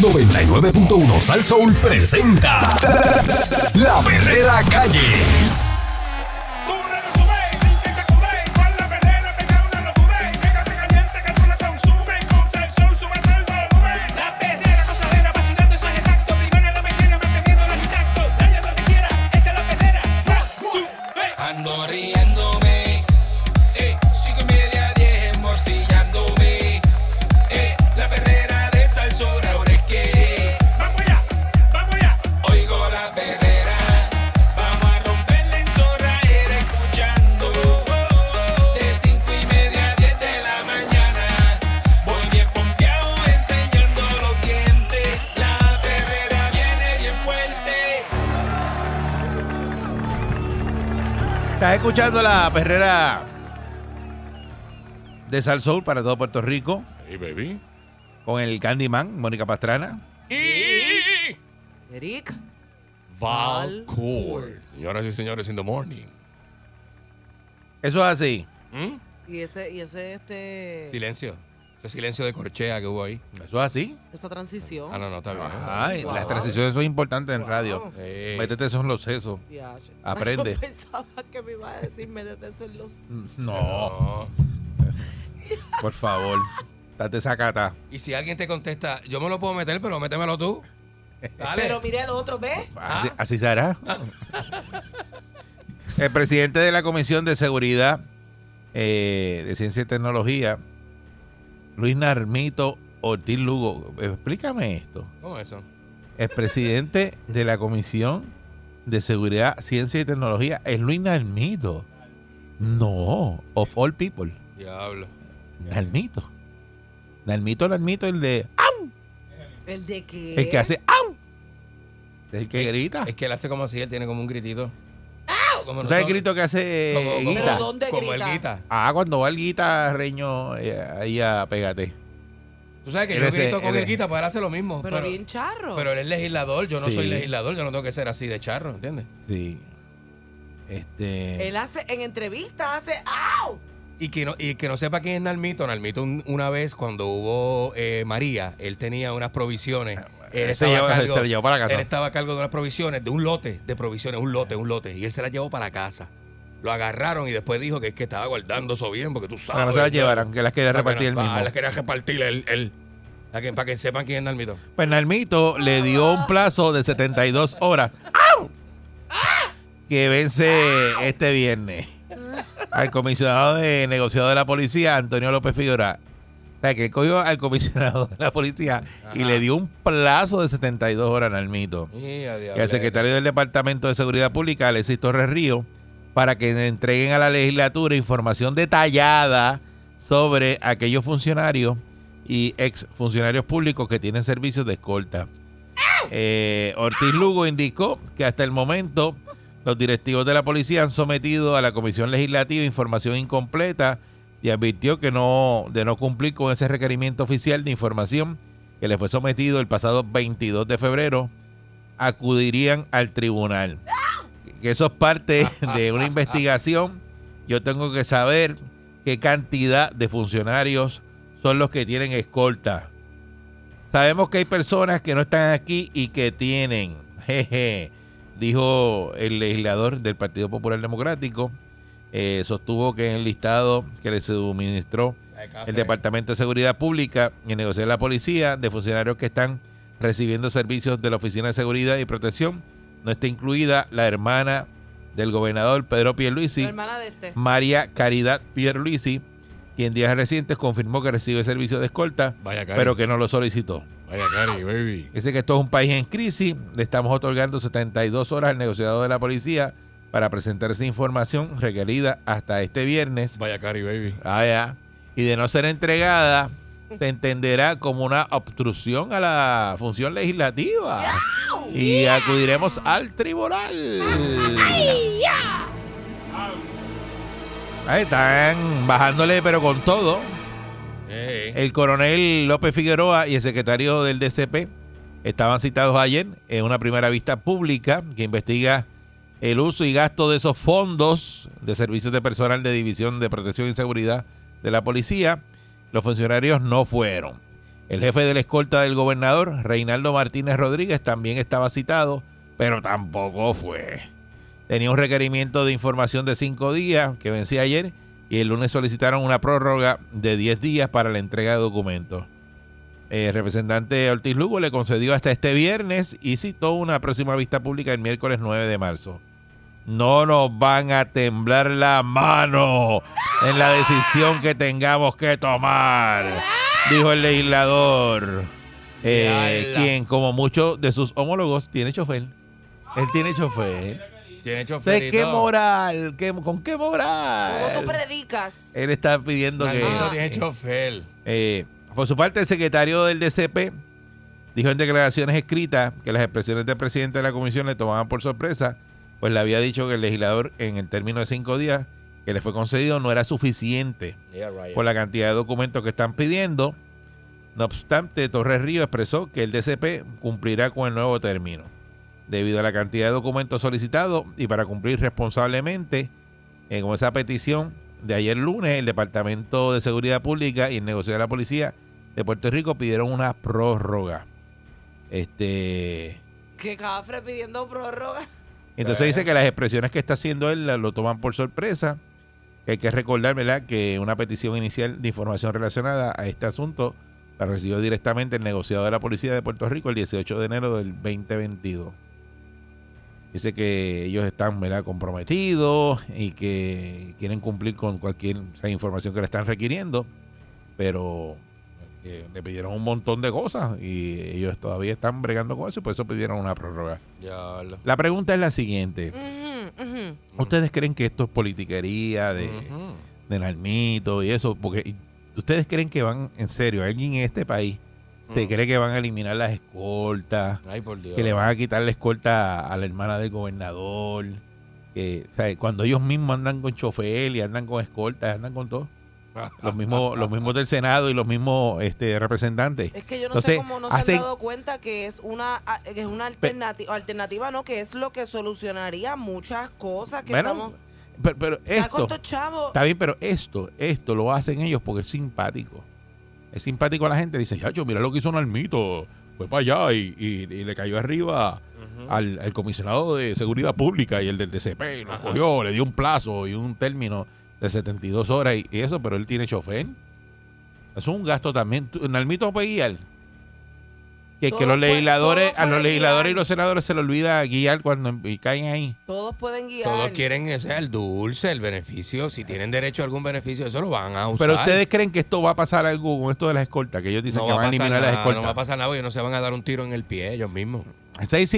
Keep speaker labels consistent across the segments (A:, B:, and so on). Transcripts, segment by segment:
A: 99.1 Sal Soul presenta La Verdadera Calle.
B: eh, eh,
C: Estás escuchando la perrera de Sal Soul para todo Puerto Rico
D: Hey, baby.
C: con el Candyman, Mónica Pastrana.
D: Y...
E: Eric.
D: Valcourt. Señoras y señores, in the morning.
C: Eso es así.
D: ¿Mm?
E: Y ese, y ese, este,
F: Silencio. Ese silencio de corchea que hubo ahí.
C: Eso es así.
E: esa transición.
F: Ah, no, no, está bien.
C: Ay, las transiciones son importantes en radio.
F: Eh,
C: Métete esos en los sesos.
E: Diache.
C: Aprende. Mm,
E: Yo pensaba que me iba a decir, métete eso en los...
C: No,
F: no.
C: por favor. Date esa cata.
F: Y si alguien te contesta, yo me lo puedo meter, pero métemelo tú. Dale.
E: Pero mira el otro, ¿ves?
C: Así, así se hará. Ah. El presidente de la Comisión de Seguridad eh, de Ciencia y Tecnología, Luis Narmito Ortiz Lugo. Explícame esto.
F: ¿Cómo eso?
C: El presidente de la Comisión de Seguridad, Ciencia y Tecnología es Luis Narmito. No, of all people.
F: Diablo.
C: Narmito. Narmito, Narmito, el de.
E: ¿El de qué?
C: El que hace. ¡au! El que grita.
F: Es que él hace como si él tiene como un gritito. Como
C: ¿Tú ¿Sabes
F: nosotros.
C: el grito que hace
F: Como-
C: eh,
F: como-
C: Guita?
E: Pero ¿dónde
F: como
E: grita?
F: él grita.
C: Ah, cuando va el guita, Reño, eh, ahí a pégate.
F: Tú sabes que
C: Él
F: yo
C: es-
F: grito
C: él
F: con
C: es-
F: el guita, pues él hace lo mismo.
E: Pero, bien charro.
F: pero él es legislador, yo no
C: Sí.
F: soy legislador, yo no tengo que ser así de charro, ¿entiendes?
C: Sí. Este.
E: Él hace, en entrevistas hace, ¡au!
F: Y que no, y que no sepa quién es Nalmito, Nalmito un- una vez cuando hubo eh, María, él tenía unas provisiones. Él
C: Ah, se,
F: estaba a
C: lleva-
F: cargo-
C: se lo llevó para la
F: Él
C: casa.
F: estaba a cargo de unas provisiones, de un lote de provisiones, un lote, un lote. Y él se las llevó para casa. Lo agarraron y después dijo que es que estaba guardando eso bien, porque tú sabes.
C: Para que no se las llevaran, que las quería
F: Para que
C: repartir él
F: no-
C: mismo.
F: ah, las quería repartir él. él. Para, que, para que sepan quién es Nalmito.
C: Pues Nalmito le dio un plazo de 72 horas. ¡Au! Que vence este viernes al comisionado de negociado de la policía, Antonio López Figueroa. O sea, que él cogió al comisionado de la policía y
F: Ajá.
C: le dio un plazo de 72 horas a Nalmito. y al secretario del Departamento de Seguridad Pública, Alexis Torres Río, para que le entreguen a la legislatura información detallada sobre aquellos funcionarios y exfuncionarios públicos que tienen servicios de escolta. Eh, Ortiz Lugo indicó que hasta el momento los directivos de la policía han sometido a la Comisión Legislativa información incompleta y advirtió que no de no cumplir con ese requerimiento oficial de información que le fue sometido el pasado 22 de febrero acudirían al tribunal. Que eso es parte de una investigación. Yo tengo que saber qué cantidad de funcionarios son los que tienen escolta. Sabemos que hay personas que no están aquí y que tienen. Jeje, dijo el legislador del Partido Popular Democrático. Eh, sostuvo que en el listado que le suministró el Departamento de Seguridad Pública y el negocio de la policía de funcionarios que están recibiendo servicios de la Oficina de Seguridad y Protección. No está incluida la hermana del gobernador Pedro Pierluisi,
E: La hermana de este.
C: María Caridad Pierluisi, quien días recientes confirmó que recibe servicio de escolta,
D: Vaya cari.
C: pero que no lo solicitó.
D: Vaya cari, baby.
C: Dice que esto es un país en crisis. Le estamos otorgando 72 horas al negociador de la policía para presentar esa información requerida hasta este viernes.
D: Vaya cari, baby.
C: Ah, ya. Y de no ser entregada, se entenderá como una obstrucción a la función legislativa. Y acudiremos al tribunal. Ahí están bajándole, pero con todo.
F: Ey.
C: El coronel López Figueroa y el secretario del DCP estaban citados ayer en una primera vista pública que investiga el uso y gasto de esos fondos de servicios de personal de División de Protección y Seguridad de la Policía. Los funcionarios no fueron. El jefe de la escolta del gobernador, Reinaldo Martínez Rodríguez, también estaba citado, pero tampoco fue. Tenía un requerimiento de información de cinco días que vencía ayer y el lunes solicitaron una prórroga de 10 días para la entrega de documentos. El representante Ortiz Lugo le concedió hasta este viernes y citó una próxima vista pública el miércoles 9 de marzo. No nos van a temblar la mano en la decisión que tengamos que tomar, dijo el legislador, eh,
F: Yala.
C: quien como muchos de sus homólogos tiene chofer. Él tiene chofer.
D: Tiene chofer
C: ¿De
D: y
C: qué
D: todo.
C: moral? ¿Qué- ¿Con qué
E: ¿Cómo tú
C: moral?
E: predicas?
C: Él está pidiendo que... ah,
F: Nandito tiene chofer.
C: Eh, por su parte, el secretario del DCP dijo en declaraciones escritas que las expresiones del presidente de la comisión le tomaban por sorpresa, pues le había dicho que el legislador, en el término de cinco días que le fue concedido, no era suficiente
D: Yeah, right.
C: por la cantidad de documentos que están pidiendo. No obstante, Torres Río expresó que el DCP cumplirá con el nuevo término. Debido a la cantidad de documentos solicitados y para cumplir responsablemente eh, con esa petición de ayer lunes, el Departamento de Seguridad Pública y el negocio de la Policía de Puerto Rico pidieron una prórroga. Este,
E: Que Cafre pidiendo prórroga.
C: entonces dice que las expresiones que está haciendo él la- lo toman por sorpresa. Hay que recordar, ¿verdad?, que una petición inicial de información relacionada a este asunto la recibió directamente el negociador de la Policía de Puerto Rico el 18 de enero del 2022. Dice que ellos están, ¿verdad?, comprometidos y que quieren cumplir con cualquier o sea, información que le están requiriendo, pero eh, le pidieron un montón de cosas y ellos todavía están bregando con eso y por eso pidieron una prórroga.
D: Ya lo-
C: La pregunta es la siguiente.
E: Ujú, ujú.
C: ¿Ustedes creen que esto es politiquería de,
D: Ujú.
C: de Nalmito y eso? Porque ustedes creen que van, en serio, alguien en este país se
D: Mm.
C: cree que van a eliminar las escoltas,
D: Ay, por Dios.
C: que le van a quitar la escolta a la hermana del gobernador. Que, o sea, cuando ellos mismos andan con chofer y andan con escoltas, andan con todo. Los mismos, los mismos del Senado y los mismos este, representantes.
E: Es que yo no
C: Entonces,
E: sé cómo no se
C: hacen-
E: han dado cuenta que es una, a- que es una alternativa, alternativa, no, que es lo que solucionaría muchas cosas que
C: Bueno,
E: estamos.
C: pero, pero
E: Ya con
C: esto.
E: estos chavos.
C: Está bien, pero esto, esto lo hacen ellos porque es simpático. Es simpático a la gente. Dice, yo mira lo que hizo Nalmito. Fue para allá y, y- y le cayó arriba al, al comisionado de Seguridad Pública y el del DCP. y Lo cogió, le dio un plazo y un término de 72 horas y, y eso, pero él tiene chofer. Es un gasto también. Tú- Nalmito puede guiar. Que, que
E: Todo
C: los
E: puede-
C: legisladores,
E: todo
C: a los
E: puede
C: legisladores y
E: guiar.
C: los senadores se les olvida guiar cuando em, y caen ahí.
E: Todos pueden guiar.
F: Todos quieren, o sea, el dulce, el beneficio. Si tienen derecho a algún beneficio, eso lo van a usar.
C: Pero ustedes creen que esto va a pasar algo con esto de las escoltas, que ellos dicen
F: no
C: que
F: va
C: van a
F: pasar
C: eliminar las
F: nada, No va a
C: escoltas.
F: pasar nada, ellos no se van a dar un tiro en el pie ellos mismos.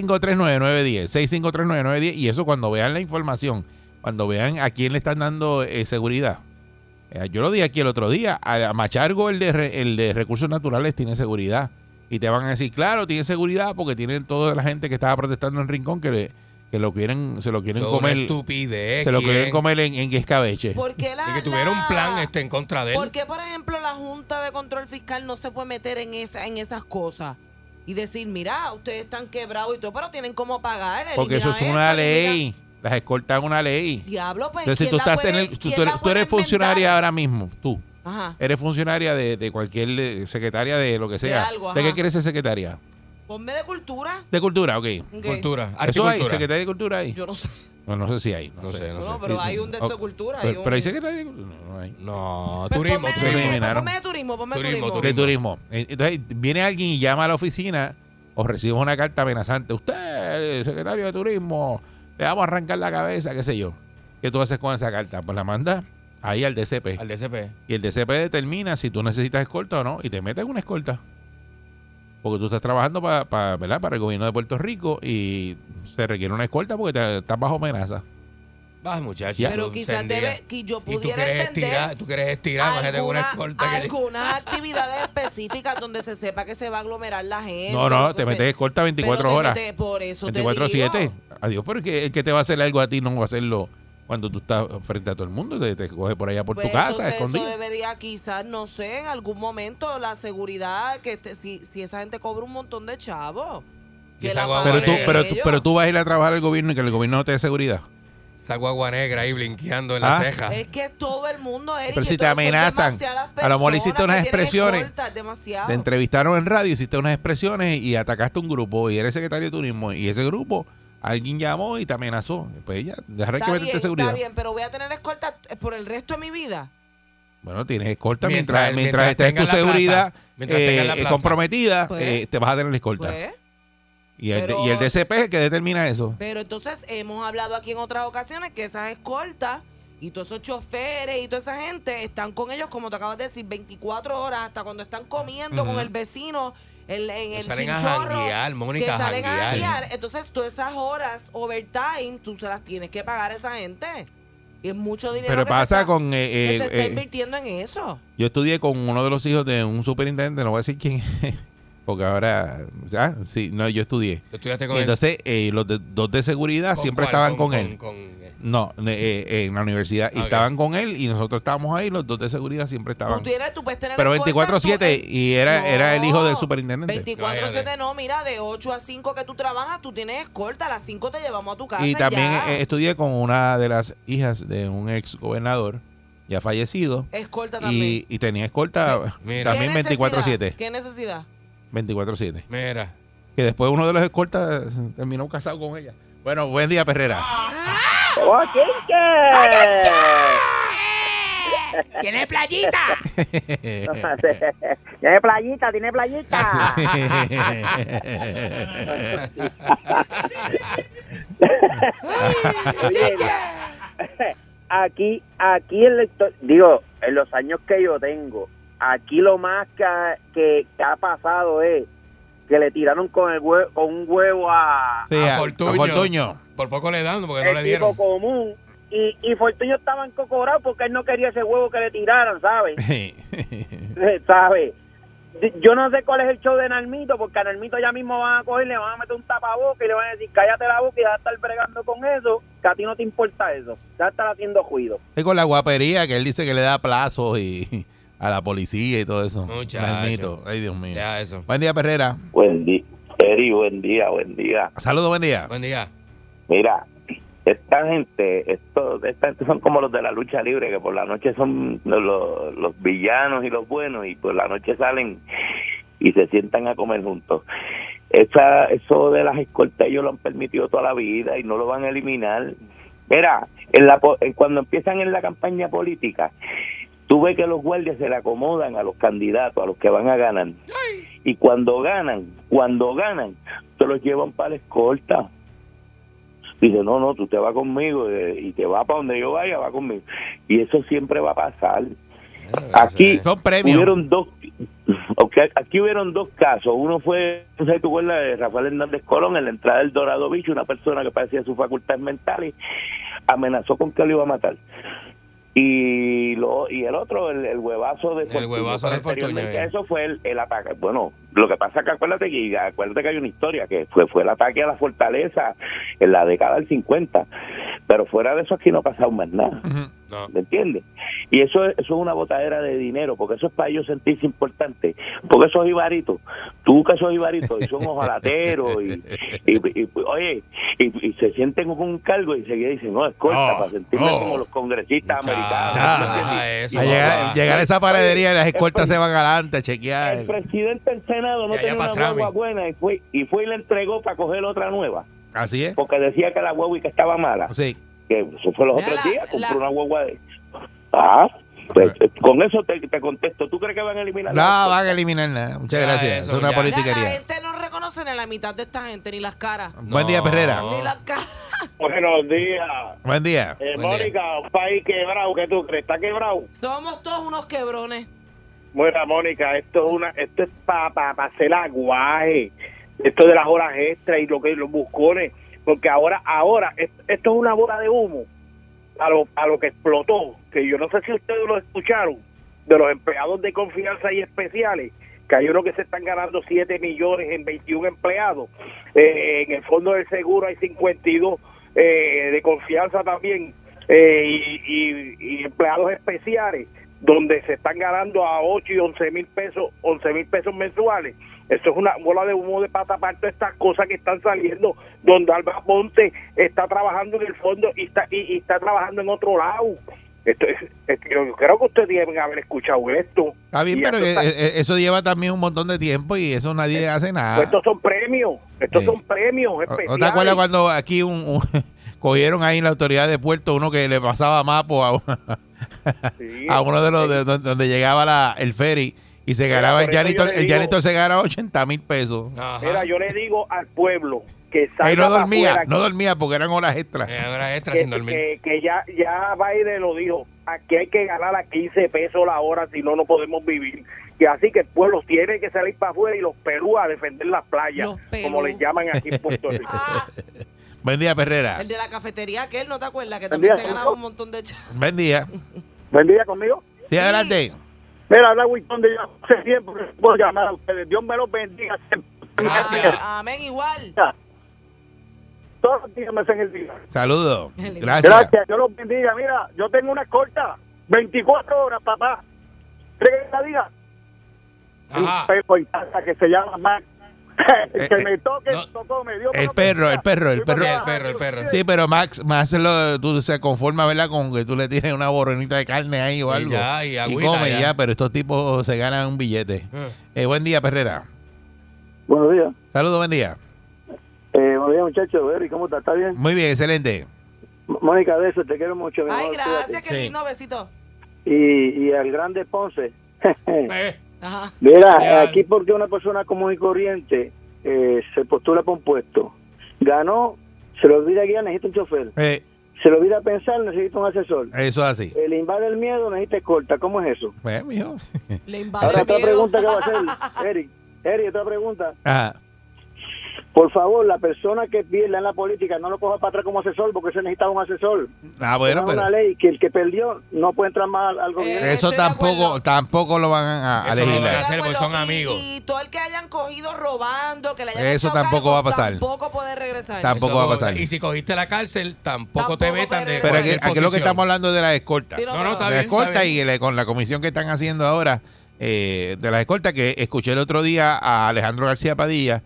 C: 6539910, 6539910, y eso cuando vean la información, cuando vean a quién le están dando eh, seguridad. Eh, yo lo dije aquí el otro día, a, a Machargo el de, re- el de recursos naturales tiene seguridad. Y te van a decir, claro, tiene seguridad porque tienen toda la gente que estaba protestando en Rincón que, le- que lo quieren, se lo quieren
F: Eso es una
C: comer,
F: estupidez.
C: se lo
F: ¿quién?
C: quieren comer en, en escabeche.
E: ¿Por qué la,
F: De que tuviera
E: la-
F: un plan este en contra de él.
E: ¿Por qué, por ejemplo, la Junta de Control Fiscal no se puede meter en, esa, en esas cosas? Y decir, mira, ustedes están quebrados y todo, pero tienen cómo pagar.
C: Porque eso
E: elimina
C: es
E: esto,
C: una
E: elimina-
C: ley, las escoltas es una ley.
E: Diablo, pues.
C: Entonces, si tú
E: ¿quién la
C: estás en
E: puede-
C: el. Tú,
E: quién
C: tú eres,
E: la
C: tú
E: puede
C: eres
E: inventar?
C: funcionaria ahora mismo, tú.
E: Ajá.
C: Eres funcionaria de, de cualquier eh, secretaria de lo que sea. ¿De,
E: algo,
C: qué
E: ajá.
C: quieres ser secretaria?
E: Ponme de cultura.
C: De cultura, ok.
E: Ok.
F: Cultura,
C: ¿Eso hay?
F: articultura.
C: ¿Secretaria de cultura hay?
E: Yo no sé.
C: No, no sé si hay. No,
F: No
C: sé.
F: sé, no
E: No,
F: sé.
E: pero hay un de esto de
C: Ok.
E: cultura. hay
C: Pero,
E: un-
C: pero hay secretaria de cultura. No, no hay.
F: No,
E: Pues
F: turismo,
E: ponme de-
C: turismo.
F: turismo.
C: Eliminaron.
E: Ponme de turismo, ponme de
F: Turismo,
E: turismo.
C: De turismo. Eh, Entonces, viene alguien y llama a la oficina o recibe una carta amenazante. Usted, eh, secretario de turismo, le vamos a arrancar la cabeza, qué sé yo. ¿Qué tú haces con esa carta? Pues la mandas ahí al DCP.
F: Al DCP.
C: Y el DCP determina si tú necesitas escolta o no y te meten una escolta. Porque tú estás trabajando para, ¿verdad? para el gobierno de Puerto Rico y se requiere una escolta porque te- estás bajo amenaza.
F: Vas, muchachos.
E: Pero quizás debe, que yo
F: Y tú
E: pudiera
F: quieres
E: entender
F: estirar, tú quieres estirar, más de una
E: alguna-
F: escolta que
E: algunas actividades específicas donde se sepa que se va a aglomerar la gente.
C: no, no, te
E: entonces-
C: metes escolta 24
E: Pero te
C: horas.
E: metes- por eso te
C: 24-7.
E: digo.
C: Adiós, porque el que te va a hacer algo a ti no va a hacerlo cuando tú estás frente a todo el mundo. Te, te coge por allá por
E: Pues
C: tu casa,
E: entonces
C: escondido.
E: Eso debería quizás, no sé, en algún momento la seguridad, que este- si, si esa gente cobra un montón de chavos.
F: Y
E: que
F: esa
E: la
F: guagua
C: Pero
E: paguen
C: tú,
F: Vale.
C: pero, tú-
E: ellos.
C: pero tú vas a ir a trabajar al gobierno y que el gobierno no te dé seguridad.
F: Esa guagua negra ahí blinqueando en la
C: Ah.
F: ceja.
E: Es que todo el mundo, Eric,
C: Pero si
E: entonces
C: te
E: son
C: amenazan,
E: demasiadas
C: a lo mejor
E: personas
C: hiciste
E: que
C: unas
E: tienen
C: expresiones,
E: escoltas, demasiado.
C: Te entrevistaron en radio, hiciste unas expresiones y atacaste un grupo y eres secretario de turismo y ese grupo alguien llamó y te amenazó. Pues ya, dejaré que
E: Está
C: meterte
E: bien,
C: seguridad.
E: está bien, pero voy a tener escolta eh, por el resto de mi vida.
C: Bueno, tienes escolta mientras
F: Mientras-
C: mientras,
F: mientras
C: estés tu
F: tengas la
C: seguridad
F: plaza, mientras
C: eh,
F: tengas la
C: eh,
F: plaza.
C: comprometida,
E: Pues.
C: eh, te vas a tener la escolta.
E: Pues,
C: y, el, de-
E: pero-
C: y el DCP es el que determina eso.
E: pero entonces hemos hablado aquí en otras ocasiones que esas escoltas y todos esos choferes y toda esa gente están con ellos, como te acabas de decir, 24 horas hasta cuando están comiendo con el vecino en, en
F: Que
E: el
F: salen a
E: chinchorro.
F: janguear, Mónica,
E: que
F: a
E: salen a
F: janguear.
E: janguear. Entonces, todas esas horas overtime, tú se las tienes que pagar a esa gente. Y es mucho dinero.
C: Pero
E: que se
C: pasa
E: está-
C: con... eh,
E: que se
C: eh,
E: está
C: eh,
E: invirtiendo en eso.
C: yo estudié con uno de los hijos de un superintendente, no voy a decir quién es, porque ahora... ¿ya? Sí, no, yo estudié.
F: Tú estudiaste
C: Y
F: con él.
C: entonces eh, los de- dos de seguridad
F: ¿Con
C: siempre
F: cuál?
C: estaban con, él.
F: con- eh,
C: No, eh, eh, en la universidad. Y
F: Ok.
C: estaban con él y nosotros estábamos ahí, los dos de seguridad siempre
E: Tú
C: estaban.
E: tienes, tú puedes tener
C: Pero
E: escolta en tu-
C: 24-7 y era,
E: No.
C: era el hijo del superintendente.
E: 24-7 no, mira, de 8 a 5 que tú trabajas, tú tienes escolta, a las 5 te llevamos a tu casa.
C: Y también
E: ya.
C: eh, estudié con una de las hijas de un ex gobernador ya fallecido
E: escolta también.
C: y, y tenía escolta
F: Mira.
E: ¿Qué
C: también
E: necesidad?
C: 24-7.
E: ¿Qué necesidad?
C: 24-7.
F: Mira.
C: Que después uno de los escoltas eh, terminó casado con ella. Bueno, buen día,
F: Ah.
C: Perrera.
E: ¡Tiene playita!
G: Tiene playita, tiene playita. Oye, aquí, aquí el lector, digo, en los años que yo tengo, aquí lo más que, ha- que, que ha pasado es que le tiraron con el hue- con un huevo a,
C: Sí,
F: A
C: a- a
F: Fortuño.
C: Fortuño.
F: Por poco le dan porque Pues no
G: el
F: le
G: tipo
F: dieron.
G: común. Y, y Fortunio estaba encocorado porque él no quería ese huevo que le tiraran, ¿sabes? ¿Sabes? Yo no sé cuál es el show de Narmito, porque a Narmito ya mismo van a coger, le van a meter un tapaboca y le van a decir, cállate la boca y deja de estar bregando con eso, que a ti no te importa eso, ya estar haciendo juido.
C: Es con la guapería que él dice que le da plazos y a la policía y todo eso.
F: Muchacho.
C: Maldito. Ay, Dios mío.
F: Ya, eso.
C: Buen día, Perrera.
H: Buen día, Eri, buen día, buen día.
C: Saludos, buen día.
F: Buen día.
H: Mira, esta gente, esto, esta gente son como los de la lucha libre, que por la noche son los, los villanos y los buenos, y por la noche salen y se sientan a comer juntos. Esa, eso de las escoltas ellos lo han permitido toda la vida y no lo van a eliminar. Mira, en la, po- en- cuando empiezan en la campaña política, tú ves que los guardias se le acomodan a los candidatos, a los que van a ganar. Y cuando ganan, cuando ganan, se los llevan para la escolta. Dice, no, no, tú te vas conmigo eh, y te vas para donde yo vaya, va conmigo. Y eso siempre va a pasar. Aquí
C: Eh, Son premios.
H: hubieron dos, ok, aquí hubieron dos casos. Uno fue, no sé si tú acuerdas de Rafael Hernández Colón, en la entrada del Dorado Beach, una persona que padecía sus facultades mentales, amenazó con que lo iba a matar. Y lo y el otro, el, el huevazo de
F: El huevazo de Fortuño,
H: Posteriormente
F: eh.
H: a Eso fue el, el ataque. Bueno, lo que pasa es que acuérdate que, acuérdate que hay una historia, que fue, fue el ataque a la fortaleza en la década del 50. Pero fuera de eso aquí no ha pasado más nada.
F: No.
H: ¿Me entiendes? Y eso, es- eso es una botadera de dinero, porque eso es para ellos sentirse importante. Porque esos ibaritos, tú que sos ibarito, y son ojalateros, y, y- y- oye, y, y se sienten con un cargo y seguida dicen, no, es corta,
F: Oh,
D: No,
H: para sentirme
D: no.
H: como los congresistas americanos.
F: Ah,
H: ¿me
F: eso,
C: A llegar,
F: papá.
C: llegar a esa paradería, las
H: Oye,
C: escoltas
H: el-
C: se van adelante a
H: El
C: chequear.
H: presidente del Senado no
F: De allá
H: tenía
F: pa'
H: una
F: atrás,
H: guagua
F: mi.
H: buena y fue, y fue y le entregó para coger otra nueva,
C: Así es.
H: porque decía que la guagua y que estaba mala.
C: Sí.
H: que eso fue los
E: Mira,
H: otros
E: la-
H: días, compró
E: la-
H: una guagua de... Ah, pues, eh, con eso te, te contesto. ¿Tú crees que van a eliminar
C: No,
H: la-
C: van a eliminar nada. Muchas
F: Ya,
C: gracias.
F: eso,
C: es
F: ya.
C: una
E: Mira, la
C: politiquería.
E: gente no reconoce ni la mitad de esta gente, ni las caras. Ah,
C: Buen día,
F: No.
C: Perrera.
E: Ni las caras.
G: Buenos días.
C: Buen día.
G: Eh,
F: Buen día.
G: Mónica, un país quebrado, ¿qué tú crees? ¿Está quebrado?
E: Somos todos unos quebrones.
G: Mira, Mónica, esto es una, esto es para hacer aguaje, esto de las horas extras y lo que los buscones, porque ahora, ahora, es- esto es una bola de humo a lo, a lo que explotó, que yo no sé si ustedes lo escucharon, de los empleados de confianza y especiales, que hay unos que se están ganando 7 millones en 21 empleados, Eh, en el fondo del seguro hay 52 eh, de confianza también, eh, y, y- y empleados especiales, donde se están ganando a 8 y 11 mil pesos, 11 mil pesos mensuales, Eso es una bola de humo de pata aparte, estas cosas que están saliendo, donde Alba Ponte está trabajando en el fondo y está, y, y está trabajando en otro lado. Esto, es- es- yo creo que ustedes deben haber escuchado esto.
C: Está bien,
G: Y
C: pero
G: esto está-
C: eh, eh, eso lleva también un montón de tiempo y eso
H: Eh,
C: nadie hace
G: pues
C: nada. Eh,
G: estos son premios, estos
C: Ah. Sí.
G: son premios
C: ¿O- ¿O te
G: especiales.
C: acuerdas cuando aquí un, un- cogieron ahí en la autoridad de puerto uno que le pasaba mapo a, un-
G: Sí,
C: a uno de los de- donde, donde llegaba la- el ferry y se
G: Mira,
C: ganaba el
G: por eso yo
C: janitor?
G: le
C: El
G: digo-
C: janitor se ganaba 80 mil pesos.
D: Ajá.
G: Mira, yo le digo al pueblo que
C: Ahí
G: salga
C: no
G: para
C: dormía,
G: afuera,
C: no dormía porque eran horas extras.
D: Eh, ahora extra
G: que,
D: sin dormir.
G: que- que ya, ya Biden lo dijo, aquí hay que ganar a 15 pesos la hora, si no, no podemos vivir. Y así que el pueblo tiene que salir para afuera y los Perú a defender las playas,
E: Los Perú.
G: como les llaman aquí en Puerto Rico.
E: Ah,
C: Buen día, Perrera.
E: el de la cafetería, aquel, ¿no te acuerdas? Que también se
G: Mira,
E: ganaba un montón de ch-
C: Buen día.
G: Buen día conmigo.
C: Sí, adelante.
G: Mira, habla Wilton de hace tiempo que puedo llamar a ustedes. Dios me los bendiga siempre.
D: Gracias.
E: Ah, Amén, igual.
G: Todos los días me hacen el día.
C: Saludos.
E: Dale.
C: Gracias.
G: Dios los bendiga. Mira, yo tengo una corta, 24 horas, papá. ¿Crees que la diga?
D: Ajá.
G: un perro en casa que se llama Mac. El que
C: Eh, eh,
G: me toque,
D: no.
G: tocó, me dio.
C: El
G: pero
C: perro, el perro, el
G: Sí,
C: perro.
G: papá,
D: El perro, el perro.
C: Sí, pero Max, Max lo, tú se conforma, ¿verdad? Con que tú le tires una borronita de carne ahí o
D: Y
C: algo.
D: ya, y agüita,
C: come ya.
D: ya.
C: pero estos tipos se ganan un billete.
D: Eh.
C: Eh, buen día, Perrera.
I: Buenos días.
C: Saludos, buen día.
I: Eh, buenos días, muchachos. Berry, ¿cómo estás? ¿Está bien?
C: Muy bien, excelente.
I: M- Mónica, de eso te quiero mucho. mi
E: Ay,
I: amor,
E: gracias,
I: cuídate.
E: qué lindo besito.
I: Y, y al grande Ponce.
D: Eh.
E: Ajá.
I: Mira,
D: Ya.
I: aquí porque una persona común y corriente eh, se postula por un puesto, ganó, se lo olvida guiar, necesita un chofer.
C: Eh,
I: Se lo olvida pensar, necesita un asesor.
C: eso es así.
I: El invade el miedo, necesita escolta. ¿Cómo es eso?
C: Eh, mijo.
E: Le
I: Ahora,
E: invadió
I: otra
E: miedo.
I: pregunta que va a hacer, Eric. Eric, otra pregunta.
C: Ajá.
I: Por favor, la persona que pierda en la política no lo coja para atrás como asesor porque se necesita un asesor.
C: Ah, bueno,
I: es una
C: pero
I: ley que el que perdió no puede entrar más al- al gobierno.
E: Eh,
C: eso
E: Estoy de
C: tampoco,
E: acuerdo.
C: tampoco lo van a, a
D: Este Eso no lo van a
C: legislar.
D: hacer. porque son
E: Y-
D: amigos.
E: Y, todo el que hayan cogido robando, que le hayan
C: Eso
E: echado
C: tampoco
E: cargo,
C: va a pasar.
E: Tampoco puede regresar.
C: Tampoco.
D: Eso
C: va a
D: no-
C: pasar.
D: Y si cogiste la cárcel, tampoco,
E: Tampoco
D: te vetan de.
E: te
C: Pero aquí,
D: cualquier
C: aquí lo que
D: posición.
C: estamos hablando es de las escoltas.
E: Sí, no,
D: No, no, está
C: las
D: bien. está
C: escoltas
D: bien.
C: y la- con la comisión que están haciendo ahora eh, de las escoltas que escuché el otro día a Alejandro García Padilla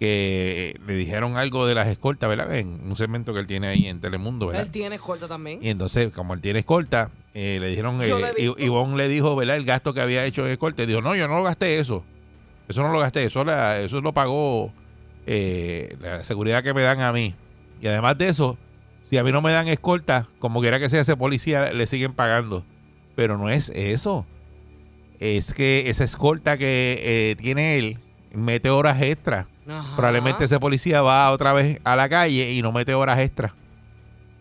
C: que le dijeron algo de las escoltas, ¿verdad? En un segmento que él tiene ahí en Telemundo, ¿verdad?
E: Él tiene escolta también.
C: Y entonces, como él tiene escolta, eh, le dijeron,
E: Yo lo he
C: eh, I-
E: visto.
C: Ivonne le dijo, ¿verdad? El gasto que había hecho en escolta. Y dijo, no, yo no lo gasté eso. Eso no lo gasté, eso, la- eso lo pagó eh, la seguridad que me dan a mí. Y además de eso, si a mí no me dan escolta, como quiera que sea ese policía, le siguen pagando. Pero no es eso. Es que esa escolta que eh, tiene él mete horas extras.
E: Ajá.
C: Probablemente ese policía va otra vez a la calle y no mete horas extras.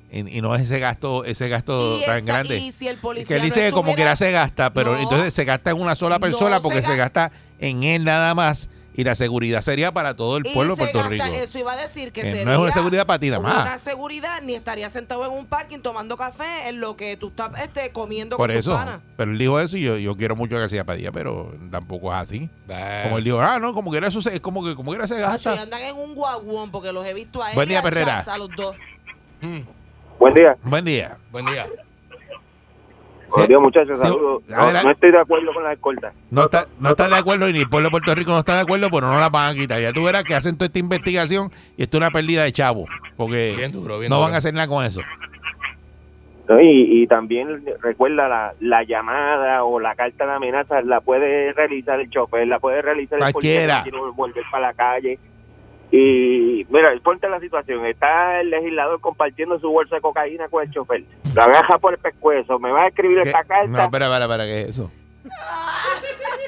C: Y, y no es ese gasto, ese gasto
E: Y
C: tan
E: esta-
C: grande.
E: Y si el
C: Es
E: policía.
C: que él
E: no
C: dice que como quiera
E: estuviera-
C: se gasta, pero
E: No.
C: entonces se gasta en una sola
E: No
C: persona
E: se
C: porque se gasta en él nada más. Y la seguridad sería para todo el
E: y
C: pueblo de
E: se
C: Puerto
E: gasta-
C: Rico.
E: Eso iba a decir que
C: Eh, no
E: sería.
C: es una seguridad para ti nada más.
E: Una seguridad ni estaría sentado en un parking tomando café en lo que tú estás este, comiendo
C: Por
E: con tus
C: eso.
E: panas.
C: Pero él dijo eso y yo, yo quiero mucho a García Padilla, pero tampoco es así.
D: Eh.
C: Como él dijo, ah, no, como quiera eso se- es como que como quiera se
E: Nacho, y
C: gasta.
E: andan en un guaguón porque los he visto a él
C: Buen
E: y
C: día,
E: a
C: Perrera.
E: Chats, a los dos.
D: Mm,
G: Buen día.
C: Buen día.
D: Buen día.
G: Buenos días, muchachos.
C: Sí.
G: Saludos. No,
C: Adelante.
G: no estoy de acuerdo con las escoltas.
C: No está, no está de acuerdo y ni el pueblo de Puerto Rico no está de acuerdo, pero no la van a quitar. Ya tú verás que hacen toda esta investigación y esto es una pérdida de chavo, porque
D: Bien duro, bien
C: no
D: duro.
C: van a hacer nada con eso.
G: No, y, y también recuerda la, la llamada o la carta de amenaza la puede realizar el chofer, la puede realizar el
C: Cualquiera.
G: policía que quiere volver para la calle. Y mira, ponte la situación, está el legislador compartiendo su bolsa de cocaína con el chofer. La agaja por el pescuezo, me va a escribir
C: ¿Qué?
G: esta
C: No,
G: carta.
C: espera, espera, espera, ¿qué es eso?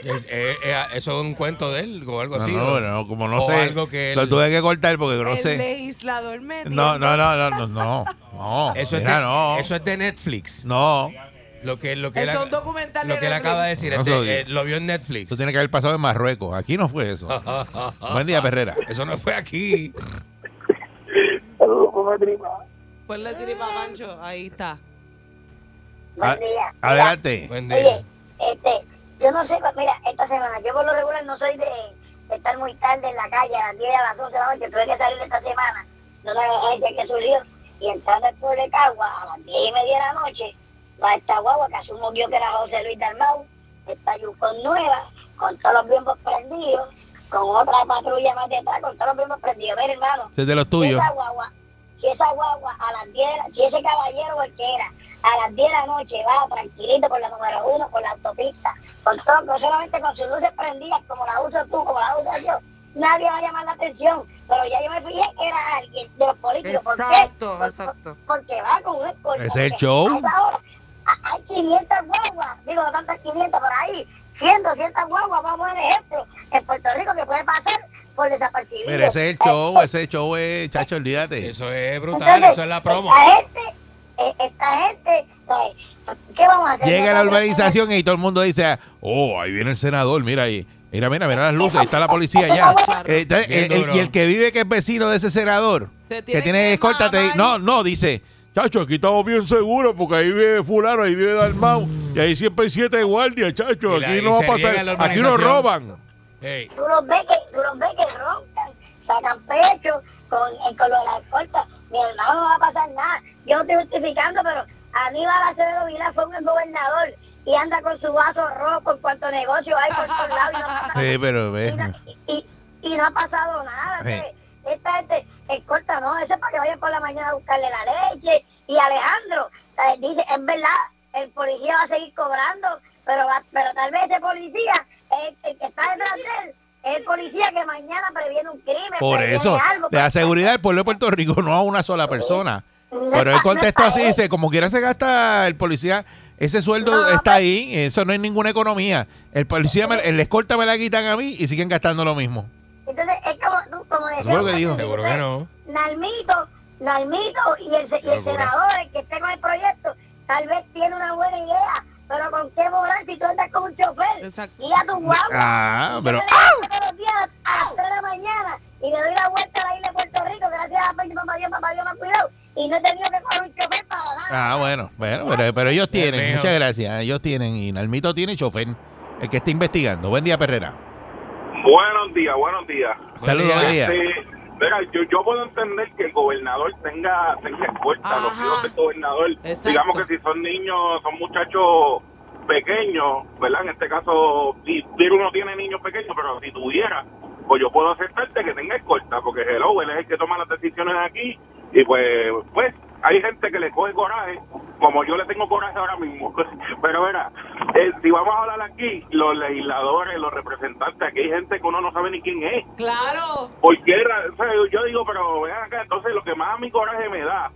D: Es- eh,
J: ah,
D: eh, eso es un cuento de él o algo
C: No,
D: así.
C: no,
D: ¿o?
C: no, como no
D: Pues o
C: sé,
D: algo que
C: lo
D: él-
C: tuve que cortar porque no
E: el
C: sé.
E: legislador me
C: No, no, no, no, no, no, no,
D: Eso,
C: mira,
D: es de,
C: no,
D: eso es de Netflix.
C: no,
D: Lo que, lo que,
E: Es
D: él,
E: un documental
D: lo
E: de
D: que él acaba de
E: Netflix.
D: decir,
C: No
D: este,
C: soy-
D: eh, lo vio en Netflix.
C: eso tiene que haber pasado en Marruecos, aquí no fue eso. Buen día, Perrera.
D: Eso no fue aquí.
E: Ponle tiripa Pues a Pancho, ahí está.
C: A- Ah, adelante.
D: Buen
K: Oye,
D: día.
K: este, yo no sé, pues, mira, esta semana, yo por lo regular no soy de, de estar muy tarde en la calle, a las 10, a las 11 de la noche, tuve que salir esta semana, no la gente que surgió, y entrando al pueblo de Cagua a las 10 y media de la noche, va esta guagua que asumo yo que era José Luis Dalmau, esta Yukon nueva, con todos los biombos prendidos, con otra patrulla más detrás, con todos los mismos prendidos. Mira, hermano,
C: Ese es de los
K: si
C: tuyos.
K: esa guagua, si esa guagua a las 10, de la- si ese caballero o el que era, a las 10 de la noche va tranquilito por la número uno, por la autopista, con todo, no solamente con sus luces prendidas, como la uso tú, como la uso yo, nadie va a llamar la atención. Pero ya yo me fijé que era alguien de los políticos. ¿Por qué?
E: Exacto,
K: Por-
E: exacto.
K: Porque va con un escolta.
C: Ese es el
K: porque
C: show.
K: a esa hora a- Hay 500 guaguas, digo, no tantas 500 por ahí, 100, 200 guaguas, vamos a ver ejemplo, en Puerto Rico que puede pasar por desapercibido.
C: Mira, ese es el show, ese show es, chacho, olvídate.
D: Eso es brutal,
K: Entonces,
D: eso es la promo.
K: Esta gente, eh, esta gente, pues, ¿qué vamos a hacer?
C: Llega la urbanización y todo el mundo dice, oh, ahí viene el senador, mira ahí. Mira, mira, mira las luces, ahí está la policía ya. Eh, entonces, el- el- y el que vive que es vecino de ese senador,
E: Se
C: que
E: tiene
C: tiene
E: que
C: escolta, te di-
E: mamar.
C: no, no, dice, chacho, aquí estamos bien seguros porque ahí vive fulano, ahí vive Dalmau, y ahí siempre hay siete guardias, chacho,
D: Y la-
C: aquí
D: y
C: no va
D: se
C: a pasar,
D: riega la
C: aquí nos
D: urbanización.
C: roban.
D: Ey,
K: Tú los ves que, tú los ves que roncan, sacan pecho con, eh, con lo de la escolta. Mi hermano no va a pasar nada. Yo no estoy justificando, pero a mí Balacero Vila fue un gobernador y anda con su vaso rojo por cuanto negocio hay por todos lados. y no pasa
C: Sí, pero ve.
K: y no, y- y no ha pasado nada.
C: Sí.
K: que Esta gente es corta, no, eso es para que vayan por la mañana a buscarle la leche. Y Alejandro eh, dice, es verdad, el policía va a seguir cobrando, pero va- pero tal vez ese policía, el, el que está detrás de él, es el policía que mañana previene un crimen.
C: Por
K: previene
C: eso,
K: algo,
C: le da
K: pero-
C: seguridad al pueblo de Puerto Rico, no a una sola persona.
K: No
C: Pero él
K: está- no
C: contestó
K: está
C: así,
K: él.
C: dice, como quiera se gasta el policía, ese sueldo
K: No,
C: está ahí, eso no es ninguna economía. El policía, me- el escolta me la quitan a mí y siguen gastando lo mismo.
K: Entonces, es como, tú- como decía
C: Seguro que dijo.
D: seguro que no.
K: Nalmito, Nalmito y el, y
D: Qué
K: el
D: locura.
K: senador, el que esté con el proyecto, tal vez tiene una buena idea, pero ¿con qué volar si tú andas con un chofer?
E: Exacto.
K: Y a tu guagua.
C: Ah,
K: Yo
C: pero...
K: me levanto todos los días a las 3 de la mañana y le doy la vuelta a la isla de Puerto Rico, gracias a Peña, papá Dios, papá Dios, me ha cuidado, y no he tenido que coger un chofer para nada.
C: Ah, bueno, bueno, pero, pero ellos
D: Dios
C: tienen,
D: mío.
C: muchas gracias, ellos tienen, y Nalmito tiene y chofer, el que está investigando. Buen día, Perrera.
L: Buenos días, buenos días.
C: Saludos, buen día.
L: Este, mira, yo, yo puedo entender que el gobernador tenga, tenga escolta,
E: Ajá.
L: los hijos del gobernador.
E: Exacto.
L: Digamos que si son niños, son muchachos pequeños, ¿verdad? En este caso, si si uno tiene niños pequeños, pero si tuviera, pues yo puedo aceptarte que tenga escolta, porque hello, él es el que toma las decisiones aquí y pues, pues, hay gente que le coge coraje, como yo le tengo coraje ahora mismo. Pero mira, eh, si vamos a hablar aquí, los legisladores, los representantes, aquí hay gente que uno no sabe ni quién es.
E: Claro.
L: Porque era- o sea, yo digo, pero vean acá, entonces lo que más a mi coraje me da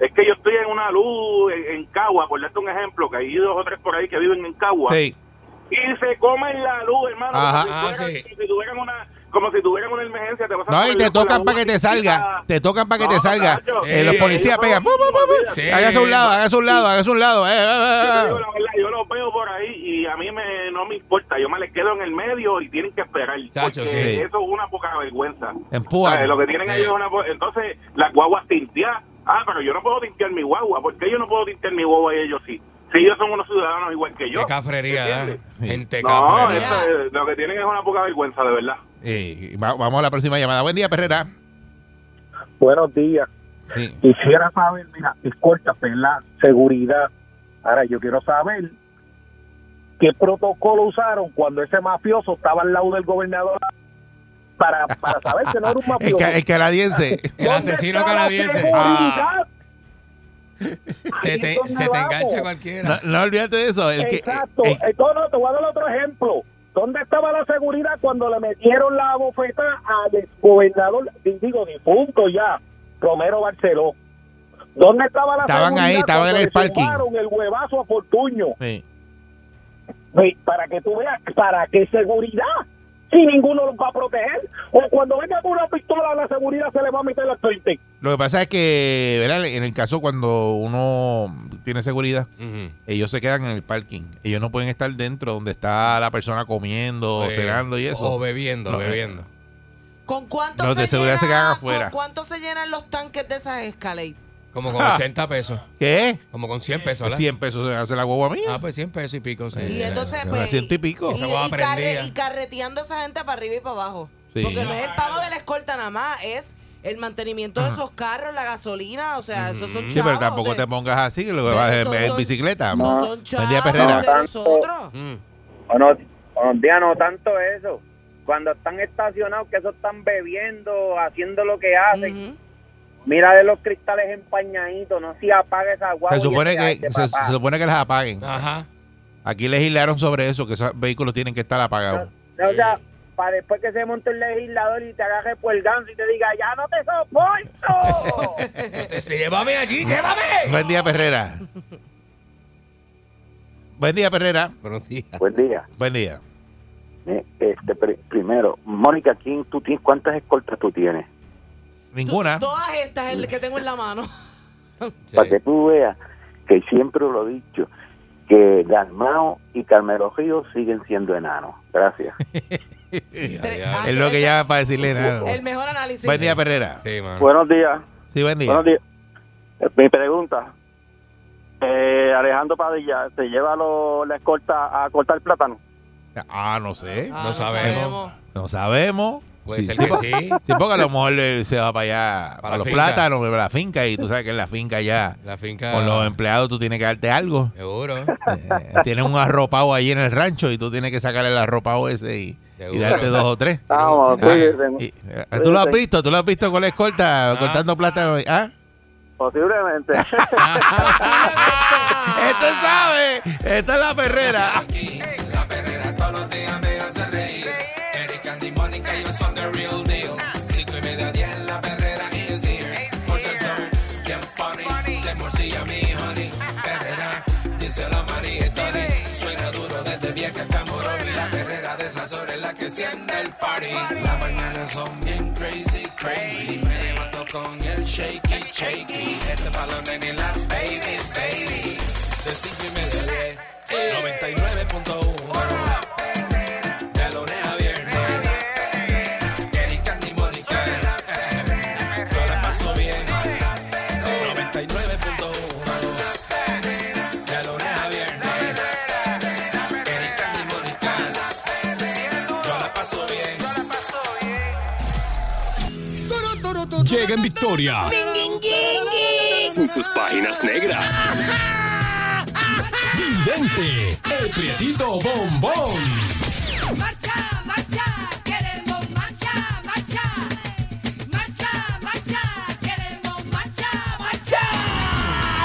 L: es que yo estoy en una luz en, en Cagua, por darte un ejemplo, que hay dos o tres por ahí que viven en Cagua
C: Sí.
L: y se comen la luz, hermano,
C: Ajá.
L: como, si
D: Ah,
L: tuvieran,
D: sí.
L: si tuvieran una, como si tuvieran una emergencia. Te pasan
C: No,
L: por
C: y
L: el
C: te
L: lado con la
C: tocan para
L: luz
C: que te
L: encendida.
C: salga, te tocan para que te
L: No,
C: salga.
L: muchacho.
C: Eh, los
D: Sí,
C: policía
L: ellos
C: pegan, ¡bu,
L: son-
C: bu, bu, bu!
D: Sí.
C: hágase a un lado, hágase a un lado, hágase a un lado. eh,
L: Yo te
C: eh, eh,
L: digo la verdad, yo los veo por ahí y a mí me, no me importa. Yo me les quedo en el medio y tienen que esperar.
D: Chacho,
L: porque
D: sí.
L: Eso es una poca vergüenza.
C: Empujan.
L: ¿Sabes? Lo que tienen ellos es una po- Entonces, las guaguas tinteadas. Ah, pero yo no puedo tintear mi guagua. ¿Por qué yo no puedo tintear mi guagua y ellos sí? Si ellos son unos ciudadanos igual que yo.
D: Qué cafrería, ¿eh? ¿verdad? Gente
L: No,
D: cafrería.
L: esto es- lo que tienen es una poca vergüenza, de verdad.
C: eh. Eh, va- vamos a la próxima llamada. Buen día, Perrera.
I: Buenos días.
C: Sí.
I: Quisiera saber, mira, escoltas, la Seguridad. Ahora, yo quiero saber qué protocolo usaron cuando ese mafioso estaba al lado del gobernador para, para saber que ah, no era un
C: El,
I: mafioso.
C: ca- el canadiense.
D: El
I: ¿Dónde
D: asesino
I: está la
D: canadiense.
I: seguridad?
D: Se
I: Ahí
D: te,
I: es donde
D: se te
I: vamos.
D: engancha cualquiera.
C: No, no olvídate de eso. El que,
I: Exacto.
C: el-
I: Esto no, te voy a dar otro ejemplo. ¿Dónde estaba la seguridad cuando le metieron la bofeta al exgobernador, digo, difunto ya, Romero Barceló? ¿Dónde estaba la
C: Estaban
I: seguridad
C: ahí, estaban
I: cuando
C: en el
I: le
C: parking.
I: zumbaron el huevazo a Fortuño?
C: sí.
I: Ve, Para que tú veas, ¿para qué seguridad? Si ninguno los va a proteger. O cuando venga con una pistola, la seguridad se le va a meter la frente.
C: Lo que pasa es que, ¿verdad? en el caso cuando uno tiene seguridad,
D: Ujú.
C: ellos se quedan en el parking. Ellos no pueden estar dentro donde está la persona comiendo, o
D: Eh,
C: cenando y eso.
D: O bebiendo,
C: No, eh,
D: bebiendo.
E: ¿Con cuánto
C: Los
E: se
C: de seguridad
E: llena-
C: se quedan afuera.
E: ¿Con cuánto se llenan los tanques de esas Escalade?
D: Como con
C: Ja.
D: 80 pesos.
C: ¿Qué?
D: Como con 100 pesos, ¿verdad?
C: 100 pesos se hace la guagua mía.
D: Ah, pues 100 pesos y pico. sí.
E: Y entonces,
C: se
E: pues,
C: me siente y pico.
E: Y,
D: Esa guagua
E: y carre-
D: prendida.
E: y carreteando a esa gente para arriba y para abajo.
C: Sí.
E: Porque no es el pago de la escolta nada más, es el mantenimiento de esos carros, la gasolina, o sea, esos son chavos.
C: sí, pero tampoco
E: de-
C: te pongas así, que lo que
E: Pero
C: vas es
E: son-
C: en
E: son-
C: bicicleta.
E: No son
C: Buen día,
E: chavos
C: Perrera.
E: de nosotros.
D: Mm.
L: Buenos días, no tanto eso.
G: cuando están estacionados, que eso están bebiendo, haciendo lo que hacen. Mira de los cristales empañaditos, no si apaga esa guagua.
C: Se
G: y
C: supone,
G: ese
C: que,
G: aire,
C: se,
G: papá.
C: se supone que las apaguen.
D: Ajá.
C: Aquí legislaron sobre eso, que esos vehículos tienen que estar apagados.
G: O sea, para después que se monte el legislador y te agarre por el ganso y te diga, ya no te soporto.
F: Entonces, llévame allí, llévame.
C: Buen día, Perrera. Buen día, Perrera.
D: Buenos días.
H: Buen día.
C: Buen día.
H: Eh, Este, pri- primero, Mónica, ¿quién, tú tienes, ¿cuántas escoltas tú tienes?
C: Ninguna.
E: Todas estas es el que tengo en la mano.
H: Para que tú veas que siempre lo he dicho, que Dalmao y Carmelo Ríos siguen siendo enanos. Gracias.
E: Tres-
D: ya.
E: ah,
C: Es lo que
E: ese-
C: ya para decirle nada.
E: El mejor análisis.
C: Buen día, Perrera.
D: Sí, mano.
H: Buenos días.
C: Sí, buen día.
H: Buenos días. Eh, Mi pregunta. eh, Alejandro Padilla, ¿se lleva lo- la escolta a cortar plátano?
C: Ah, no sé.
E: Ah,
D: No sabemos.
C: No sabemos.
D: Puede
C: Sí,
D: ser
C: sí,
D: que
C: po-
D: sí.
C: sí, porque a lo mejor eh, se va para allá,
D: Para
C: para
D: la
C: los
D: finca.
C: plátanos, para la finca, y tú sabes que en la finca ya,
D: La finca.
C: con los empleados, tú tienes que darte algo.
D: Seguro.
C: Eh, tienes un arropado allí en el rancho y tú tienes que sacar el arropado ese y, y
D: Seguro.
C: darte dos o tres.
H: Vamos,
C: Ah,
H: cuídense.
C: y- eh, ¿Tú lo has visto? ¿Tú lo has visto con la escolta
D: Ah.
C: cortando plátano? ¿Ah?
H: Posiblemente.
C: ¡Esto sabe! ¡Esta es la perrera!
B: La perrera todos los días me hace reír. Eric, Andy, Mónica, ellos son the real deal. Cinco y media, diez, la perrera is here. Por ser son bien funny, se morcilla mi honey. Perrera, dice la María y Tony. Suena duro desde vieja hasta morón. Y la perrera de esas horas es la que siente el party. Las mañanas son bien crazy, crazy. Me levanto con el shaky, shaky. Este balón en la baby, baby. De cinco y media, diez. 99.1 De lunes a viernes Eric, Candy, Mónica eh, Yo la paso bien 99.1 De lunes a viernes Eric, Candy, Mónica Yo la paso bien
A: Llega en victoria. Sin sus páginas negras. Vidente, el prietito bombón.
J: Marcha, marcha, queremos marcha, marcha. Marcha, marcha, queremos marcha, marcha.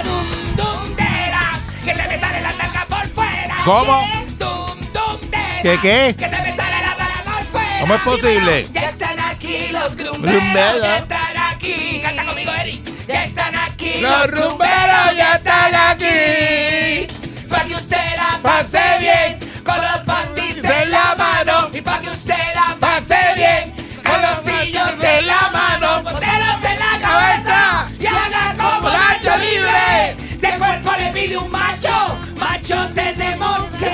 J: Dum dundera, que se me sale la tanga por fuera.
C: ¿Cómo?
J: Dum dundera,
C: ¿Qué qué?
J: que se me sale la tanga por fuera.
C: ¿Cómo es posible?
J: Ya están aquí los grumberos,
C: Grumberos.
J: ya están aquí. Canta conmigo, Eric. Ya están aquí
C: Los rumberos ya están aquí.
J: para que usted la pase bien con los panties en la mano y para que usted la pase bien con los sillos en la mano, póntelos en la cabeza y haga como Nacho Libre. Si el cuerpo le pide un macho, macho tenemos que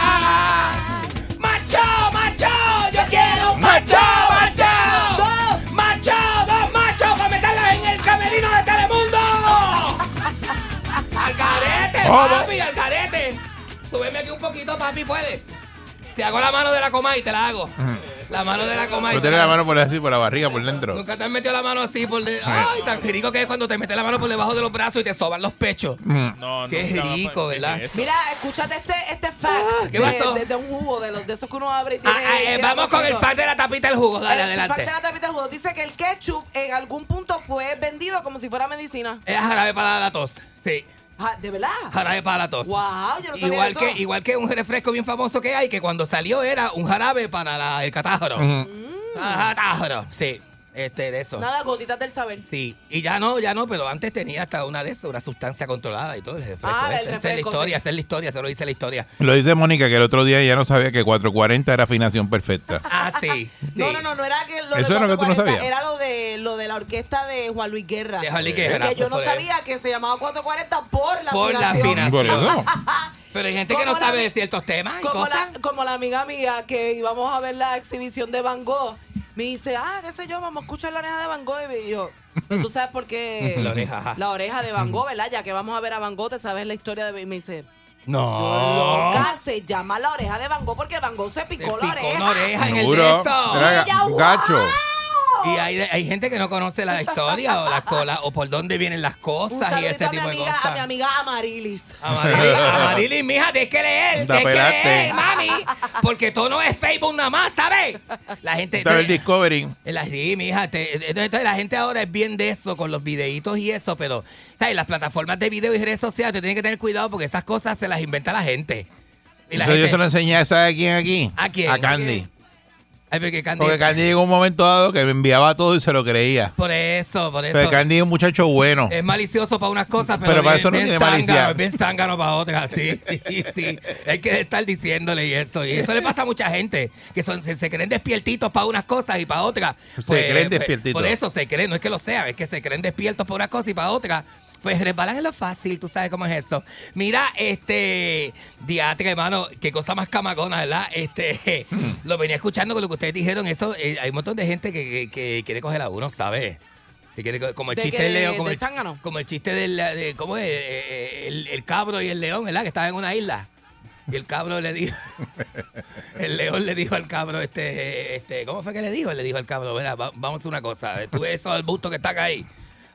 J: dar. Macho, macho, yo quiero un macho, macho. Dos macho, dos machos para meterlos en el camerino de Telemundo. Al carete,
C: ¿Cómo?
J: papi, al carete. Súbeme aquí un poquito, papi, puedes. Te hago la mano de la coma y te la hago. La mano de la coma y
C: Meterle la mano por así, por la barriga, por dentro.
J: Nunca te has metido la mano así por de... Ay, tan rico que es cuando te metes la mano por debajo de los brazos y te soban los pechos.
C: Mm.
B: No,
J: Qué rico, ¿verdad?
E: Mira, escúchate este, este fact.
J: Ah, ¿qué
E: de-
J: pasó?
E: De, de un jugo, de, los, de esos que uno abre y tiene.
J: Ah, ah, eh,
E: tiene
J: vamos con el
E: cosito.
J: fact de la tapita del jugo. Dale,
E: El fact
J: adelante.
E: de la tapita del jugo dice que el ketchup en algún punto fue vendido como si fuera medicina.
J: Es jarabe para la tos. Sí,
E: Ah, ¿De verdad?
J: jarabe para la tos.
E: Wow, yo no sabía
J: Igual
E: eso.
J: que, igual que un refresco bien famoso que hay, que cuando salió era un jarabe para la- el catájaro. Ajá, catájaro, sí. Este, de eso.
E: Mm. Nada, gotitas del saber.
J: Sí, y ya no, ya no, pero antes tenía hasta una de esas, una sustancia controlada y todo. El refresco
E: Ah, el
J: ese. Esa es la
E: refresco,
J: historia,
E: sí.
J: esa es la historia, se lo dice la historia.
C: Lo dice Mónica que el otro día ya no sabía que 440 era afinación perfecta.
J: Ah, sí. sí.
E: No, no, no, no era que lo
C: Eso era lo que tú no
E: 440,
C: sabías.
E: Era lo de, lo de la orquesta de Juan Luis Guerra.
J: Déjale que
E: Que
J: era,
E: yo no
J: por-
E: sabía que se llamaba 440 por la
J: pues, Por la
E: afinación.
J: afinación.
C: Por eso.
J: Pero hay gente que no
E: Como la-
J: sabe de ciertos temas y
E: como
J: cosas.
E: la, como la amiga mía que íbamos a ver la exhibición de Van Gogh, me dice, ah, qué sé yo, vamos a escuchar la oreja de Van Gogh. Y yo, "Pero tú sabes por qué
J: La oreja, ajá.
E: la oreja de Van Gogh, ¿verdad? Ya que vamos a ver a Van Gogh, te sabes la historia de... Y me dice,
D: Ah.
J: No.
E: loca, se llama la oreja de Van Gogh porque Van Gogh se
J: Se
E: picó,
J: picó
E: la oreja.
J: una oreja en el
C: Seguro.
J: texto.
C: Era
E: Ella,
C: gacho.
E: "Wow".
D: Y hay, hay gente que no conoce la historia o las colas o por dónde vienen las
E: Un
D: cosas y
E: saludito
D: este
E: a mi
D: tipo de
E: amiga, a mi
D: cosas.
E: amiga Amarilis.
D: Amarili, Amarili, Ah, mija, tienes que leer,
C: Anda,
D: tienes que
C: espérate.
D: leer, mami, porque todo no es Facebook nada más, ¿sabes? La gente,
C: Está el Discovery.
D: la, sí, mija, te- entonces, entonces la gente ahora es bien de eso con los videitos y eso, pero ¿sabes? las plataformas de video y redes sociales te tienen que tener cuidado porque esas cosas se las inventa la gente. Y la
C: Eso yo
D: gente-
C: se lo enseñé a esa de quién aquí.
D: ¿A quién?
C: A Candy.
D: Ay, porque Candy-
C: Porque Candy llegó un momento dado que me enviaba todo y se lo creía.
D: Por eso, por eso.
C: Pero Candy es un muchacho bueno.
D: Es malicioso para unas cosas, pero,
C: Pero para
D: bien-
C: eso no
D: bien
C: tiene malicia.
D: zángano, Es bien zángano para otras, sí, sí, sí. Hay que estar diciéndole y esto. Y eso le pasa a mucha gente, que son, se, se creen despiertitos para unas cosas y para otras. Pues,
C: creen despiertitos.
D: Por eso se creen, no es que lo sean, es que se creen despiertos para una cosa y para otra. Pues resbalan en lo fácil, tú sabes cómo es eso. Mira, este, diatre, hermano, qué cosa más camagona, ¿verdad? Este, lo venía escuchando con lo que ustedes dijeron, eso, eh, hay un montón de gente que, que- que quiere coger a uno, ¿sabes? Que quiere co- como el
E: ¿De
D: chiste
E: qué?
D: de Leo, como
E: ¿De
D: el, como el chiste del de- ¿cómo es? Eh, eh, El, el cabro y el león, ¿verdad? Que estaban en una isla. Y el cabro le dijo, el león le dijo al cabro, este, este, ¿cómo fue que le dijo? Le dijo al cabro, mira, va- vamos a hacer una cosa, tú ves esos arbustos que están ahí,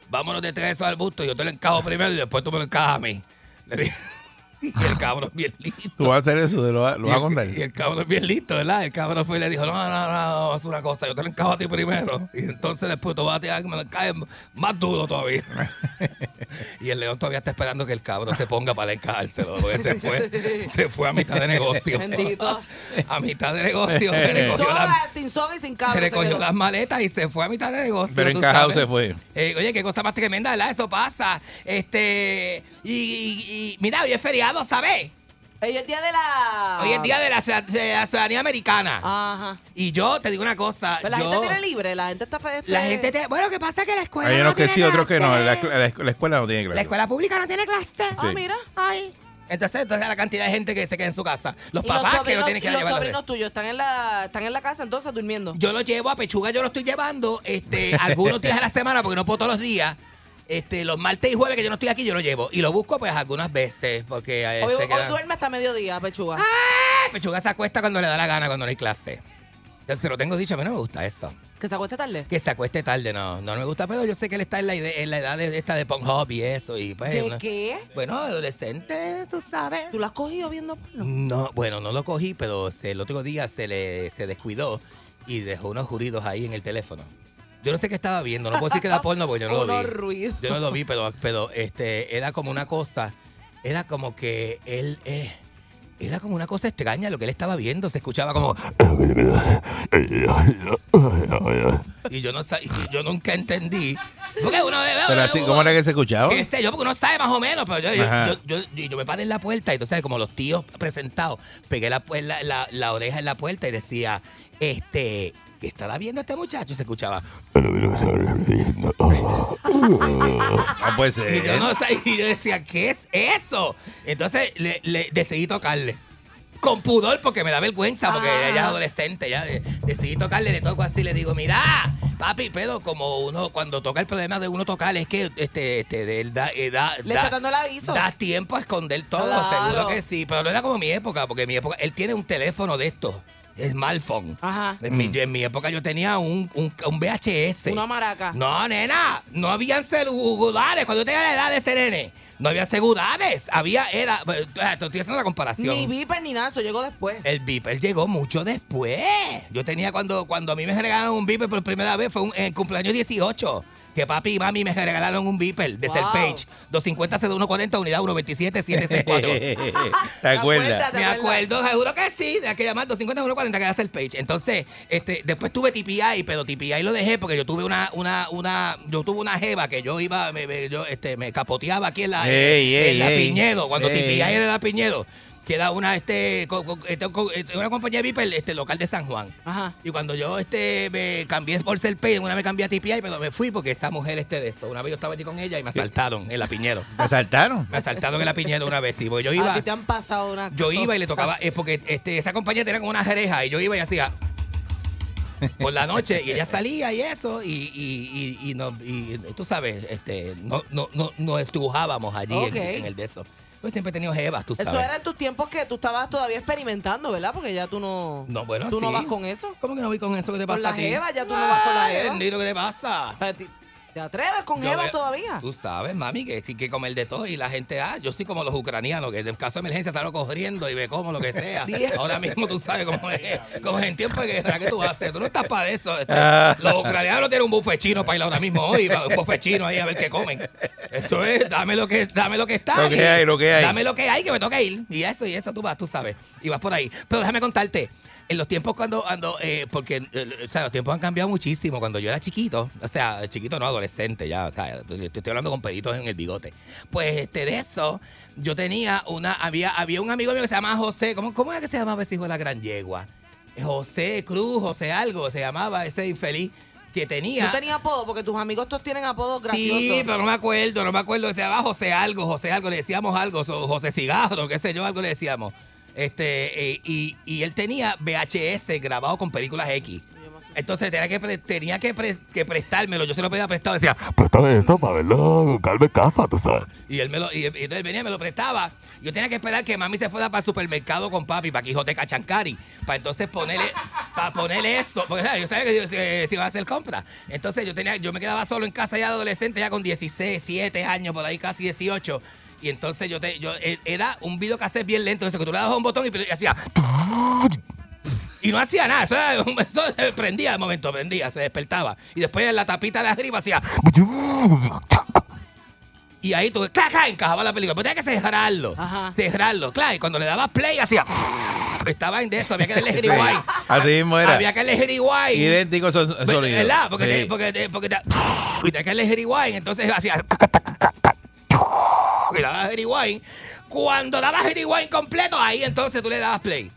D: vámonos detrás de esos arbustos, yo te lo encajo primero y después tú me lo encajas a mí. Le dijo, y el cabro bien listo.
C: Tú vas a hacer eso, te lo, va- lo
D: Y
C: vas a
D: el-
C: contar.
D: Y el cabrón es bien listo, ¿verdad? El cabrón fue y le dijo, no, no, no, no, haz una cosa, yo te lo encajo a ti primero. Y entonces después tú vas a tirar que me lo caes más duro todavía. y el león todavía está esperando que el cabrón se ponga para encajárselo, porque se fue, se fue a mitad de negocio.
E: Bendito.
D: a mitad de negocio.
E: Sin
D: recogió las-
E: soga, sin soga y sin cable. se
D: recogió
E: quedó.
D: las maletas y se fue a mitad de negocio.
C: Pero
D: tú
C: encajado
D: sabes.
C: se fue.
D: Eh, oye, qué cosa más tremenda, ¿verdad? Eso pasa. Este. Y, y- y- mira, hoy es feriado, ¿sabes?
E: Hoy es día de la.
D: Hoy es día de la, ciudad- de la ciudadanía americana.
E: Ajá.
D: Y yo te digo una cosa.
E: Pero Pues la
D: yo-
E: gente tiene libre, la gente está. fe- este-
D: La gente te- Bueno, ¿qué pasa? Que la escuela.
C: Hay
D: no
C: unos que
D: tiene
C: sí, otros que no.
D: clase.
C: La, la escu- la escuela no tiene
D: La
C: clase.
D: escuela pública no tiene clase.
E: Ah, mira.
D: Ay. Entonces, entonces la cantidad de gente que se queda en su casa. Los
E: Y
D: papás que no
E: sobrinos-
D: tienen que
E: y
D: ir a
E: Los
D: llevar la-
E: sobrinos tuyos están en la, están en la casa entonces durmiendo.
D: Yo lo llevo a Pechuga, yo lo estoy llevando este, algunos días a la semana porque no puedo todos los días. Este, los martes y jueves que yo no estoy aquí, yo lo llevo. Y lo busco pues algunas veces porque a él
E: Hoy,
D: se
E: hoy
D: queda-
E: duerme hasta mediodía, pechuga.
D: Ay, Pechuga se acuesta cuando le da la gana, cuando no hay clase. Yo se lo tengo dicho, a mí no me gusta esto.
E: Que se acuesta tarde.
D: Que se acueste tarde, no, no me gusta, pero yo sé que él está en la, ide- en la edad de, esta de Pornhub y eso, y pues...
E: ¿De
D: una-
E: qué?
D: Bueno, adolescente, tú sabes.
E: ¿Tú lo has cogido viendo porno?
D: No, bueno, no lo cogí, pero este, el otro día se le se descuidó y dejó unos juridos ahí en el teléfono. Yo no sé qué estaba viendo, no puedo decir que era porno porque yo no lo
E: Unos
D: vi.
E: ruidos.
D: Yo no lo vi, pero, pero este, era como una cosa, era como que él... eh, era como una cosa extraña lo que él estaba viendo, se escuchaba como... Y yo, no, sa- y yo nunca entendí. Porque uno de
C: Pero así, ¿cómo era que se escuchaba?
D: qué sé este, yo, porque uno sabe más o menos, pero yo, yo-
C: Ajá.
D: yo- yo- yo- yo me paré en la puerta y entonces como los tíos presentados, pegué la, pu- la, la- la oreja en la puerta y decía, este, ¿qué estará viendo este muchacho? Y se escuchaba.
C: Ah, pues eh,
D: Y yo no sé, y yo decía, ¿qué es eso? Entonces le, le- decidí tocarle. Con pudor, porque me da vergüenza, porque
E: Ah.
D: ella es adolescente, ya de- decidí tocarle, le toco así, le digo, mira, papi, pero como uno, cuando toca el problema de uno tocar, es que este, este, de él da, eh, da-
E: Le
D: da-
E: está dando el aviso.
D: Da tiempo a esconder todo,
E: Claro.
D: seguro que sí. Pero no era como mi época, porque en mi época, él tiene un teléfono de estos, smartphone.
E: Ajá.
D: En, mi, en mi época yo tenía un, un, un VHS.
E: Una maraca.
D: No, nena, no habían celulares. Cuando yo tenía la edad de ese nene, no había celulares. Había, era, eh, te estoy haciendo la comparación.
E: Ni viper ni nada, eso llegó después.
D: El Viper llegó mucho después. Yo tenía cuando, cuando a mí me regalaron un Viper por primera vez, fue un- en el cumpleaños 18. Que papi y mami me regalaron un Viper de
E: Wow.
D: Page 250 C140 unidad 127 764.
C: ¿te acuerdas?
E: ¿Te
D: Me
E: acuerdas?
D: acuerdo, seguro que sí, de aquella más 250-140 que era el page. Entonces, este, después tuve TPI, pero TPI lo dejé porque yo tuve una, una, una, yo tuve una jeva que yo iba, me, me- yo, este, me capoteaba aquí en la,
C: Ey,
D: en
C: ey,
D: la
C: ey.
D: Piñedo, cuando
C: Ey.
D: TPI era la Piñedo, que era una, este, co- co- este, co- este, una compañía Viper, este, local de San Juan.
E: Ajá.
D: Y cuando yo este me cambié por Selpay, una vez cambié a TPI, pero me fui porque esta mujer este de esto. Una vez yo estaba allí con ella y me asaltaron en la Piñedo.
C: ¿Me saltaron?
D: Me asaltaron en la Piñedo una vez, sí, porque yo
E: A
D: iba.
E: ti te han pasado una
D: Yo iba y le
E: cosa.
D: tocaba, es porque este, esa compañía tenía como una jereja y yo iba y hacía por la noche y ella salía y eso y, y, y, y nos- y, tú sabes, este, no, no, no, nos estrujábamos allí en-
E: Ok.
D: en, el de eso. Pues siempre he tenido jevas, tú sabes.
E: Eso era en tus tiempos que tú estabas todavía experimentando, ¿verdad? Porque ya tú no.
D: No, bueno,
E: ¿Tú no
D: sí.
E: vas con eso?
D: ¿Cómo que no voy con eso? ¿Qué te
E: Con
D: pasa
E: la
D: a ti?
E: jeva, ya tú no vas con la
D: Ay,
E: jeva.
D: bendito, ¿qué te pasa?
E: ¿Te atreves con
D: Yo
E: jeva
D: veo-
E: todavía?
D: Tú sabes, mami, que hay que comer de todo y la gente, ah, yo soy como los ucranianos, que en caso de emergencia salgo corriendo y me como lo que sea. Ahora mismo tú sabes cómo es, cómo es en tiempo de guerra, ¿qué tú haces? Tú no estás para eso. este.
C: Ah.
D: los ucranianos tienen un buffet chino para ir ahora mismo hoy, un buffet chino ahí a ver qué comen. Eso es, dame lo que, dame lo que está.
C: Lo que
D: y-
C: hay, lo que hay.
D: Dame lo que hay, que me toca ir. Y eso, y eso tú vas, tú sabes. Y vas por ahí. Pero déjame contarte. En los tiempos cuando ando, eh, porque eh, o sea, los tiempos han cambiado muchísimo. Cuando yo era chiquito, o sea, chiquito no, adolescente ya, o sea, te te estoy hablando con peditos en el bigote. Pues este, de eso, yo tenía una, había, había un amigo mío que se llamaba José, ¿cómo, cómo era que se llamaba ese hijo de la gran yegua? José Cruz, José algo, se llamaba ese infeliz que tenía.
E: Yo tenía apodo porque tus amigos todos tienen apodos graciosos.
D: Sí, pero no me acuerdo, no me acuerdo. Decía, ah, José algo, José algo, le decíamos algo, so- José Cigarro, qué sé yo, algo le decíamos. Este, eh, y, y él tenía VHS grabado con películas X. Entonces tenía que, pre- tenía que, pre- que prestármelo. Yo se lo pedía prestado, decía,
A: Préstame esto para verlo, Carmen Casa, tú sabes.
D: y él me lo, y, y entonces él venía y me lo prestaba. Yo tenía que esperar que mami se fuera para el supermercado con papi, para Quijoteca Chancari, para entonces ponerle, para ponerle esto. Porque ¿sabes? yo sabía que yo- se, se iba a hacer compra. Entonces yo tenía, yo me quedaba solo en casa ya de adolescente, ya con 16, 7 años, por ahí casi 18. Y entonces yo te, yo e- era un videocassette bien lento, eso que tú le dabas un botón y, pero- y hacía. Y no hacía nada, eso, era- eso prendía de momento, prendía, se despertaba. Y después en la tapita de arriba hacía. Y ahí tú, ¡ca, ca! encajaba la película. Pero tenía que cerrarlo. Cerrarlo. Claro, y cuando le dabas play hacía. Estaba en de eso, había que darle rewind.
C: Así mismo era.
D: Había que darle rewind.
C: Idéntico son, sonido.
D: ¿Verdad? Porque,
C: Sí.
D: te- porque, te- porque te- y tenía que darle rewind. Entonces hacía. Y le dabas rewind. Cuando dabas rewind completo, ahí entonces tú le dabas play.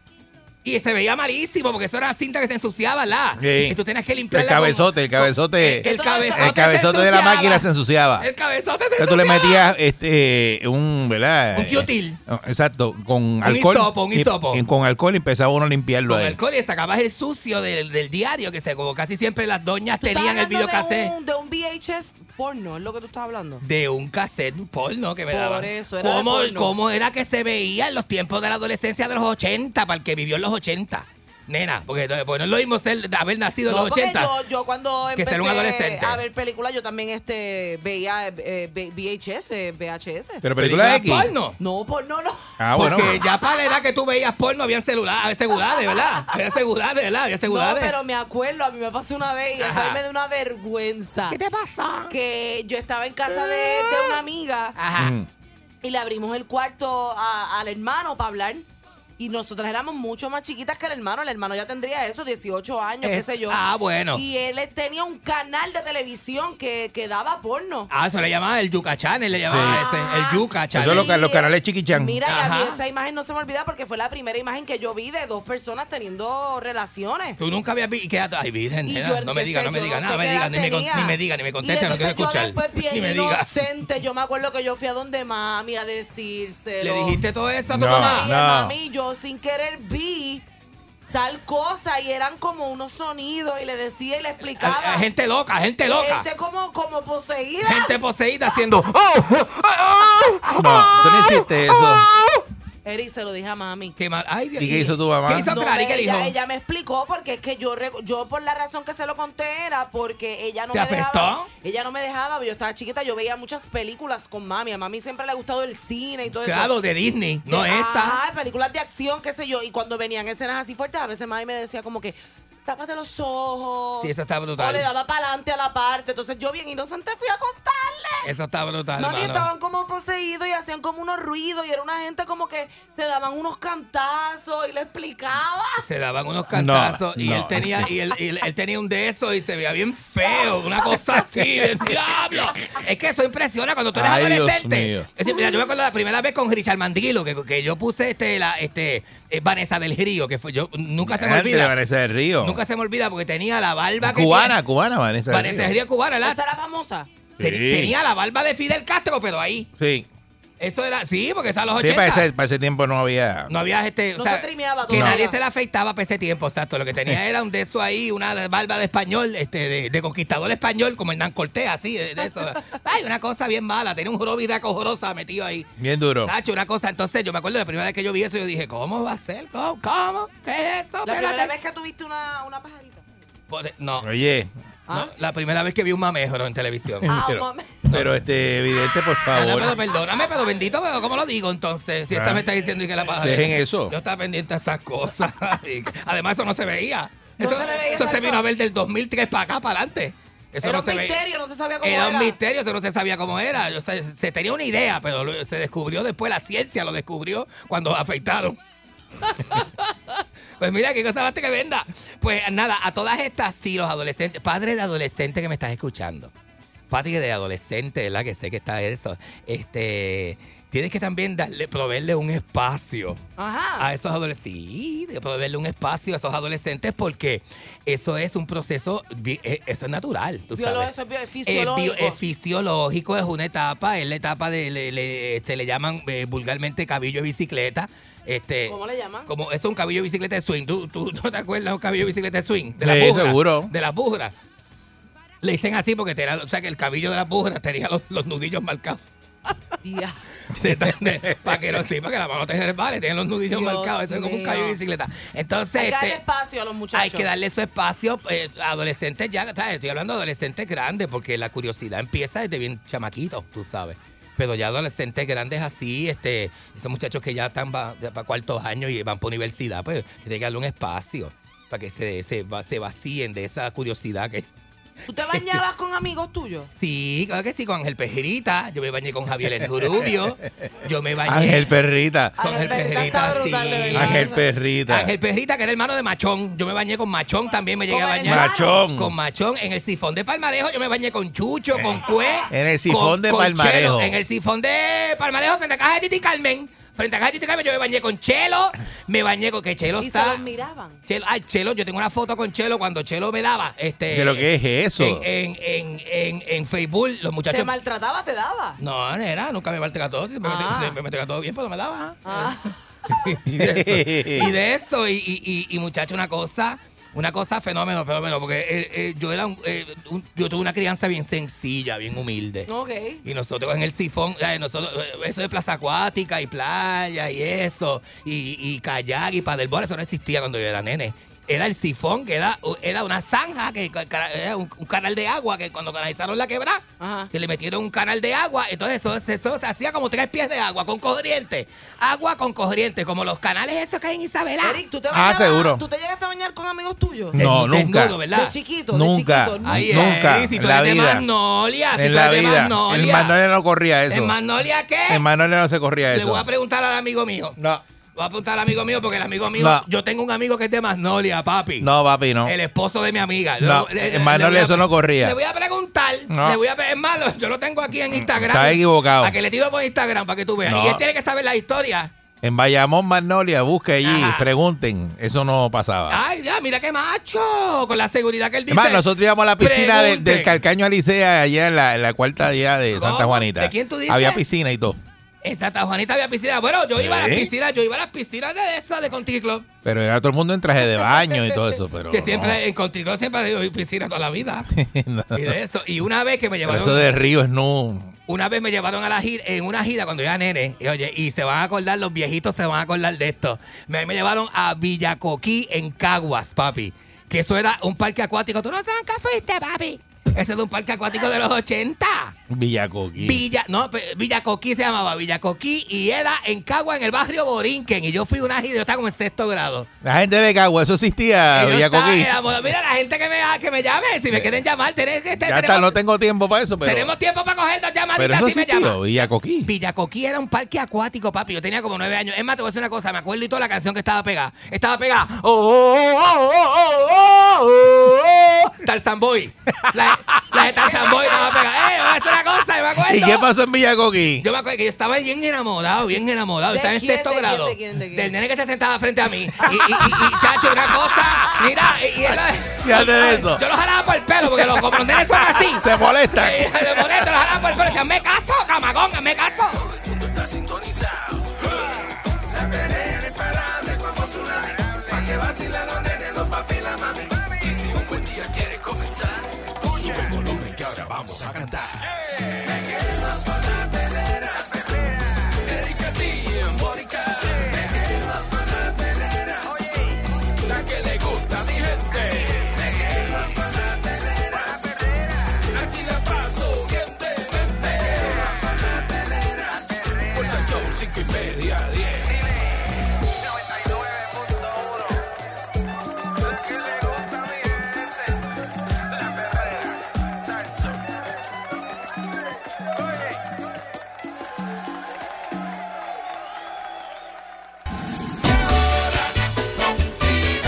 D: Y se veía malísimo porque eso era cinta que se ensuciaba, ¿la?
C: Sí.
D: Y tú tenías que limpiarla.
C: El
D: con-
C: cabezote, el cabezote.
D: El cabezote.
C: El cabezote
D: se
C: de la
D: ensuciaba.
C: máquina se ensuciaba.
D: El cabezote se
C: Entonces tú le metías este, un, ¿verdad?
D: Un Q-Til.
C: Eh, Exacto, con alcohol.
D: hisopo, un
C: y-
D: hisopo.
C: y con alcohol empezaba uno a limpiarlo
D: con
C: ahí.
D: alcohol y sacabas el sucio del, del diario, que se, como casi siempre las doñas
E: Estás
D: tenían el
E: hablando
D: videocassette.
E: De un, de un VHS porno, es lo que tú estás hablando.
D: De un cassette porno que me
E: Por
D: daban.
E: eso, era de
D: ¿Cómo,
E: porno.
D: cómo era que se veía en los tiempos de la adolescencia de los 80, para el que vivió en los 80? Nena, porque, porque no es lo mismo ser, haber nacido en
E: No,
D: los
E: porque
D: 80.
E: Yo, yo cuando
D: que
E: empecé
D: ser un adolescente.
E: a ver películas, yo también este veía eh, eh, VHS, eh, VHS.
C: Pero película X.
D: porno?
E: No, porno no.
C: Ah, bueno.
D: Porque ya para la edad que tú veías porno había celular, había celulares, ¿verdad? Había celulares, ¿verdad? Había celulares.
E: No, pero me acuerdo, a mí me pasó una vez y eso
D: Ajá.
E: a mí me dio una vergüenza. ¿Qué te
D: pasa?
E: Que yo estaba en casa de, de una amiga
C: Mm.
D: Ajá.
E: y le abrimos el cuarto a- al hermano para hablar. Y nosotras éramos mucho más chiquitas que el hermano. El hermano ya tendría eso, 18 años, qué
D: Es-
E: sé yo.
D: ah, bueno.
E: Y él tenía un canal de televisión que, que daba porno.
D: Ah, eso le llamaba el Yuca Channel, le llamaba
C: Sí.
D: ese, el Yuca
C: Eso es
D: Channel.
C: lo que- los canales chiquichán.
E: Mira, y a mí
D: Ajá.
E: esa imagen no se me olvida porque fue la primera imagen que yo vi de dos personas teniendo relaciones.
D: Tú nunca habías visto. Ay, virgen,
E: Y
D: nena,
E: yo,
D: no me
E: qué
D: digas,
E: sé,
D: no me
E: yo
D: digas
E: no
D: nada,
E: sé
D: me
E: qué
D: digas,
E: edad
D: ni me, con-
E: tenía.
D: ni me digas, ni me
E: Y
D: contestes, no
E: entonces
D: quiero escuchar.
E: yo después bien
D: ni me digas.
E: inocente, yo me acuerdo que yo fui a donde mami a decírselo.
D: ¿Le dijiste todo eso a tu
E: Yo
D: mamá?
E: le dije,
D: No.
E: Mami, yo sin querer vi tal cosa y eran como unos sonidos y le decía y le explicaba.
D: A- a gente loca, gente loca.
E: Gente como, como poseída.
D: Gente poseída haciendo. ¡Oh!
C: No, tú no hiciste eso.
E: Eri, se lo dije a mami.
D: Qué mal. Ay, Dios
C: ¿Y qué hizo tu mamá?
D: ¿Qué hizo
E: No,
D: Clary? ¿Qué
E: ella,
D: dijo?
E: ella me explicó porque es que yo recu- yo por la razón que se lo conté era porque ella no
D: ¿Te
E: me dejaba.
D: afectó?
E: Ella no me dejaba, yo estaba chiquita, yo veía muchas películas con mami, a mami siempre le ha gustado el cine y todo
D: Claro,
E: eso.
D: de Disney, no
E: De-
D: esta.
E: Ajá, películas de acción, qué sé yo, y cuando venían escenas así fuertes, a veces mami me decía como que tápate los ojos.
D: Sí, eso está
E: O le
D: brutal.
E: daba para adelante a la parte, entonces yo bien inocente fui a contarle.
D: Eso está brutal,
E: Mami
D: hermano.
E: estaban como poseídos y hacían como unos ruidos y era una gente como que se daban unos cantazos y le explicaba.
D: Se daban unos cantazos
C: No,
D: y él
C: no.
D: tenía y él, y él- él tenía un de esos y se veía bien feo, una cosa así, el diablo. Es que eso impresiona cuando tú eres
C: Ay, Dios
D: adolescente.
C: mío.
D: Es decir, mira, yo me acuerdo la primera vez con Richard Mandilo que, que yo puse este la este eh, Vanessa del Río, que fue yo nunca se me
C: Antes de
D: olvida.
C: Vanessa del Río.
D: Nunca se me olvida porque tenía la barba que
C: Cubana,
D: tiene-
C: cubana, Vanessa del
D: Vanessa
C: Río.
D: del Río cubana, la-
E: Esa era famosa.
D: ten-
C: Sí.
D: tenía la barba de Fidel Castro, pero ahí
C: Sí.
D: Esto era, sí, porque está a los
C: Sí,
D: 80.
C: para ese, para ese tiempo no había.
D: No había este.
E: No
D: o sea,
E: se trimeaba
D: Que
E: todavía.
D: nadie se la afeitaba para ese tiempo, exacto. Lo que tenía era un de eso ahí, una barba de español, este, de, de conquistador español, como Hernán Cortés, así, de, de eso. Ay, una cosa bien mala. Tenía un jorobidaco jorosa metido ahí.
C: Bien duro.
D: Tacho, una cosa. Entonces, yo me acuerdo de la primera vez que yo vi eso, yo dije, ¿cómo va a ser? ¿Cómo? ¿Cómo? ¿Qué es eso?
E: La primera
D: Espérate.
E: vez que tuviste una, una pajarita.
D: Por- pues, No,
C: Oye,
D: no, la primera vez que vi un mamejero en televisión.
E: Ah, un
C: pero,
E: mame-
C: pero, este, evidente, por
D: Ana,
C: favor.
D: Ah, pero perdóname, pero bendito, pero ¿cómo lo digo entonces? Si esta
C: Ah.
D: me está diciendo y que la paja.
C: Dejen eso.
D: Yo estaba pendiente a esas cosas. Y Además, eso no se veía.
E: No
D: eso
E: se le veía
D: eso
E: esa
D: se vino a ver del 2003 para acá, para adelante. Eso
E: Era
D: no
E: un
D: se veía.
E: misterio, no se sabía cómo
D: Era,
E: era.
D: un misterio, eso no se sabía cómo era. O sea, se tenía una idea, pero lo- se descubrió después, la ciencia lo descubrió cuando afeitaron. Pues mira, qué cosa más te que venda. Pues nada, a todas estas, sí, los adolescentes, padre de adolescente que me estás escuchando, padre de adolescente, ¿verdad? Que sé que está eso. Este, tienes que también darle, proveerle un espacio
E: Ajá.
D: a esos adolescentes. Sí, de proveerle un espacio a esos adolescentes porque eso es un proceso, bi- eh, eso es natural, tú
E: Biolo-
D: sabes.
E: eso es bio-
D: Eh,
E: fisiológico.
D: bio- eh, fisiológico es una etapa, es la etapa de, le, le- este, le llaman eh, vulgarmente cabillo de bicicleta. Este,
E: ¿Cómo le llaman?
D: como eso es un cabillo de bicicleta de swing. ¿Tú, tú no te acuerdas de un cabillo de bicicleta de swing? De
C: Sí,
D: bujras,
C: seguro.
D: De las bujras. Le dicen así porque tenía, o sea, que el cabillo de las bujras tenía los, los nudillos marcados.
E: Tía.
D: para que no sí, para que la mano te resbale, tienen los nudillos
E: Dios
D: marcados. Eso es como un
E: mío.
D: cabillo de bicicleta. Entonces,
E: Hay que darle
D: este,
E: espacio a los muchachos.
D: hay que darle su espacio eh, a adolescentes ya, ¿sabes? estoy hablando de adolescentes grandes porque la curiosidad empieza desde bien chamaquito, tú sabes. Pero ya adolescentes grandes así, este, esos muchachos que ya están va- ya para cuartos años y van para universidad, pues tiene que darle un espacio para que se, se, va- se vacíen de esa curiosidad que...
E: ¿Tú te bañabas con amigos tuyos?
D: Sí, claro que sí, con Ángel Pejerita, yo me bañé con Javier El Rubio, yo me bañé...
C: Ángel Perrita.
D: Con
E: Ángel
D: el
E: Perrita está
D: Perrita,
E: brutal, de
D: sí.
E: verdad.
C: Ángel Perrita.
D: Ángel Perrita, que era hermano de Machón. Yo me bañé con Machón, también me llegué a
E: ¿Con el
D: bañar.
C: Machón. Eh,
D: Con Machón. En el sifón de Palmarejo yo me bañé con Chucho, con Cue.
C: En el sifón
D: con-
C: de
D: con
C: Palmarejo.
D: Chelo. En el sifón de Palmarejo, frente a casa de Titi Carmen. Frente a casa de Titi Carmen yo me bañé con Chelo. Me bañé con que Chelo
E: Y se
D: está...
E: los miraban.
D: Chelo- ay, Chelo, yo tengo una foto con Chelo cuando Chelo me daba. Este,
C: ¿Pero qué es eso?
D: En, en, en, en, en Facebook, los
E: ¿Te
D: muchachos...
E: maltrataba, te daba?
D: No, nera, nunca me maltrató. todo. Siempre, me-
E: Ah.
D: siempre me maltrató todo bien, pero me daba.
E: Ah.
D: y de esto, y, de esto, y, y- y- y, muchacho, una cosa, una cosa fenómeno, fenómeno, porque eh, eh, yo era un- eh, un- yo tuve una crianza bien sencilla, bien humilde.
E: Ok.
D: Y nosotros en el sifón, eh, nosotros, eh, eso de plaza acuática y playa y eso, y, y kayak y paddleboard, eso no existía cuando yo era nene. Era el sifón, que era, era una zanja, que, ca- cara- era un, un canal de agua, que cuando canalizaron la quebrada,
E: Ajá.
D: que le metieron un canal de agua, entonces eso, eso se hacía como tres pies de agua con corriente. Agua con corriente, como los canales estos que hay en Isabela.
E: Eric, ¿tú te
C: Ah,
E: bañabas?
C: seguro.
E: ¿Tú te llegaste a bañar con amigos tuyos?
C: No,
D: Desnudo,
C: nunca.
D: ¿verdad?
E: De chiquito, de
C: nunca.
E: chiquito, nunca.
D: Ay,
C: nunca.
D: Eric, si tú
C: en la
D: eres de
C: vida.
D: Magnolia, si
C: en
D: tú
C: la
D: eres de
C: vida.
D: Magnolia.
C: En Magnolia no corría eso.
D: ¿En Magnolia qué?
C: En Magnolia no se corría
D: Le
C: eso.
D: voy a preguntar al amigo mío.
C: No.
D: Voy a preguntar al amigo mío porque el amigo mío,
C: No.
D: yo tengo un amigo que es de Magnolia, papi.
C: No, papi, no.
D: El esposo de mi amiga.
C: No,
D: Le- le-
C: en Magnolia
D: le voy a-
C: eso no corría.
D: Le voy a preguntar.
C: No.
D: Le voy a, pe- es malo, yo lo tengo aquí en Instagram.
C: Está equivocado.
D: A que le tiro por Instagram para que tú veas.
C: No.
D: Y él tiene que saber la historia.
C: En Bayamón, Magnolia, busque allí,
D: Ajá.
C: pregunten. Eso no pasaba.
D: Ay, ya, mira qué macho. Con la seguridad que él Ah, dice.
C: Además, nosotros íbamos a la piscina de- del
D: Pregunten.
C: Calcaño Alicea allá en la, en la cuarta día de Santa
D: ¿Cómo?
C: Juanita.
D: ¿De quién tú dices?
C: Había piscina y todo.
D: En Santa Juanita había piscina. Bueno, yo iba a
C: ¿Eh?
D: las piscinas, yo iba a las piscinas de eso, de Conti Club.
C: Pero era todo el mundo en traje de baño y todo eso. Pero
D: que
C: no.
D: siempre, en Conti Club siempre he ido a piscina toda la vida.
C: No.
D: Y de eso. Y una vez que me
C: Pero
D: llevaron.
C: eso de Río es no.
D: Una vez me llevaron a la gira, en una gira cuando yo era nene, y, oye, y se van a acordar, los viejitos se van a acordar de esto. Me, me llevaron a Villacoquí en Caguas, papi. Que eso era un parque acuático. ¿Tú no nunca fuiste, papi? Ese es un parque acuático de los 80.
C: Villacoquí.
D: Villa, no, pe- Villacoquí se llamaba Villacoquí y era en Caguas, en el barrio Borinquen. Y yo fui a una gira, yo estaba como en sexto grado.
C: La gente de Cagua, eso existía,
D: Y yo estaba,
C: Ah, Villacoquí. Eh,
D: era, bueno, mira, la gente que me, ah, que me llame, si me quieren llamar, tenés que-
C: Ya está,
D: este tenemos,
C: no tengo tiempo para eso, pero.
D: tenemos tiempo para coger dos
C: pero
D: llamaditas
C: eso
D: si me llaman.
C: existió, Villacoquí.
D: Villacoquí era un parque acuático, papi. Yo tenía como nueve años. Es más, te voy a decir una cosa. Me acuerdo y toda la canción que estaba pegada. Estaba pegada. Oh, oh, oh, oh, oh, oh, oh, oh. Tarzan Boy. La, la de Tarzan Boy estaba pegada. Eh, voy a decir una cosa. y Me acuerdo.
C: ¿Y qué pasó en Villacoquí?
D: Yo me acuerdo que yo estaba bien enamorado, bien enamorado.
E: ¿De
D: Estaba en
E: quién,
D: sexto
E: de quién,
D: grado.
E: de quién, de quién?
D: Del nene que se sentaba frente a mí. Y, y, y, y, chacho, una cosa. Mira, y, y esa-
C: Fíjate de eso.
D: Yo lo jalaba por el pelo, porque los, como los nenes son así.
C: Se molesta.
D: Eh, Le molesta, lo jalaba por el pelo. Decían, me caso, camagón, me caso.
B: sintonizado. La perrera imparable como tsunami. Pa' que vacilan los nenes, los papi y la mami. Y si un buen día quieres comenzar, sube el volumen que ahora vamos a cantar. Me quedo con la perrera. Erika D y Mónica. Me quedo con la perrera. La que le gusta a mi gente. Me quedo con la perrera. Aquí la paso bien de mente. Pues el son cinco y media, diez. Doctor Sexy,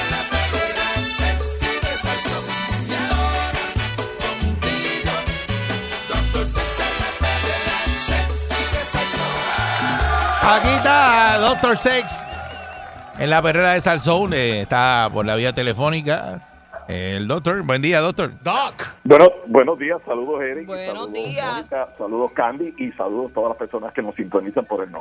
B: la perrera sexy de Salsón. Y ahora contigo, Doctor Sexy, la perrera sexy de Salsón.
C: Aquí está Doctor Sex en la perrera de Salzón. eh, está por la vía telefónica. Eh, El doctor. Buen día, doctor.
D: Doc.
M: Bueno, buenos días, saludos Eric,
E: Buenos
M: saludos
E: días.
M: Mónica, saludos Candy y saludos a todas las personas que nos sintonizan por el
D: Muy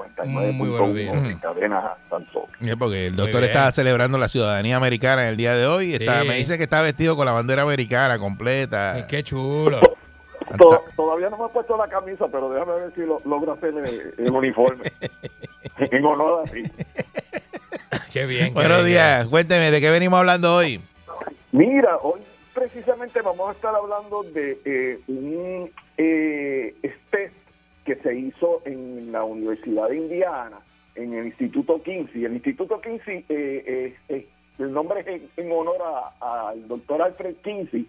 D: buenos días.
M: 99.1 de cadena Sansón.
C: Eh, porque el
D: Muy
C: doctor
D: bien.
C: está celebrando la ciudadanía americana en el día de hoy. Está,
D: Sí.
C: Me dice que está vestido con la bandera americana completa.
D: Qué chulo.
M: To- Todavía no me he puesto la camisa, pero déjame ver si lo, logro hacer el, el uniforme. en honor a ti.
D: Qué bien. qué
C: Buenos
D: bien.
C: días. Cuénteme, ¿de qué venimos hablando hoy?
M: Mira, hoy precisamente vamos a estar hablando de eh, un eh, test que se hizo en la Universidad de Indiana, en el Instituto Kinsey. El Instituto Kinsey, eh, eh, eh, el nombre es en, en honor a- al doctor Alfred Kinsey,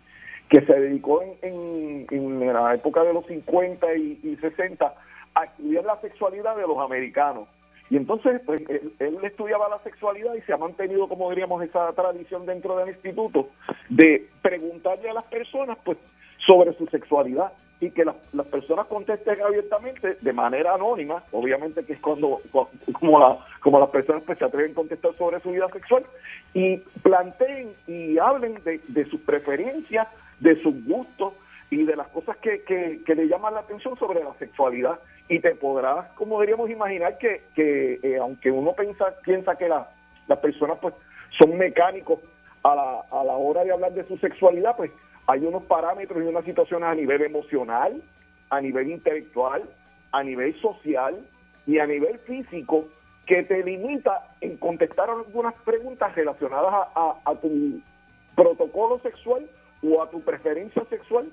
M: que se dedicó en, en- en la época de los 50 y, y 60 a estudiar la sexualidad de los americanos. Y entonces pues, él, él estudiaba la sexualidad y se ha mantenido, como diríamos, esa tradición dentro del instituto de preguntarle a las personas pues sobre su sexualidad y que las, las personas contesten abiertamente de manera anónima, obviamente que es cuando, cu- como, la- como las personas pues, se atreven a contestar sobre su vida sexual y planteen y hablen de, de sus preferencias, de sus gustos y de las cosas que, que, que le llaman la atención sobre la sexualidad. Y te podrás, como diríamos, imaginar que, que eh, aunque uno piensa, piensa que la- las personas pues son mecánicos a la, a la hora de hablar de su sexualidad, pues hay unos parámetros y unas situaciones a nivel emocional, a nivel intelectual, a nivel social y a nivel físico que te limita en contestar algunas preguntas relacionadas a- a- a tu protocolo sexual o a tu preferencia sexual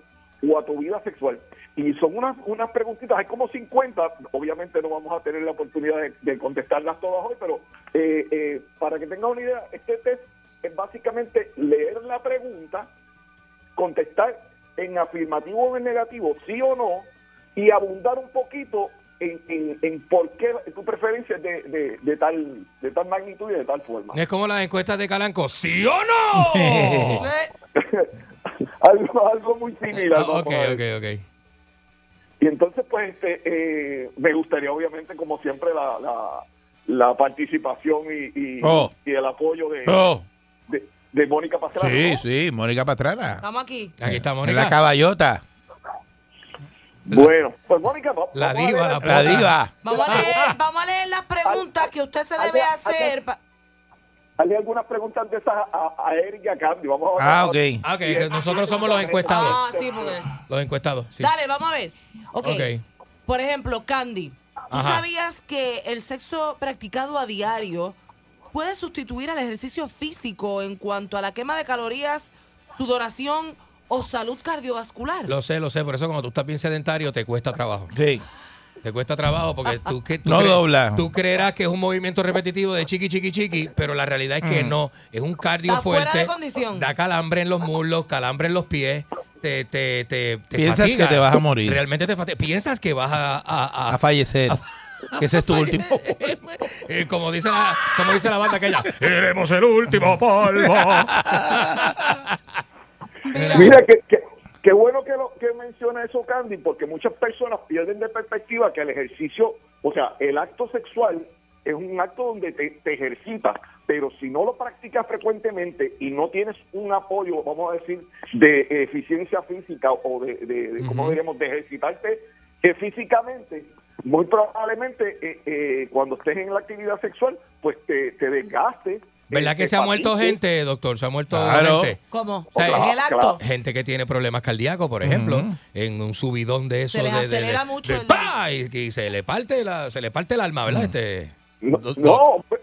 M: o a tu vida sexual. Y son unas, unas preguntitas, hay como 50, obviamente no vamos a tener la oportunidad de, de contestarlas todas hoy, pero eh, eh, para que tengan una idea, este test es básicamente leer la pregunta, contestar en afirmativo o en negativo, sí o no, y abundar un poquito en, en, en por qué tu preferencia es de, de, de tal, de tal magnitud y de tal forma.
D: Es como las encuestas de Calanco. ¿Sí o no?
M: algo, algo muy similar.
D: Ah, ok,
M: vamos a
D: ok,
M: ver.
D: ok.
M: Y entonces, pues, este, eh, me gustaría, obviamente, como siempre, la, la, la participación y, y,
C: Oh.
M: y el apoyo de,
C: Oh,
M: de, de Mónica Pastrana.
C: sí, sí, Mónica Pastrana.
E: Estamos aquí.
D: Aquí está
C: En
D: Mónica.
C: la caballota.
M: Bueno, pues, Mónica, Ah. va-
D: La
M: vamos a
D: diva,
M: ver.
D: la
C: La diva.
E: Vamos a leer, vamos a leer las preguntas que usted se debe
M: allá-
E: hacer. pa-
M: Hazle algunas preguntas de esas a, a Eric y a Candy. Vamos a
C: Ah, ok.
D: Ah, ok, que nosotros somos los encuestados.
E: Ah, sí, porque.
D: Los encuestados, sí.
E: Dale, vamos a ver. Ok.
D: Ok.
E: Por ejemplo, Candy, ¿tú
D: Ajá.
E: sabías que el sexo practicado a diario puede sustituir al ejercicio físico en cuanto a la quema de calorías, sudoración o salud cardiovascular?
D: Lo sé, lo sé. Por eso cuando tú estás bien sedentario te cuesta trabajo.
C: Sí.
D: Te cuesta trabajo porque tú que tú
C: No
D: cre-
C: dobla.
D: Tú creerás que es un movimiento repetitivo de chiqui chiqui chiqui, pero la realidad es que
C: Mm.
D: no. Es un cardio
E: Está fuera
D: fuerte.
E: de condición.
D: Da calambre en los muslos, calambre en los pies. Te, te, te, te
C: Piensas
D: fatiga.
C: que te vas a morir.
D: Realmente te fatiga. Piensas que vas a, a- a-
C: A fallecer. Ese es tu último.
D: Eh, como dice la, como dice la banda aquella, iremos el último polvo.
M: Mira, que, que- qué bueno que, lo, que menciona eso, Candy, porque muchas personas pierden de perspectiva que el ejercicio, o sea, el acto sexual es un acto donde te, te ejercitas, pero si no lo practicas frecuentemente y no tienes un apoyo, vamos a decir, de eficiencia física o de, de, de, ¿cómo diríamos?, de ejercitarte que físicamente, muy probablemente eh, eh, cuando estés en la actividad sexual, pues te, te desgaste.
F: ¿Verdad
M: eh,
F: que
M: te
F: se ha muerto
M: fatigue.
F: gente, doctor? Se ha muerto
C: Claro.
F: gente.
E: ¿Cómo?
F: O sea,
E: ¿En el acto?
F: Gente que tiene problemas cardíacos, por ejemplo,
C: Ujú.
F: en un subidón de eso.
E: Se les
F: de- de-
E: acelera
F: de-
E: mucho
F: de-
E: el-
F: ¡pa! y, y se le parte la, se le parte el alma,
C: Mm.
F: ¿verdad? Este,
M: No,
F: doc-
M: no, pues,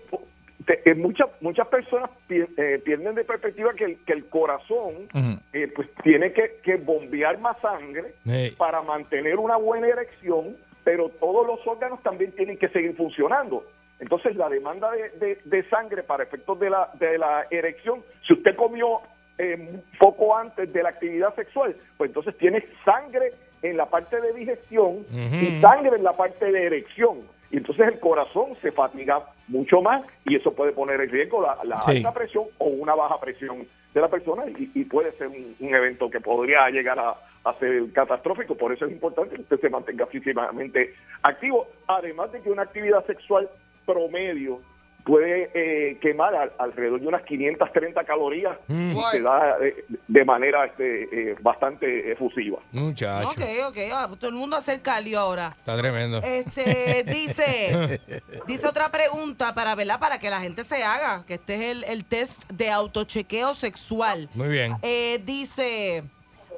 M: te- eh, muchas muchas personas pier- eh, pierden de perspectiva que el, que el corazón eh, pues tiene que, que bombear más sangre
F: Hey.
M: para mantener una buena erección, pero todos los órganos también tienen que seguir funcionando. Entonces la demanda de, de- de sangre para efectos de la, de la erección, si usted comió eh, poco antes de la actividad sexual, pues entonces tiene sangre en la parte de digestión y sangre en la parte de erección. Y entonces el corazón se fatiga mucho más y eso puede poner en riesgo la, la
C: Sí.
M: alta presión o una baja presión de la persona y, y puede ser un, un evento que podría llegar a, a ser catastrófico. Por eso es importante que usted se mantenga físicamente activo. Además de que una actividad sexual promedio puede eh, quemar al- alrededor de unas 530 calorías
F: Mm.
M: y se da eh, de, manera este, eh, bastante efusiva.
F: Muchacho,
E: Ok, ok. ah, todo el mundo hace el calio ahora.
F: está tremendo.
E: Este, dice, dice otra pregunta para, ¿verdad? Para que la gente se haga, que este es el, el test de autochequeo sexual.
F: Muy bien.
E: Eh, dice,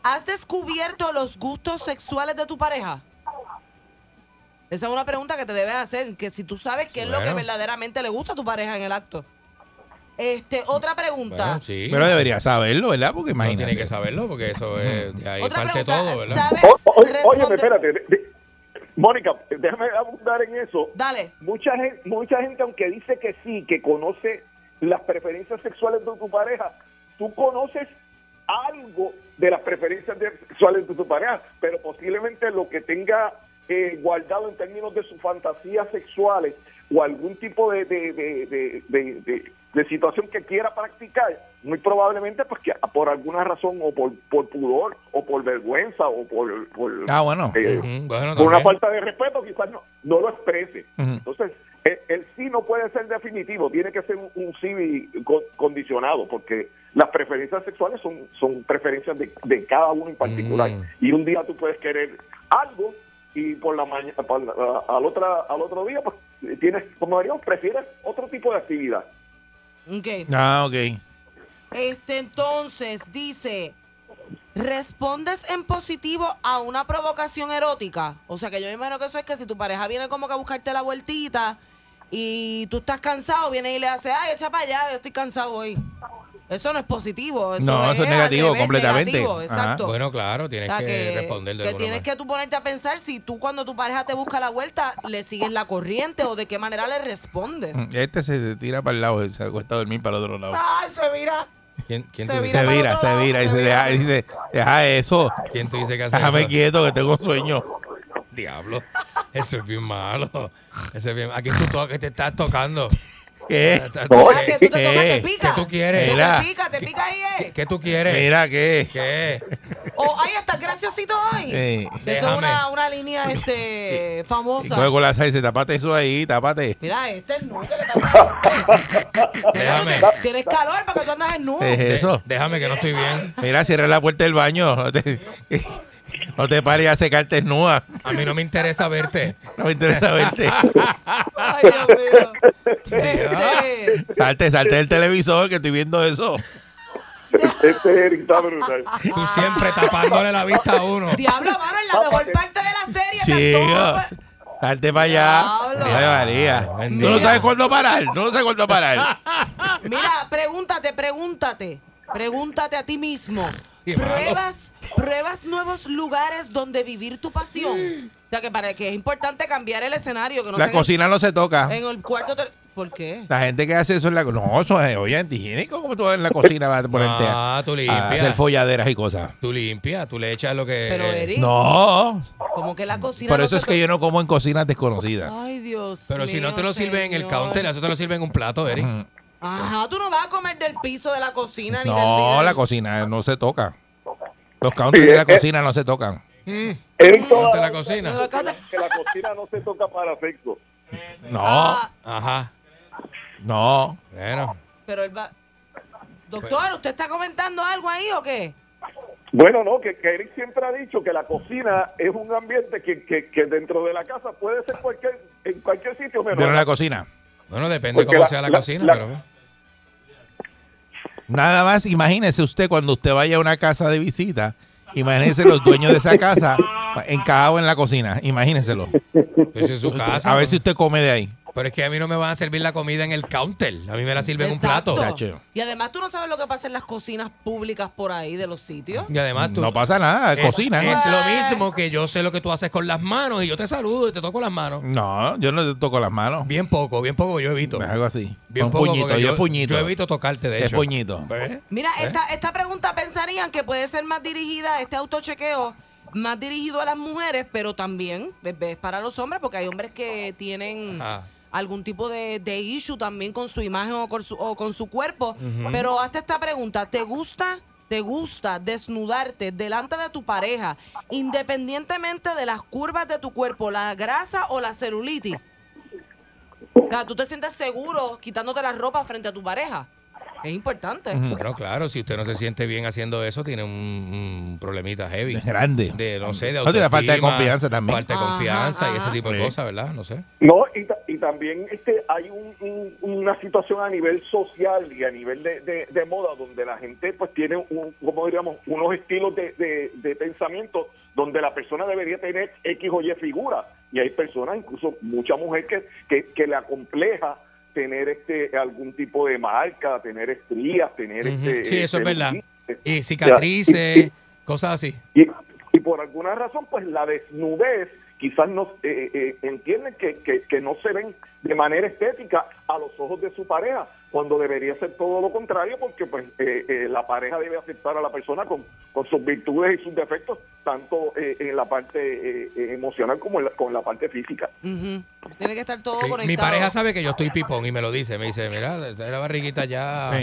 E: ¿has descubierto los gustos sexuales de tu pareja? Esa es una pregunta que te debes hacer, que si tú sabes qué es lo que
C: Bueno.
E: verdaderamente le gusta a tu pareja en el acto. Este, otra pregunta.
F: sí.
C: Pero debería saberlo, ¿verdad? Porque
F: Uno
C: imagínate.
F: tiene que saberlo porque eso es. de ahí
E: Otra
F: parte
E: pregunta,
F: todo, ¿verdad?
E: ¿sabes?
M: Oye, espérate. de- de- Mónica, déjame abundar en eso.
E: Dale.
M: Mucha gente, mucha gente, aunque dice que sí, que conoce las preferencias sexuales de tu pareja, tú conoces algo de las preferencias de- sexuales de tu pareja, pero posiblemente lo que tenga eh, guardado en términos de sus fantasías sexuales o algún tipo de, de- de- de- de- de- de situación que quiera practicar, muy probablemente pues que por alguna razón o por, por pudor o por vergüenza o por, por-
C: Ah, bueno.
M: eh,
C: Ujú,
F: bueno,
M: por una
C: también.
M: falta de respeto quizás no, no lo exprese.
C: Ujú.
M: Entonces, el, el sí no puede ser definitivo, tiene que ser un, un sí co- condicionado, porque las preferencias sexuales son, son preferencias de, de cada uno en particular.
C: Mm.
M: Y un día tú puedes querer algo y por la mañana, al, otra, al otro día, pues tienes, como diríamos, prefieres otro tipo de actividad.
E: Ok.
C: Ah, ok.
E: Este entonces dice, ¿respondes en positivo a una provocación erótica? O sea que yo me imagino que eso es que si tu pareja viene como que a buscarte la vueltita y tú estás cansado, viene y le hace, ay, echa para allá, yo estoy cansado hoy. Eso no es positivo. Eso
C: No, eso es
E: al
C: negativo,
E: revés,
C: completamente.
E: negativo,
C: Ajá.
E: exacto.
F: Bueno, claro, tienes
E: O sea,
F: que, responder de
E: que
F: alguna
E: tienes
F: manera.
E: que tú ponerte a pensar si tú cuando tu pareja te busca la vuelta le sigues la corriente o de qué manera le respondes.
C: Este se tira para el lado, se acuesta a dormir para el otro lado.
E: Ay, se mira.
F: ¿Quién, quién
E: Se
F: te
C: Se
F: dice?
C: vira, se vira y se deja, y dice, deja eso.
F: ¿Quién te dice que hace
C: Déjame
F: eso?
C: quieto que tengo sueño.
F: Diablo, eso es bien malo. Eso es bien. ¿A quién tú tocas? que te estás tocando?
C: ¿Qué?
F: Estás-
E: Ah, que tú
F: ¿Qué?
E: te tocas, te pica.
F: ¿Qué tú quieres?
C: Mira.
E: Te pica, te pica ahí, eh.
F: ¿Qué tú quieres?
C: Mira que.
F: ¿Qué?
E: Oh, ay, estás graciosito hoy.
C: Eh,
E: Eso es
F: déjame.
E: una, una línea este,
C: y
E: famosa.
C: coge con la salsa, tapate eso ahí, tapate.
E: Mira, este es nudo que le pasa.
F: Déjame.
E: Tienes calor porque tú andas en nudo.
C: Es eso.
F: Déjame que no estoy bien.
C: Mira, cierra la puerta del baño. No te, no te pares a secarte desnuda.
F: A mí no me interesa verte.
C: No me interesa verte.
E: Ay, Dios mío. Este,
C: Salte, salte del televisor que estoy viendo eso.
M: Este Eric está brutal.
F: Tú siempre tapándole la vista a uno.
E: diablo, mano, en la mejor parte de la serie. tanto-
C: Chicos, salte para allá.
E: Diablo.
C: Ay, María.
F: Bendito.
C: Tú no sabes cuándo parar. Tú no sabes cuándo parar.
E: Mira, pregúntate, pregúntate. Pregúntate a ti mismo.
F: Qué malo.
E: ¿Pruebas, pruebas nuevos lugares donde vivir tu pasión. O sea, que para que es importante cambiar el escenario. Que no
C: La
E: sea en el-
C: cocina no se toca.
E: En el cuarto. te- ¿Por qué?
C: La gente que hace eso en la cocina. No, eso es oye, antihigiénico. Como tú en la cocina vas a ponerte a,
F: Ah, tú
C: a hacer
F: limpias.
C: folladeras y cosas.
F: Tú limpias, tú le echas lo que.
E: Pero Eric,
C: No.
E: como que la cocina.
C: Por
E: no
C: eso
E: se
C: es que yo no como en cocinas desconocidas.
E: Ay, Dios.
F: Pero si no
E: mío,
F: te lo sirven en el
E: señor.
F: counter, eso te lo sirven en un plato, Eric.
E: Ajá, tú no vas a comer del piso de la cocina ni del
C: No, la cocina no se toca. Los counters de la cocina no se tocan.
M: Mm. Eric toda
F: ¿Te la
M: la vida
F: cocina?
M: dice que la cocina no se toca para sexo.
C: No,
E: Ah.
F: Ajá.
C: no.
F: Bueno.
E: Pero él va. Doctor, ¿usted está comentando algo ahí o qué?
M: Bueno, no, que, que Eric siempre ha dicho que la cocina es un ambiente que, que, que dentro de la casa puede ser cualquier, en cualquier sitio menos.
C: Pero en la cocina.
D: Bueno, depende
M: Porque
D: cómo
M: la-
D: sea la,
M: la-
D: cocina,
M: la-
D: pero.
C: Nada más, imagínese usted cuando usted vaya a una casa de visita, imagínese los dueños de esa casa encajados en la cocina, imagínenselo.
D: Pues es su casa,
C: a ver
D: ¿no?
C: si usted come de ahí.
D: Pero es que a mí no me van a servir la comida en el counter. A mí me la sirven en un
E: Exacto.
D: plato.
E: Y además tú no sabes lo que pasa en las cocinas públicas por ahí de los sitios.
D: Y además tú.
C: No pasa nada,
D: Es-
C: cocina.
D: Es lo mismo que yo sé lo que tú haces con las manos y yo te saludo y te toco las manos.
C: No, yo no te toco las manos.
D: Bien poco, bien poco yo evito.
C: Algo así.
D: Bien
C: un
D: poco,
C: puñito,
D: porque
C: yo,
D: yo-
C: puñito.
D: yo evito tocarte, de
C: Es
D: hecho.
C: puñito.
D: ¿Ves?
E: Mira,
D: ¿Eh?
E: esta, esta pregunta pensarían que puede ser más dirigida, este autochequeo, más dirigido a las mujeres, pero también es- es para los hombres, porque hay hombres que tienen
J: Ajá.
E: algún tipo de, de issue también con su imagen o con su, o con su cuerpo.
J: Ujú.
E: Pero hazte esta pregunta, ¿te gusta? ¿Te gusta desnudarte delante de tu pareja, independientemente de las curvas de tu cuerpo, la grasa o la celulitis? O sea, ¿tú te sientes seguro quitándote la ropa frente a tu pareja? Es importante.
D: Bueno, claro, si usted no se siente bien haciendo eso, tiene un, un problemita heavy.
C: Grande.
D: De, no sé, de
C: No, tiene falta de
D: autoestima,
C: confianza también.
D: Falta de
M: Ajá,
D: confianza y ese
M: ajá.
D: tipo de
M: Sí.
D: cosas, ¿verdad? No sé.
M: No, y, ta- y también este, hay un- un- una situación a nivel social y a nivel de, de- de moda donde la gente pues tiene, un, como diríamos, unos estilos de, de- de pensamiento donde la persona debería tener X o Y figura. Y hay personas, incluso mucha mujer, que, que, que le acompleja tener este algún tipo de marca, tener estrías, tener este...
D: Sí, eso es
M: este-
D: verdad. Y cicatrices, cosas así.
M: y, y por alguna razón, pues la desnudez, quizás no eh, eh, entienden que, que, que no se ven de manera estética a los ojos de su pareja, cuando debería ser todo lo contrario, porque pues eh, eh, la pareja debe aceptar a la persona con, con sus virtudes y sus defectos, tanto eh, en la parte eh, eh, emocional como en la, con la parte física.
E: Tiene que estar todo
D: Sí,
E: conectado.
D: Mi pareja sabe que yo estoy pipón y me lo dice. Me dice, mira, la barriguita ya. Hay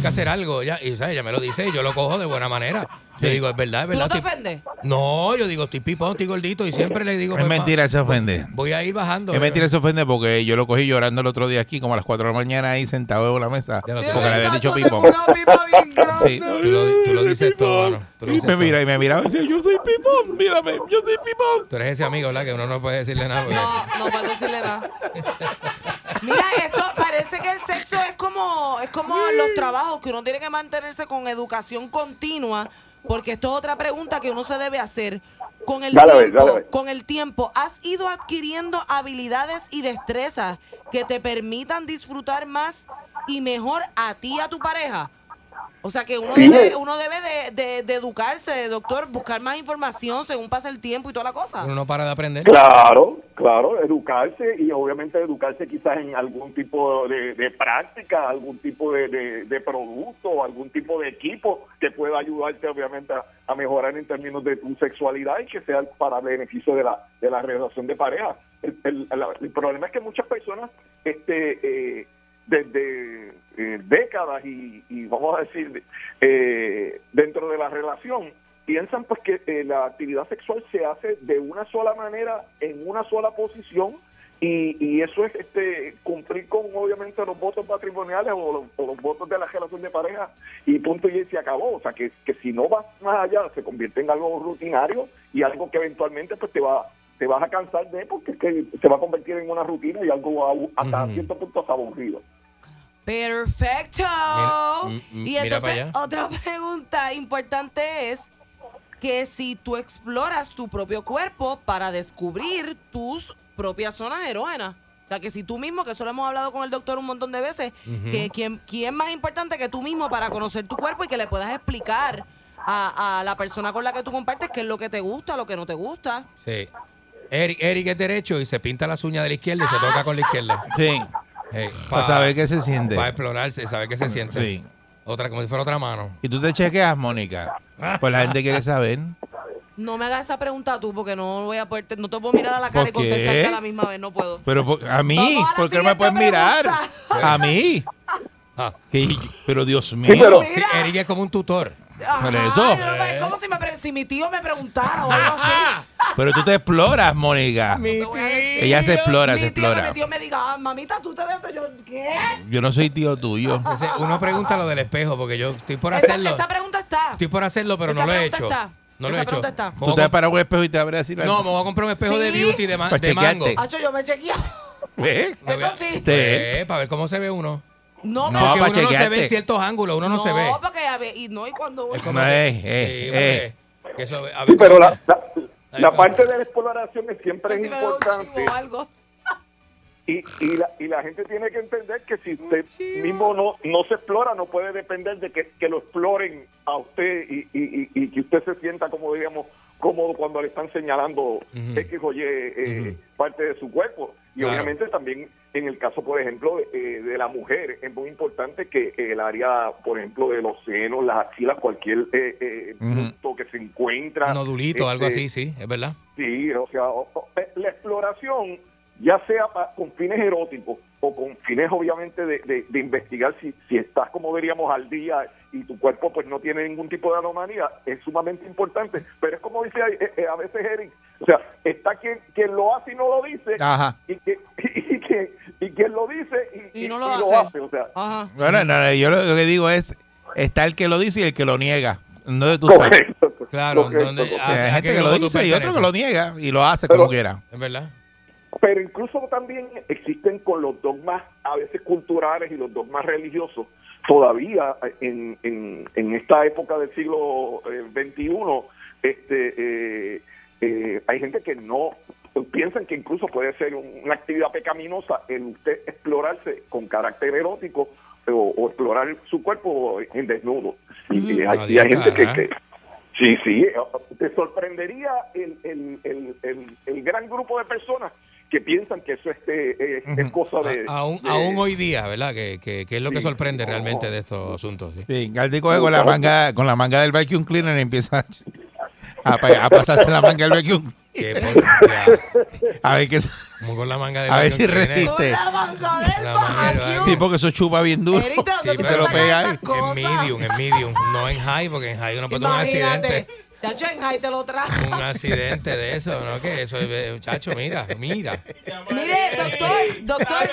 D: que hacer algo. Ya. Y ¿sabes? ella me lo dice y yo lo cojo de buena manera. Yo digo, es verdad, es
E: ¿Tú no
D: verdad.
E: te
D: estoy-
E: ofendes?
D: No, yo digo, estoy pipón, estoy gordito y siempre le digo,
C: es
D: pues, ma,
C: mentira, se ofende.
D: voy a ir bajando. eh".
C: Es mentira, se ofende porque yo lo cogí llorando el otro día aquí, como a las 4 de la mañana, ahí sentado en la mesa. Porque le habían dicho pipo. Sí.
D: Tú lo, tú lo dices todo, mano. Tú lo
C: Y
D: dices
C: me
D: todo.
C: mira y me mira y me dice, yo soy pipón, mírame, yo soy pipón.
D: Tú eres ese amigo, ¿verdad? Que uno no puede decirle nada. porque-
E: No puedes decirle nada. Mira, esto parece que el sexo es como, es como los trabajos, que uno tiene que mantenerse con educación continua, porque esto es otra pregunta que uno se debe hacer. Con el,
J: Dale a ver,
E: tiempo,
J: dale a ver.
E: con el tiempo, ¿has ido adquiriendo habilidades y destrezas que te permitan disfrutar más y mejor a ti y a tu pareja? O sea que uno
J: Sí.
E: debe, uno debe de, de- de educarse, doctor, buscar más información según pasa el tiempo y toda la cosa.
D: Uno no para de aprender.
M: Claro, claro, educarse y obviamente educarse quizás en algún tipo de, de práctica, algún tipo de, de, de producto, algún tipo de equipo que pueda ayudarte obviamente a, a mejorar en términos de tu sexualidad y que sea para beneficio de la, de la relación de pareja. El, el- la- el problema es que muchas personas este, eh, desde eh, décadas y, y vamos a decir eh, dentro de la relación piensan pues que eh, la actividad sexual se hace de una sola manera en una sola posición y, y eso es este cumplir con obviamente los votos patrimoniales o los, o los votos de la relación de pareja y punto y se acabó o sea que, que si no vas más allá se convierte en algo rutinario y algo que eventualmente pues te va te vas a cansar de porque es que se va a convertir en una rutina y algo abu- hasta cierto punto hasta aburrido
E: Perfecto.
M: Mira, mm, mm,
E: y
M: mira
E: entonces
M: para allá.
E: otra pregunta importante es que si tú exploras tu propio cuerpo para descubrir tus propias zonas erógenas. O sea, que si tú mismo, que eso lo hemos hablado con el doctor un montón de veces,
J: Ujú.
E: que ¿quién, quién más importante que tú mismo para conocer tu cuerpo y que le puedas explicar a, a la persona con la que tú compartes qué es lo que te gusta, lo que no te gusta.
D: Sí. Eric, Eric es derecho y se pinta las uñas de la izquierda y se toca con la izquierda.
C: Sí. Para saber qué se siente.
D: Para explorarse, saber qué se siente.
C: Sí.
D: Otra, como si fuera otra mano.
C: Y tú te chequeas, Mónica. Pues la gente quiere saber.
E: No me hagas esa pregunta tú porque no voy a poder, te- no te puedo mirar a la cara y
C: ¿Por qué?
E: contestarte a la misma vez, no puedo.
C: Pero por- a mí,
E: Vamos a la
C: ¿por qué no me puedes mirar? A mí. Que- Pero Dios mío.
D: pero- Sí, Eric es como un tutor.
C: Por eso.
E: Ay, no, no, es como si, me pre- si mi tío me preguntara o algo así.
C: Pero tú te exploras, Mónica. Ella se explora, se
E: Mi
C: explora.
E: tío me diga, "Ah, mamita, tú te dejas. Yo, ¿qué?
C: Yo no soy tío tuyo.
D: Entonces, uno pregunta lo del espejo, porque yo estoy por
E: Esa-
D: hacerlo.
E: Ah, esa pregunta está.
D: Estoy por hacerlo, pero
E: Esa
D: no lo he
E: pregunta
D: hecho.
E: está.
D: No lo
E: Esa
D: he hecho.
E: pregunta
D: Me
E: está.
C: Tú
D: voy
C: te
D: a comp-
C: paras un espejo y te abres así la
D: No, me voy a comprar un espejo de
E: Sí.
D: beauty de, ma-
C: Para
D: de mango.
C: chequearte.
E: Hacho, yo me chequeo.
C: ¿Eh?
D: Me voy a-
E: Eso sí.
D: Eh, para ver cómo se ve uno.
E: No,
C: No,
D: porque
C: para
D: uno no se ve
C: chequearte.
D: en ciertos ángulos, uno no, se ve.
E: No, porque a ver, y no, y cuando uno.
C: No, eh, eh,
D: Sí,
C: eh.
D: porque- que eso- a ver
M: Sí, pero
D: cómo-
M: la, la- la
D: cómo-
M: parte de la exploración es siempre es
E: si me da un
M: importante.
E: chivo o algo.
M: Y, y, la, y la gente tiene que entender que si usted mismo no, no se explora, no puede depender de que, que lo exploren a usted y, y, y- y que usted se sienta, como digamos, cómodo cuando le están señalando X o Y eh, parte de su cuerpo. Y
D: Claro.
M: obviamente también en el caso, por ejemplo, eh, de la mujer, es muy importante que el área, por ejemplo, de los senos, las axilas, cualquier eh, eh,
D: Ujú.
M: punto que se encuentra.
D: Un nodulito, algo
M: este,
D: así, sí, es verdad.
M: Sí, o sea, o- o- eh, la exploración, ya sea pa- con fines eróticos o con fines obviamente de, de- de investigar si, si estás, como diríamos, al día y tu cuerpo pues no tiene ningún tipo de anomalía, es sumamente importante. Pero es como dice ahí, eh, eh, a veces Eric, o sea, está quien, quien lo hace y no lo dice,
C: Ajá.
M: y, que, y, que- y quien lo dice y,
E: Y no lo
M: y
E: hace.
M: o sea.
E: Ajá.
D: Mm.
C: Bueno, no, no, yo lo, lo que digo es, está el que lo dice y el que lo niega. ¿Dónde tú estás?
M: Correcto. pues.
D: Claro,
M: correcto,
D: donde-
M: correcto.
D: ah,
C: Hay
D: ¿a
C: gente
D: qué
C: que lo
D: grupo tú
C: dice y otro que
D: perteneces?
C: lo niega y lo hace
M: Pero-
C: como quiera.
D: Es verdad.
M: pero incluso también existen con los dogmas a veces culturales y los dogmas religiosos todavía en, en, en esta época del siglo eh, XXI este, eh, eh, hay gente que no piensan que incluso puede ser un- una actividad pecaminosa el usted explorarse con carácter erótico o, o explorar su cuerpo en desnudo y, y hay,
D: No
M: y hay
D: digas,
M: gente que,
D: Mm. ¿eh?
M: que Sí, sí, eh, te sorprendería el, el, el, el, el gran grupo de personas que piensan que eso este, es, es cosa de...
D: A- aún,
M: de-
D: aún hoy día, ¿verdad? Que, que, que es lo que
M: Sí.
D: sorprende realmente de estos asuntos. sí.
C: Sí, Galdi coge con la manga, con la manga del vacuum cleaner y empieza a, a pa- a pasarse la manga del vacuum.
D: Que, pues, ya,
C: A ver qué
D: como con la manga de
C: A ver
D: Lion
C: si
D: King, ¿eh?
C: resiste.
E: Con la manga del
D: La manga del
E: barrio.
C: Sí, porque eso chupa bien duro.
E: Eric, ¿de
D: Sí,
E: dónde tú
D: pero
C: lo
E: sacas
C: pega
E: esas
C: ahí.
D: En
E: cosas?
D: medium, en medium. No en high, porque en high uno puede tener un
E: Imagínate.
D: accidente.
E: Ya Shanghai te lo trajo.
D: Un accidente de eso, ¿no? Que eso es, muchacho, mira, mira.
E: Mire, doctor, doctor,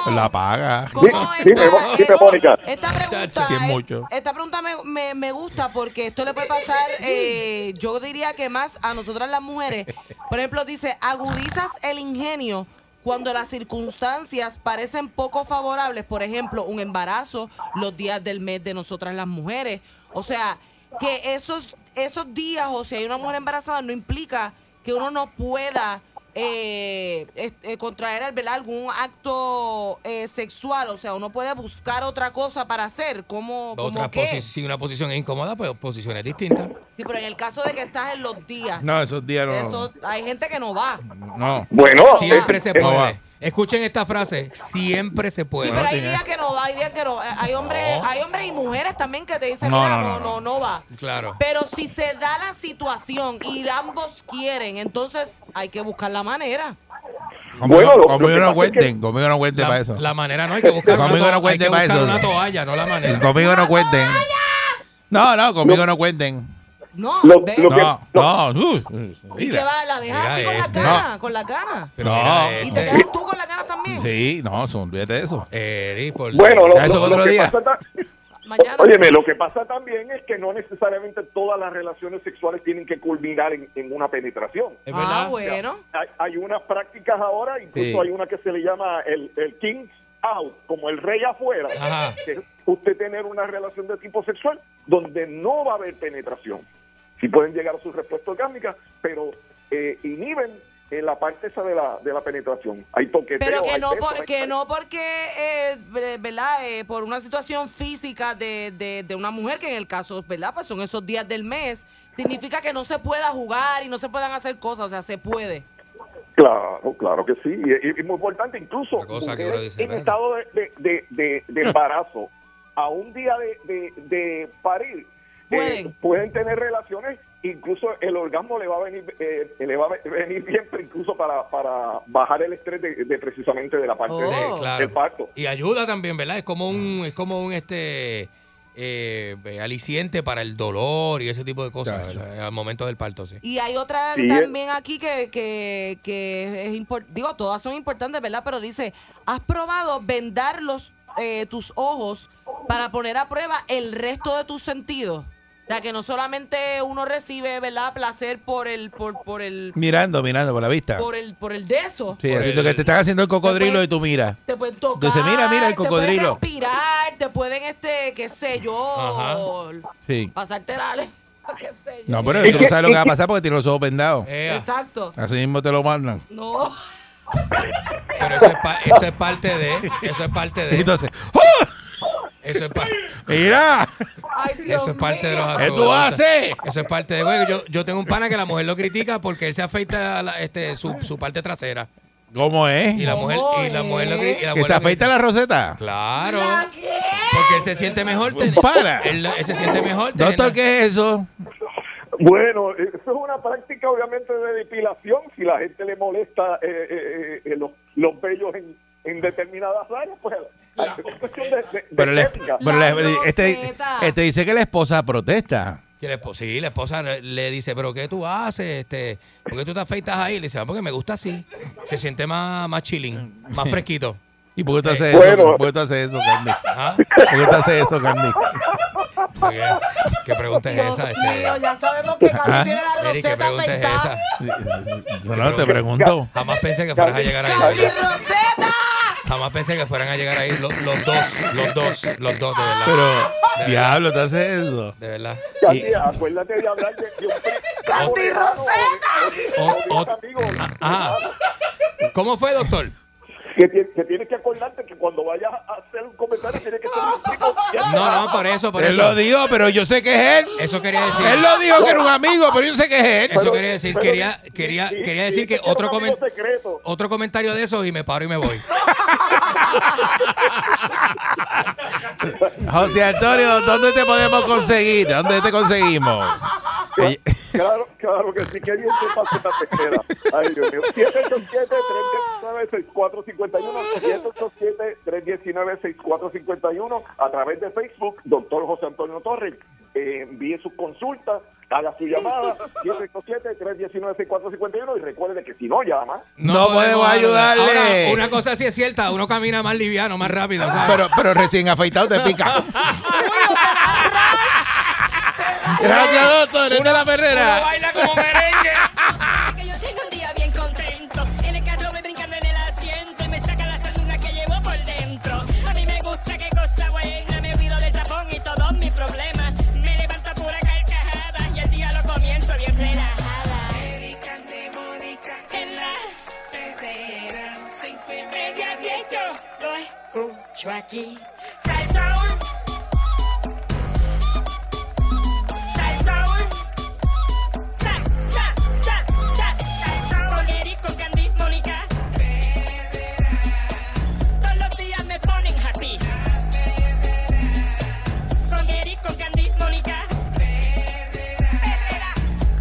E: ¿cómo?
C: La paga.
E: ¿Cómo
M: Sí, dime,
E: esta-
M: dime, Mónica.
E: Esta pregunta,
D: Chacho,
C: sí es mucho.
E: esta pregunta me, me- me gusta porque esto le puede pasar, eh, yo diría que más a nosotras las mujeres. Por ejemplo, dice, agudizas el ingenio cuando las circunstancias parecen poco favorables. Por ejemplo, un embarazo, los días del mes de nosotras las mujeres. O sea, que esos, esos días, o si hay una mujer embarazada, no implica que uno no pueda eh, este, contraer ¿verdad? algún acto eh, sexual, o sea, uno puede buscar otra cosa para hacer, como, como
D: Otra
E: qué.
D: posi- si una posición es incómoda, pues posiciones distintas.
E: Sí, pero en el caso de que estás en los días,
C: No, esos días no.
E: eso, hay gente que no va.
C: No.
M: Bueno,
D: Siempre se
C: No va.
D: puede. Escuchen esta frase, siempre se
E: Sí,
D: puede.
E: pero hay días que no va, hay días que no. va. Hay hombres, hay hombres y mujeres también que te dicen,
C: No, no,
E: mira, no,
C: no,
E: no,
C: no.
E: no, va.
D: Claro.
E: Pero si se da la situación y ambos quieren, entonces hay que buscar la manera.
C: Como
M: Bueno, lo- lo
C: conmigo
M: que
C: no
M: pasa es que-
C: cuenten, conmigo no cuenten para
D: La,
C: eso.
D: la manera no hay que buscar, una,
C: Conmigo
D: to-
C: no
D: hay
C: cuente
D: que
C: pa'
D: buscar
C: eso.
D: una toalla, no la manera.
C: Conmigo no cuenten. No, no, conmigo no cuenten.
E: No,
M: Lo-
E: ¿ves?
M: lo-
C: No, no. uh,
E: y que va, la dejas
D: mira
E: así con las
D: este.
E: ganas, con las ganas.
D: Pero
C: No.
D: mira,
E: Y te
D: este,
E: quedas tú con las ganas también.
C: Sí, no, son- olvídate de eso.
D: Eri, por-
M: bueno, lo,
C: Ya eso
M: lo-
C: es otro
M: lo que
C: día.
M: pasa ta-
E: Mañana.
M: Óyeme, lo que pasa también es que no necesariamente todas las relaciones sexuales tienen que culminar en, en una penetración.
D: es
E: ah,
D: verdad.
E: bueno.
M: Hay, hay unas prácticas ahora, incluso
C: Sí.
M: hay una que se le llama el, el king out, como el rey afuera,
D: Ajá.
M: que es usted tener una relación de tipo sexual donde no va a haber penetración. Si pueden llegar a sus respuestas orgánicas, pero eh, inhiben eh, la parte esa de la, de la penetración. Hay toqueteo,
E: Pero que
M: hay
E: no,
M: besos, hay-
E: por, que
M: hay-
E: no porque, eh, ve- ¿verdad? Eh, por una situación física de, de, de una mujer, que en el caso, ¿verdad? Pues son esos días del mes, significa que no se pueda jugar y no se puedan hacer cosas, o sea, se puede.
M: Claro, claro que sí. Y es muy importante, incluso
D: La cosa que
M: mujeres
D: uno dice,
M: en
D: "Espérame".
M: estado de, de- de- de- de embarazo, a un día de, de- de parir, eh,
E: Pueden.
M: pueden tener relaciones, incluso el orgasmo le va a venir, eh, le va a venir bien, pero incluso para, para bajar el estrés de, de precisamente de la parte
E: Oh.
M: de-
D: Sí, claro.
M: del parto.
D: Y ayuda también, ¿verdad? Es como un, es como un este eh, eh, aliciente para el dolor y ese tipo de cosas o sea, al momento del parto, sí.
E: Y hay otra
D: Sí,
E: también aquí que, que, que es importante, digo, todas son importantes, ¿verdad? Pero dice, ¿has probado vendar los, eh, tus ojos para poner a prueba el resto de tus sentidos? O sea, que no solamente uno recibe, ¿verdad? Placer por el, por, por el,
C: Mirando, mirando por la vista.
E: por el, por el de eso.
C: Sí, haciendo que te están haciendo el cocodrilo y tú miras.
E: Te pueden tocar,
C: Entonces, mira, mira el cocodrilo.
E: te pueden respirar, te pueden, este, qué sé yo,
C: Sí.
E: pasarte la qué sé yo.
C: No, pero tú no sabes lo que va a pasar porque tiene los ojos vendados.
E: Exacto.
C: Así mismo te lo mandan.
E: No.
D: Pero eso es, pa- eso es parte de. Eso es parte de.
C: Entonces,
F: ¡oh!
D: Eso es, pa-
C: mira.
D: eso es parte de los
C: ¿Qué
D: asuntos.
C: tú haces?
D: Eso es parte de. Bueno, yo, yo tengo un pana que la mujer lo critica porque él se afeita la- este, su, su parte trasera.
C: ¿Cómo es?
D: Y la mujer, y la mujer lo cri- y la
C: ¿Que
D: mujer
C: se
D: lo
C: afeita la roseta?
D: Claro. Porque él se siente mejor. ten-
C: Para.
D: Él, él se siente mejor.
C: Doctor,
D: teniendo-
C: ¿qué es eso?
M: Bueno, eso es una práctica obviamente de depilación. Si la gente le molesta eh, eh, eh, eh, los, los vellos en, en determinadas áreas, pues es cuestión de, de- de
C: Pero, le-
M: estética.
C: pero le- este, este dice que la esposa protesta.
D: Y la esposa, sí, la esposa le- le dice, pero ¿qué tú haces? Este, ¿Por qué tú te afeitas ahí? Le dice, ah, porque me gusta así. Se siente más, más chilling, más fresquito.
C: ¿Y por qué tú
D: Eh,
C: haces eso?
D: bueno.
C: ¿Por qué tú haces eso, Candy?
D: Ajá.
C: ¿Por qué tú haces eso, Candy?
F: eh.
D: ¿Qué, qué pregunta es esa? este?
E: ya sabemos que
C: Candy
E: Carlos
C: Ah. tiene
E: tiene la
D: Eric, ¿qué
E: roseta
D: pregunta es
E: afeitada.
D: esa?
C: Eso no te pregunto.
D: Jamás pensé que fueras a llegar ahí.
E: ¡Roseta!
D: Jamás pensé que fueran a llegar ahí los, los dos, los dos, los dos, de verdad.
C: Pero,
D: De verdad,
C: diablo, ¿te haces eso?
D: de verdad.
M: Candy, acuérdate de hablar de, de un Ah,
E: ¡Candy
M: Rosetta!
D: O- o- ah, Ajá. ¿Cómo fue, doctor?
M: Que, ti- que tienes que acordarte que cuando vayas a hacer un comentario tienes que ser un chico.
D: No, no, por eso, por
C: Él
D: eso.
C: lo dijo, pero yo sé que es él.
D: Eso quería decir.
C: Él lo dijo que era un amigo, pero yo sé que es él.
D: Eso quería decir, quería, quería, quería decir que otro, comen- otro comentario de eso y me paro y me voy.
C: José Antonio, ¿dónde te podemos conseguir? ¿Dónde te conseguimos?
D: Pues-
C: Ella-
M: Claro, claro que sí, que bien te pasa esta pesquera. Ay, Dios mío. 787-319-6451, 787-319-6451, a través de Facebook, doctor José Antonio Torres. Eh, envíe sus consultas, haga su llamada, 787-319-6451, y recuerde que si no llama...
C: No, podemos ayudarle.
D: Ahora, una cosa sí es cierta, uno camina más liviano, más rápido. ¿sabes?
C: Pero, pero recién afeitado te pica. Gracias, doctor. Esta es la perrera.
J: baila como merengue.
N: Sé que yo tengo un día bien contento. En el carro me brincando en el asiento. y Me saca la sanduna que llevo por dentro. A mí me gusta qué cosa buena. Me olvido del tapón y todos mis problemas. Me levanta pura carcajada. Y el día lo comienzo bien relajada. en la Media diez, yo lo escucho aquí. Salsaul. Salsaul. Sa, sa, sa, sa. Salsaul con Eric, con Candy, Mónica. Todos los días me ponen happy. Con Eric, con Candy, Mónica.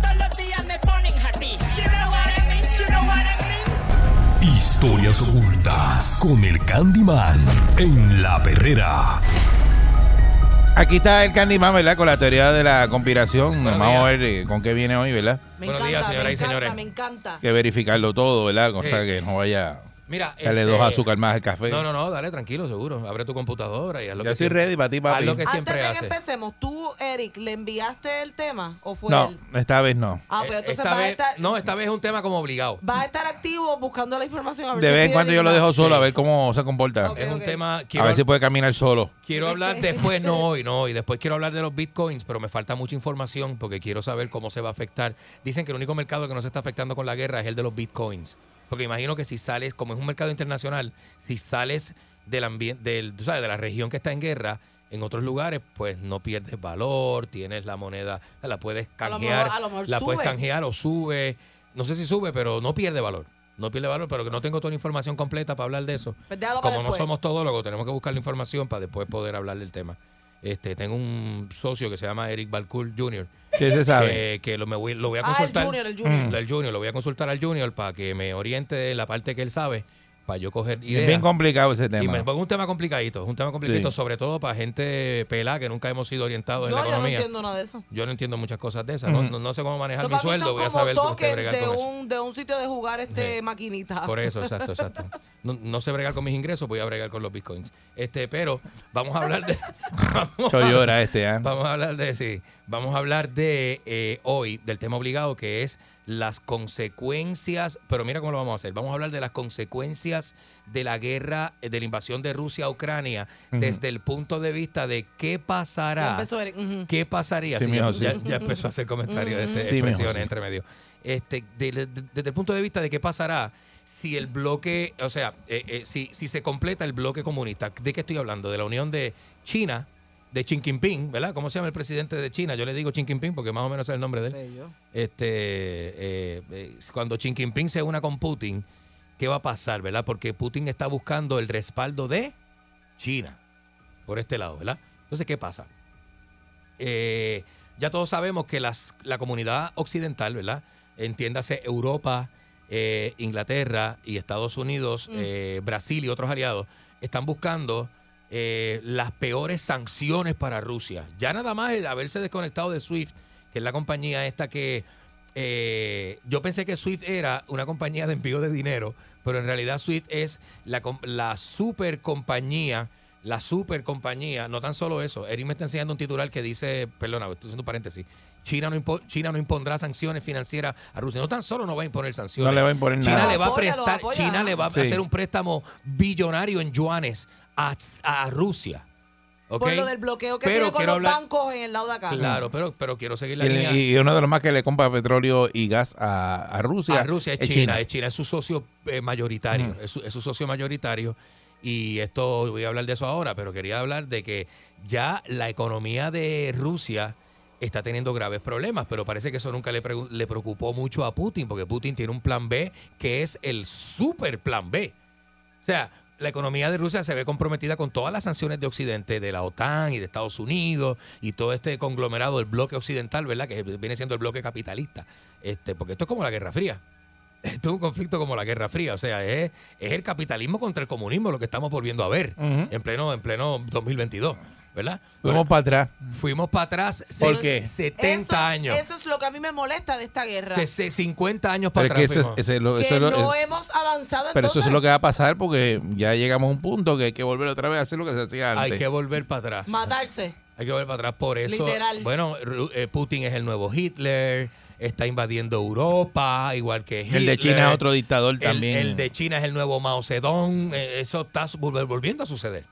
N: Todos los días me ponen happy. You know what I mean, you know what I mean.
A: Historias ocultas con el Candyman en la perrera.
C: Aquí está el Candyman, ¿verdad? Con la teoría de la conspiración. Vamos a ver eh, con qué viene hoy, ¿verdad?
E: Me
D: Buenos
E: encanta,
D: días, señoras
E: me
D: y señores.
E: encanta, me encanta.
C: Que verificarlo todo, ¿verdad? O sea,
D: Sí.
C: que no vaya
D: Mira,
C: a darle
D: este,
C: dos azúcar más al café.
D: No, no, no, dale, tranquilo, seguro. Abre tu computadora y haz lo
C: Ya
D: que
C: estoy
D: siempre-
C: ready para ti, papi.
D: Haz lo que
C: Antes
D: siempre
E: Antes de
D: hace.
E: que empecemos, ¿tú, Eric, le enviaste el tema o fue
C: No,
E: él?
C: esta vez no.
E: Ah, pues entonces
D: Eh, Esta
E: vas a,
D: vez,
E: estar,
D: no, esta vez es un tema como obligado.
E: vas a estar activo buscando la información. A ver
C: De
E: si
C: vez en
E: pide
C: cuando yo lo
E: ayuda.
C: dejo solo a ver cómo se comporta.
D: es un tema.
C: A
D: Quiero,
C: ver si puede caminar solo.
D: quiero hablar después, no hoy, no hoy. Después quiero hablar de los bitcoins, pero me falta mucha información porque quiero saber cómo se va a afectar. Dicen que el único mercado que no se está afectando con la guerra es el de los bitcoins. Porque imagino que si sales, como es un mercado internacional, si sales del ambiente, del, tú sabes, de la región que está en guerra, en otros lugares, pues no pierdes valor, tienes la moneda, la puedes
E: A lo
D: canjear,
E: mejor- a lo mejor
D: la puedes
E: sube.
D: canjear o sube. No sé si sube, pero no pierde valor. No pierde valor, pero que no tengo toda la información completa para hablar de eso.
E: Pues déjalo para
D: Como no
E: después.
D: somos todólogos, tenemos que buscar la información para después poder hablar del tema. Este, tengo un socio que se llama Eric Balcour Jr.
C: Sí, se sabe.
D: Que, que lo, me voy, lo voy a
E: Ah, el
D: consultar.
E: Junior, el Junior.
D: Mm. El Junior, lo voy a consultar al Junior para que me oriente de la parte que él sabe, para yo coger ideas.
C: Es bien complicado ese
D: Y
C: tema.
D: me es un tema complicadito, es un tema complicadito,
C: Sí.
D: sobre todo para gente pelada que nunca hemos sido orientados
E: Yo,
D: en la
E: yo no
D: economía.
E: entiendo nada de eso.
D: Yo no entiendo muchas cosas de esas. No,
C: Ujú.
D: no- no sé cómo manejar
E: Pero
D: mi
E: para mí
D: sueldo.
E: son
D: Voy a
E: como
D: saber cómo usted
E: tokens
D: bregar
E: de
D: con eso.
E: un, de un sitio de jugar este
D: Sí.
E: maquinita.
D: Por eso, exacto, exacto. No, no sé bregar con mis ingresos, voy a bregar con los bitcoins. Este, pero vamos a hablar de. vamos
C: Yo
D: a-
C: llora este, ¿ah?
D: Vamos a hablar de, sí, vamos a hablar de eh, hoy, del tema obligado, que es las consecuencias, pero mira cómo lo vamos a hacer, vamos a hablar de las consecuencias de la guerra, eh, de la invasión de Rusia a Ucrania,
C: Ujú.
D: desde el punto de vista de qué
E: Ya
D: pasará,
E: empezó Eric, ujú.
D: qué pasaría,
C: Sí,
D: si
C: mijo,
D: ya,
C: sí.
D: ya- ya empezó a hacer comentarios,
C: Ujú.
D: este,
C: Sí, mijo,
D: expresiones
C: sí.
D: entre medio, este, de- de- desde el punto de vista de qué pasará si el bloque, o sea, eh, eh, si, si se completa el bloque comunista, ¿de qué estoy hablando? De la unión de China, de Xi Jinping, ¿verdad? ¿Cómo se llama el presidente de China? Yo le digo Xi Jinping porque más o menos es el nombre de él. Este, eh, eh, cuando Xi Jinping se una con Putin, ¿qué va a pasar, verdad? Porque Putin está buscando el respaldo de China por este lado, ¿verdad? Entonces, ¿qué pasa? Eh, ya todos sabemos que las, la comunidad occidental, ¿verdad? Entiéndase Europa, eh, Inglaterra y Estados Unidos,
F: Mm.
D: eh, Brasil y otros aliados, están buscando eh, las peores sanciones para Rusia. Ya nada más el haberse desconectado de SWIFT, que es la compañía esta que... eh, yo pensé que SWIFT era una compañía de envío de dinero, pero en realidad SWIFT es la, com- la super compañía la super compañía, no tan solo eso, Eric me está enseñando un titular que dice, perdona, estoy haciendo un paréntesis, China no, impo- China no impondrá sanciones financieras a Rusia. No tan solo no va a imponer sanciones.
C: No le va a imponer
D: China
C: nada.
D: Le va a
C: Apóyalo,
D: prestar,
C: apóyalo.
D: China le va a
C: Sí.
D: hacer un préstamo billonario en yuanes a, a Rusia. ¿ok?
E: Por lo del bloqueo que
D: Pero
E: tiene con
D: quiero
E: los
D: hablar-
E: bancos en el lado de acá.
D: Claro, pero, pero quiero seguir
C: Y,
D: la línea.
C: el- y uno de los más que le compra petróleo y gas a, a Rusia.
D: A Rusia es China, es China, es su socio eh, mayoritario,
C: Mm.
D: es, su, es su socio mayoritario. Y esto, voy a hablar de eso ahora, pero quería hablar de que ya la economía de Rusia está teniendo graves problemas, pero parece que eso nunca le, pregu- le preocupó mucho a Putin, porque Putin tiene un plan B que es el super plan B. O sea, la economía de Rusia se ve comprometida con todas las sanciones de Occidente, de la OTAN y de Estados Unidos y todo este conglomerado del bloque occidental, ¿verdad? Que viene siendo el bloque capitalista. Este, porque esto es como la Guerra Fría. Esto es un conflicto como la Guerra Fría. O sea, es, es el capitalismo contra el comunismo lo que estamos volviendo a ver
C: Ujú.
D: en pleno en pleno 2022, ¿verdad?
C: Fuimos para atrás.
D: Fuimos para atrás
C: ¿Por
D: se-
C: qué?
D: 70 años.
E: Eso es lo que a mí me molesta de esta guerra.
D: Se- se- 50 años para
C: Pero es que eso
D: atrás.
C: es,
D: fuimos.
C: ese es lo-
E: que
C: eso es lo-
E: no
C: es-
E: hemos avanzado
C: pero eso
E: entonces.
C: es lo que va a pasar porque ya llegamos a un punto que hay que volver otra vez a hacer lo que se hacía antes.
D: Hay que volver para atrás.
E: Matarse.
D: Hay que volver para atrás por eso.
E: Literal.
D: Bueno, Ru- eh, Putin es el nuevo Hitler, está invadiendo Europa, igual que Hitler.
C: El de China es otro dictador
D: El-
C: también.
D: El de China es el nuevo Mao Zedong. eh, Eso está su- vol- volviendo a suceder.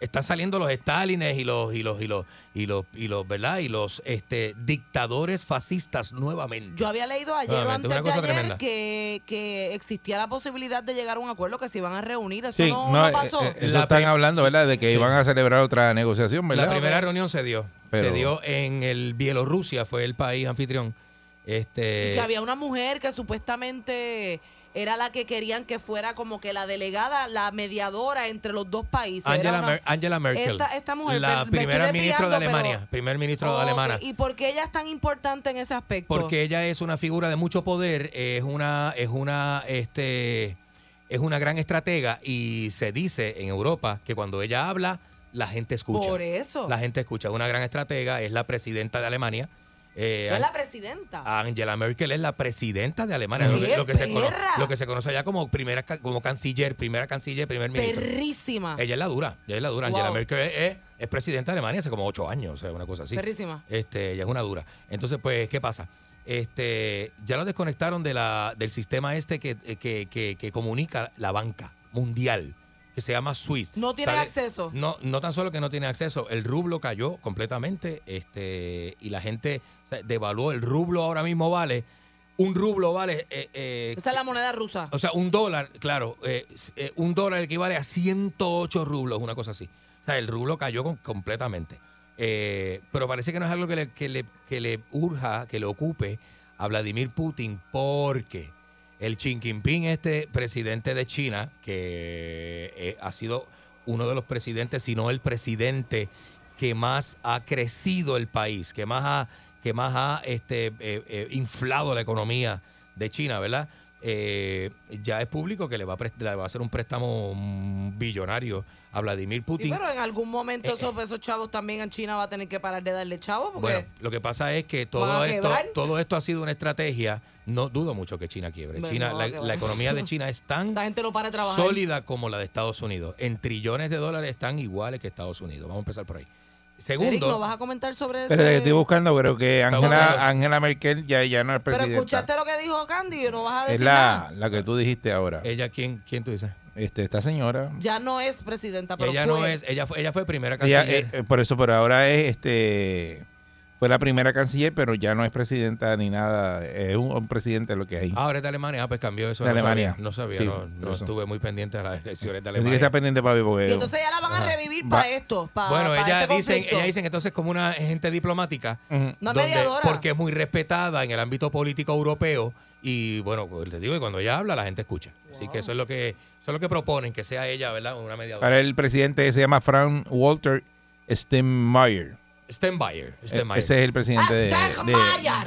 D: Están saliendo los Stalines y los y los y los y los y los, ¿verdad? Y los este dictadores fascistas nuevamente.
E: Yo había leído ayer o
D: Nuevamente,
E: antes
D: una
E: de
D: cosa
E: ayer
D: tremenda.
E: que, que existía la posibilidad de llegar a un acuerdo que se iban a reunir. Eso
C: Sí, no,
E: no, no
C: eh,
E: pasó.
C: eh, eso
D: La
C: están
D: pri-
C: hablando, ¿verdad? De que
D: Sí.
C: iban a celebrar otra negociación, ¿verdad?
D: La primera reunión se dio.
C: Pero-
D: Se dio en el Bielorrusia, fue el país anfitrión. Este
E: Y que había una mujer que supuestamente era la que querían que fuera como que la delegada, la mediadora entre los dos países. Era
D: Angela,
E: una-
D: Mer- Angela Merkel.
E: Esta, esta mujer.
D: la
E: me- me
D: primera
E: estoy
D: ministra de
E: desviando,
D: Alemania. Primer ministro
E: pero-
D: de
E: Ok,
D: Alemania.
E: ¿Y por qué ella es tan importante en ese aspecto?
D: Porque ella es una figura de mucho poder, es una, es una, este, es una gran estratega y se dice en Europa que cuando ella habla, la gente escucha.
E: Por eso.
D: La gente escucha. Una gran estratega es la presidenta de Alemania. Eh,
E: Ella es la presidenta.
D: Angela Merkel es la presidenta de Alemania, lo
E: ¡Qué
D: que, lo que se, cono-
E: perra!
D: lo que se conoce allá como primera ca- como canciller, primera canciller, primer ministro.
E: Perrísima.
D: Ella es la dura, ella es la dura. Angela
E: Wow.
D: Merkel es, es- es presidenta de Alemania hace como ocho años, o sea, una cosa así.
E: Perrísima.
D: Este, ella es una dura. Entonces, pues, ¿qué pasa? Este, ya lo desconectaron de la, del sistema este que, que, que- que comunica la banca mundial, que se llama SWIFT.
E: No tienen
D: Sale-
E: acceso.
D: No, no tan solo que no tiene acceso, el rublo cayó completamente, este, y la gente o sea, devaluó. El rublo ahora mismo vale, un rublo vale eh, eh,
E: Esa es la moneda rusa.
D: o sea, un dólar, claro, eh, eh, un dólar equivale a 108 rublos, una cosa así. O sea, el rublo cayó con- completamente. Eh, pero parece que no es algo que le, que, le, que le urja, que le ocupe a Vladimir Putin, porque el Xi Jinping, este presidente de China, que eh, ha sido uno de los presidentes, si no el presidente que más ha crecido el país, que más ha, que más ha este, eh, eh, inflado la economía de China, ¿verdad? eh, ya es público que le va, a prest- le va a hacer un préstamo mm, billonario a Vladimir
E: Y
D: Putin.
E: pero en algún momento
D: Eh,
E: esos, esos chavos también en China va a tener que parar de darle chavos porque
D: Bueno, lo que pasa es que
E: ¿Van
D: todo
E: a
D: esto,
E: quebrar?
D: todo esto ha sido una estrategia. No dudo mucho que China quiebre.
E: Bueno,
D: China,
E: no,
D: la,
E: que
D: la
E: bueno.
D: economía de China es tan
E: la gente no para de trabajar.
D: sólida como la de Estados Unidos. En trillones de dólares están iguales que Estados Unidos. Vamos a empezar por ahí. Segundo,
E: Eric, ¿no vas a comentar sobre eso?
C: Pero estoy buscando, creo que
D: buscando.
C: Angela, Angela Merkel ya, ya no es
E: Pero
C: presidenta.
E: escuchaste lo que dijo Candy, no vas a
C: Es
E: decir
C: la,
E: nada.
C: la que tú dijiste ahora.
D: ella quién, quién tú dices?
C: Este, esta señora.
E: Ya no es presidenta, pero
D: ella
E: fue.
D: no es, ella fue, ella fue primera
C: Ella,
D: canciller.
C: eh, eh, por eso, pero ahora es este. Fue la primera canciller, pero ya no es presidenta ni nada. Es un, un presidente lo que hay.
D: Ahora es de Alemania, ah, pues cambió eso.
C: De
D: no
C: Alemania.
D: sabía, no, sabía,
C: Sí,
D: no,
C: por
D: no
C: eso.
D: estuve muy pendiente a las elecciones de
C: Así que
D: Alemania.
C: está pendiente, papi, porque.
E: Y entonces ya la van a revivir
C: Va-
E: para esto, para
D: bueno,
E: para
D: ella
E: este
D: dicen,
E: conflicto.
D: ella dicen entonces como una gente diplomática,
C: Ujú.
E: Una
D: donde-
E: mediadora.
D: porque es muy respetada en el ámbito político europeo y bueno, pues, te digo que cuando ella habla la gente escucha. Así que eso es lo que eso es lo que proponen que sea ella, ¿verdad? Una mediadora.
C: Ahora el presidente se llama Frank Walter Steinmeier. E-,
D: Steinmeier, Steinmeier.
C: Ese es el presidente de, de,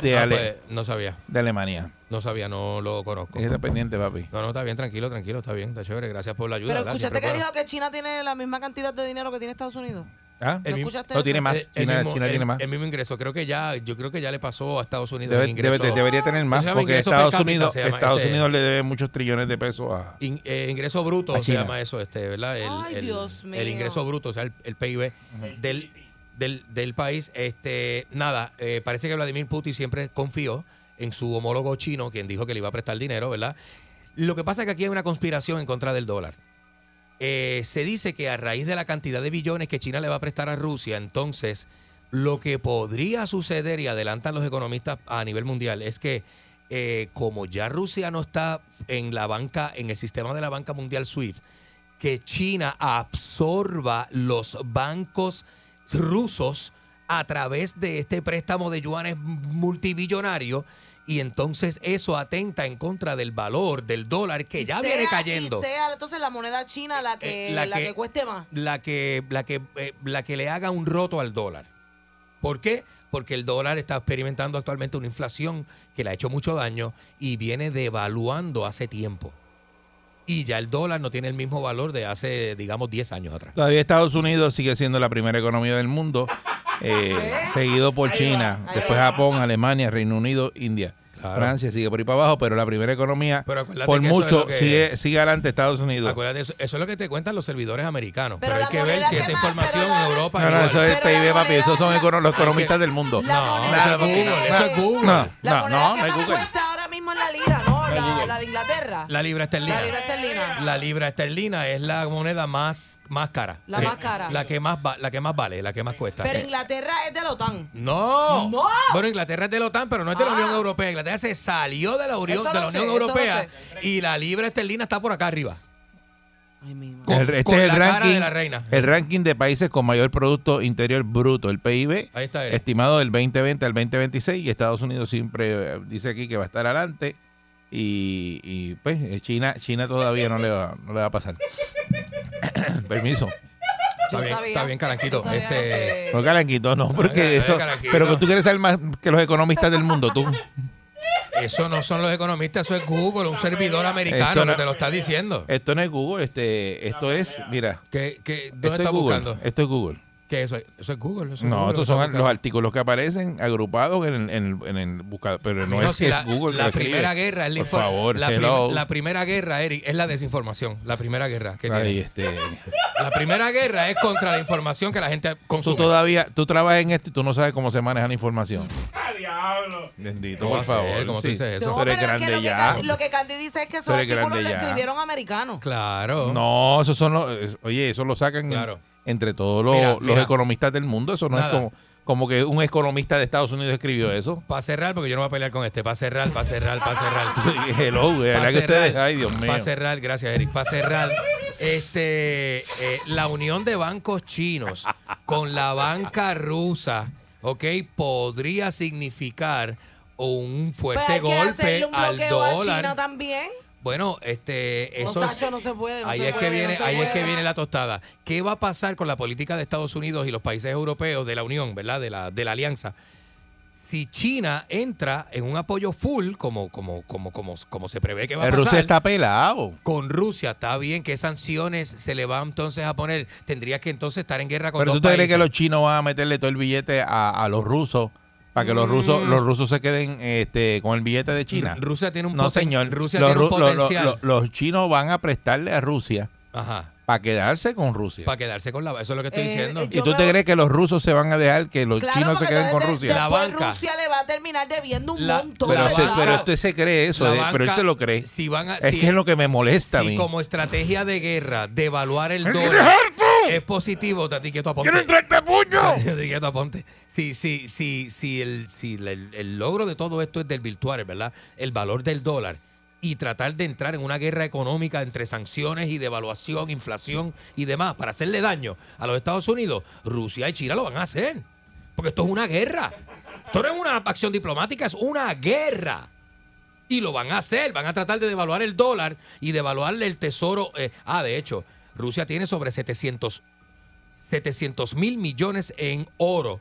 C: de
D: Ah,
C: Ale-
D: pues, no sabía,
C: de Alemania.
D: no sabía, no lo conozco.
C: Está pendiente, papi.
D: No, no, está bien, tranquilo, tranquilo, está bien, está chévere, gracias por la ayuda.
E: Pero
D: ¿verdad?
E: escuchaste
D: Siempre
E: que
D: bueno.
E: dijo que China tiene la misma cantidad de dinero que tiene Estados Unidos.
C: ¿Ah?
E: ¿No escuchaste
C: No,
E: eso?
C: tiene más.
D: Eh, El
C: China,
D: mismo-
C: China
D: el-
C: tiene más.
D: El mismo ingreso, creo que ya, yo creo que ya le pasó a Estados Unidos
C: Debe-
D: el ingreso.
C: debe- debería tener más
D: Se llama
C: porque
D: ingreso per
C: Estados
D: cápita,
C: Unidos,
D: se llama,
C: Estados
D: este,
C: Unidos le debe muchos trillones de pesos a.
D: in- eh, ingreso bruto
C: A
D: se
C: China.
D: llama eso, este, ¿verdad? El,
E: Ay,
D: el-
E: Dios mío.
D: el ingreso bruto, o sea, el, el PIB del, del, del país. Este, nada, eh, parece que Vladimir Putin siempre confió en su homólogo chino, quien dijo que le iba a prestar dinero, ¿verdad? Lo que pasa es que aquí hay una conspiración en contra del dólar. Eh, se dice que a raíz de la cantidad de billones que China le va a prestar a Rusia, entonces lo que podría suceder, y adelantan los economistas a nivel mundial, es que eh, como ya Rusia no está en la banca, en el sistema de la banca mundial SWIFT, que China absorba los bancos rusos a través de este préstamo de yuanes multibillonario y entonces eso atenta en contra del valor del dólar que
E: Y
D: ya
E: sea-
D: viene cayendo
E: Y sea entonces la moneda china la que,
D: eh,
E: la que, cueste más.
D: La que, la, que, eh, la que le haga un roto al dólar. ¿Por qué? Porque el dólar está experimentando actualmente una inflación que le ha hecho mucho daño y viene devaluando hace tiempo. Y ya el dólar no tiene el mismo valor de hace, digamos, 10 años atrás.
C: Todavía Estados Unidos sigue siendo la primera economía del mundo, eh, seguido por China,
D: ahí
C: después
D: va.
C: Japón, Alemania, Reino Unido, India.
D: Claro.
C: Francia sigue por ahí para abajo, pero la primera economía,
D: Pero acuérdate
C: por
D: que eso es
C: mucho,
D: lo que-
C: sigue, sigue adelante Estados Unidos.
D: Acuérdate, eso, eso es lo que te cuentan los servidores americanos.
E: Pero
D: Pero,
E: la
D: hay que ver
E: moneda
D: si
E: que
D: esa
E: más-
D: información
E: pero la-
D: en Europa.
C: No, no,
D: igual.
C: eso es PIB, papi, esos son econo- los
D: Hay
C: economistas
D: que-
C: del mundo.
D: No, eso es Google, eso es Google.
C: No,
E: La
C: no,
E: moneda
C: no,
E: que
C: no hay
E: más
C: Google.
E: cuesta ahora mismo es la lira, ¿no? La, la de Inglaterra.
D: La libra esterlina.
E: La libra esterlina.
D: La libra esterlina es la moneda más, más cara.
E: La
D: Eh,
E: más cara.
D: La que más, va- la que más vale, la que más cuesta.
E: Pero
D: Eh,
E: Inglaterra es de la OTAN.
D: no.
E: No.
D: Bueno, Inglaterra es de la OTAN, pero no es de la
E: Ah.
D: Unión Europea. Inglaterra se salió de la Unión,
E: Eso
D: de la
E: lo
D: Unión
E: sé, eso lo
D: Europea y la libra esterlina está por acá arriba.
C: El-
D: Con-
C: este
D: con
C: es el
D: la cara
C: ranking,
D: de la reina.
C: el ranking de países con mayor Producto Interior Bruto, el PIB,
D: Ahí está él.
C: estimado del 2020 al 2026, y Estados Unidos siempre eh, dice aquí que va a estar adelante, y, y, pues eh, China China todavía no le va, no le va a pasar. Permiso.
D: Está bien,
E: sabía.
D: está bien,
E: Yo
D: Caranquito.
E: sabía
D: Este,
C: No, Caranquito, no, porque
D: eh,
C: eso...
D: Caranquito.
C: Pero que tú quieres ser más que los economistas del mundo, tú.
D: Eso no son los economistas, eso es Google, un servidor americano
C: Esto no-
D: que te lo está diciendo.
C: Esto no es Google, este, esto es, mira,
D: ¿Qué, qué, dónde
C: esto es
D: estás
C: Google,
D: buscando?
C: esto es Google.
D: ¿Qué eso, es- eso es Google? eso es
C: No, estos
D: Google, lo que
C: son
D: estás
C: los
D: buscando.
C: artículos que aparecen agrupados en el, en el- en el buscador, pero no
D: Mijo,
C: es
D: si
C: que
D: la,
C: es Google. que
D: La
C: lo escribe.
D: primera guerra es la
C: Por
D: infor-
C: favor,
D: la, prim-
C: hello.
D: la primera guerra, Eric, es la desinformación. La primera guerra que
C: Ay,
D: tiene.
C: este,
D: La primera guerra es contra la información que la gente
C: tú
D: consume.
C: todavía, tú trabajas en esto y tú no sabes cómo se maneja la información. Bendito,
D: ¿Cómo va
C: por
D: a ser?
C: favor.
D: ¿Cómo tú dices eso?
E: No,
C: Tú eres
E: pero es que
C: grande
E: lo que
C: ya.
E: Candy- lo que Candy dice es que esos
C: Tú eres
E: artículos
C: grande
E: lo
C: ya.
E: escribieron americanos.
D: Claro.
C: No, esos son los, es- oye, eso lo sacan en-
D: Claro.
C: entre todos los,
D: Mira,
C: los
D: mira.
C: economistas del mundo. Eso no es
D: Nada.
C: como, como que un economista de Estados Unidos escribió eso.
D: Para cerrar, porque yo no voy a pelear con este. Para cerrar, para cerrar, para cerrar.
C: Hello, de verdad que ustedes, ay Dios mío.
D: Para cerrar, gracias Eric. Para cerrar, este, eh, la unión de bancos chinos con la banca rusa, ¿ok? Podría significar un
E: Pero
D: fuerte
E: Pues, hay que
D: golpe
E: hacerle un
D: al
E: bloqueo a
D: dólar.
E: China también.
D: Bueno, este,
E: No,
D: eso
E: Sacho, no se puede, no
D: ahí
E: se
D: es
E: puede,
D: que viene,
E: no se
D: ahí es
E: puede.
D: que viene la tostada. ¿Qué va a pasar con la política de Estados Unidos y los países europeos de la Unión, verdad, de la, de la alianza? si China entra en un apoyo full, como, como, como, como, como se prevé que va a
C: El
D: pasar.
C: Eh, Rusia está pelado.
D: Con Rusia, está bien. ¿Qué sanciones se le va entonces a poner? Tendría que entonces estar en guerra con
C: Pero tú
D: dos
C: te crees
D: países.
C: que los chinos van a meterle todo el billete a, a los rusos para que los rusos los rusos se queden este con el billete de China.
D: Mm. Ru- Rusia tiene un
C: no,
D: poten-
C: señor.
D: Rusia
C: los,
D: tiene un
C: ru- lo- lo-
D: potencial. Ah.
C: lo- los chinos van a prestarle a Rusia
D: Ajá.
C: para quedarse con Rusia.
D: Para quedarse con la... Eso es lo que estoy
E: Eh,
D: diciendo.
C: ¿Y tú te crees que los rusos se van a dejar que los
E: Claro,
C: chinos se
E: porque
C: queden con
E: entonces de-
C: Rusia?
E: después Rusia le va a terminar debiendo un
D: La-
E: montón.
C: pero,
E: de
C: se-
E: chavo.
C: pero usted se cree eso,
D: La
C: eh, pero él
D: banca,
C: se lo cree.
D: si van a-
C: es
D: si-
C: que es lo que me molesta a
D: si
C: mí.
D: como estrategia de guerra devaluar el
C: ¡El
D: dólar es positivo, Tati Quieto Aponte.
C: ¡Quiero entrar este puño!
D: Tati Quieto Aponte. Si, si, si, si, el, si la- el, el logro de todo esto es del virtual, ¿verdad? El valor del dólar y tratar de entrar en una guerra económica entre sanciones y devaluación, inflación y demás para hacerle daño a los Estados Unidos, Rusia y China lo van a hacer. Porque esto es una guerra. Esto no es una acción diplomática, es una guerra. Y lo van a hacer, van a tratar de devaluar el dólar y devaluarle el tesoro. eh, ah, de hecho, Rusia tiene sobre 700 700 mil millones en oro,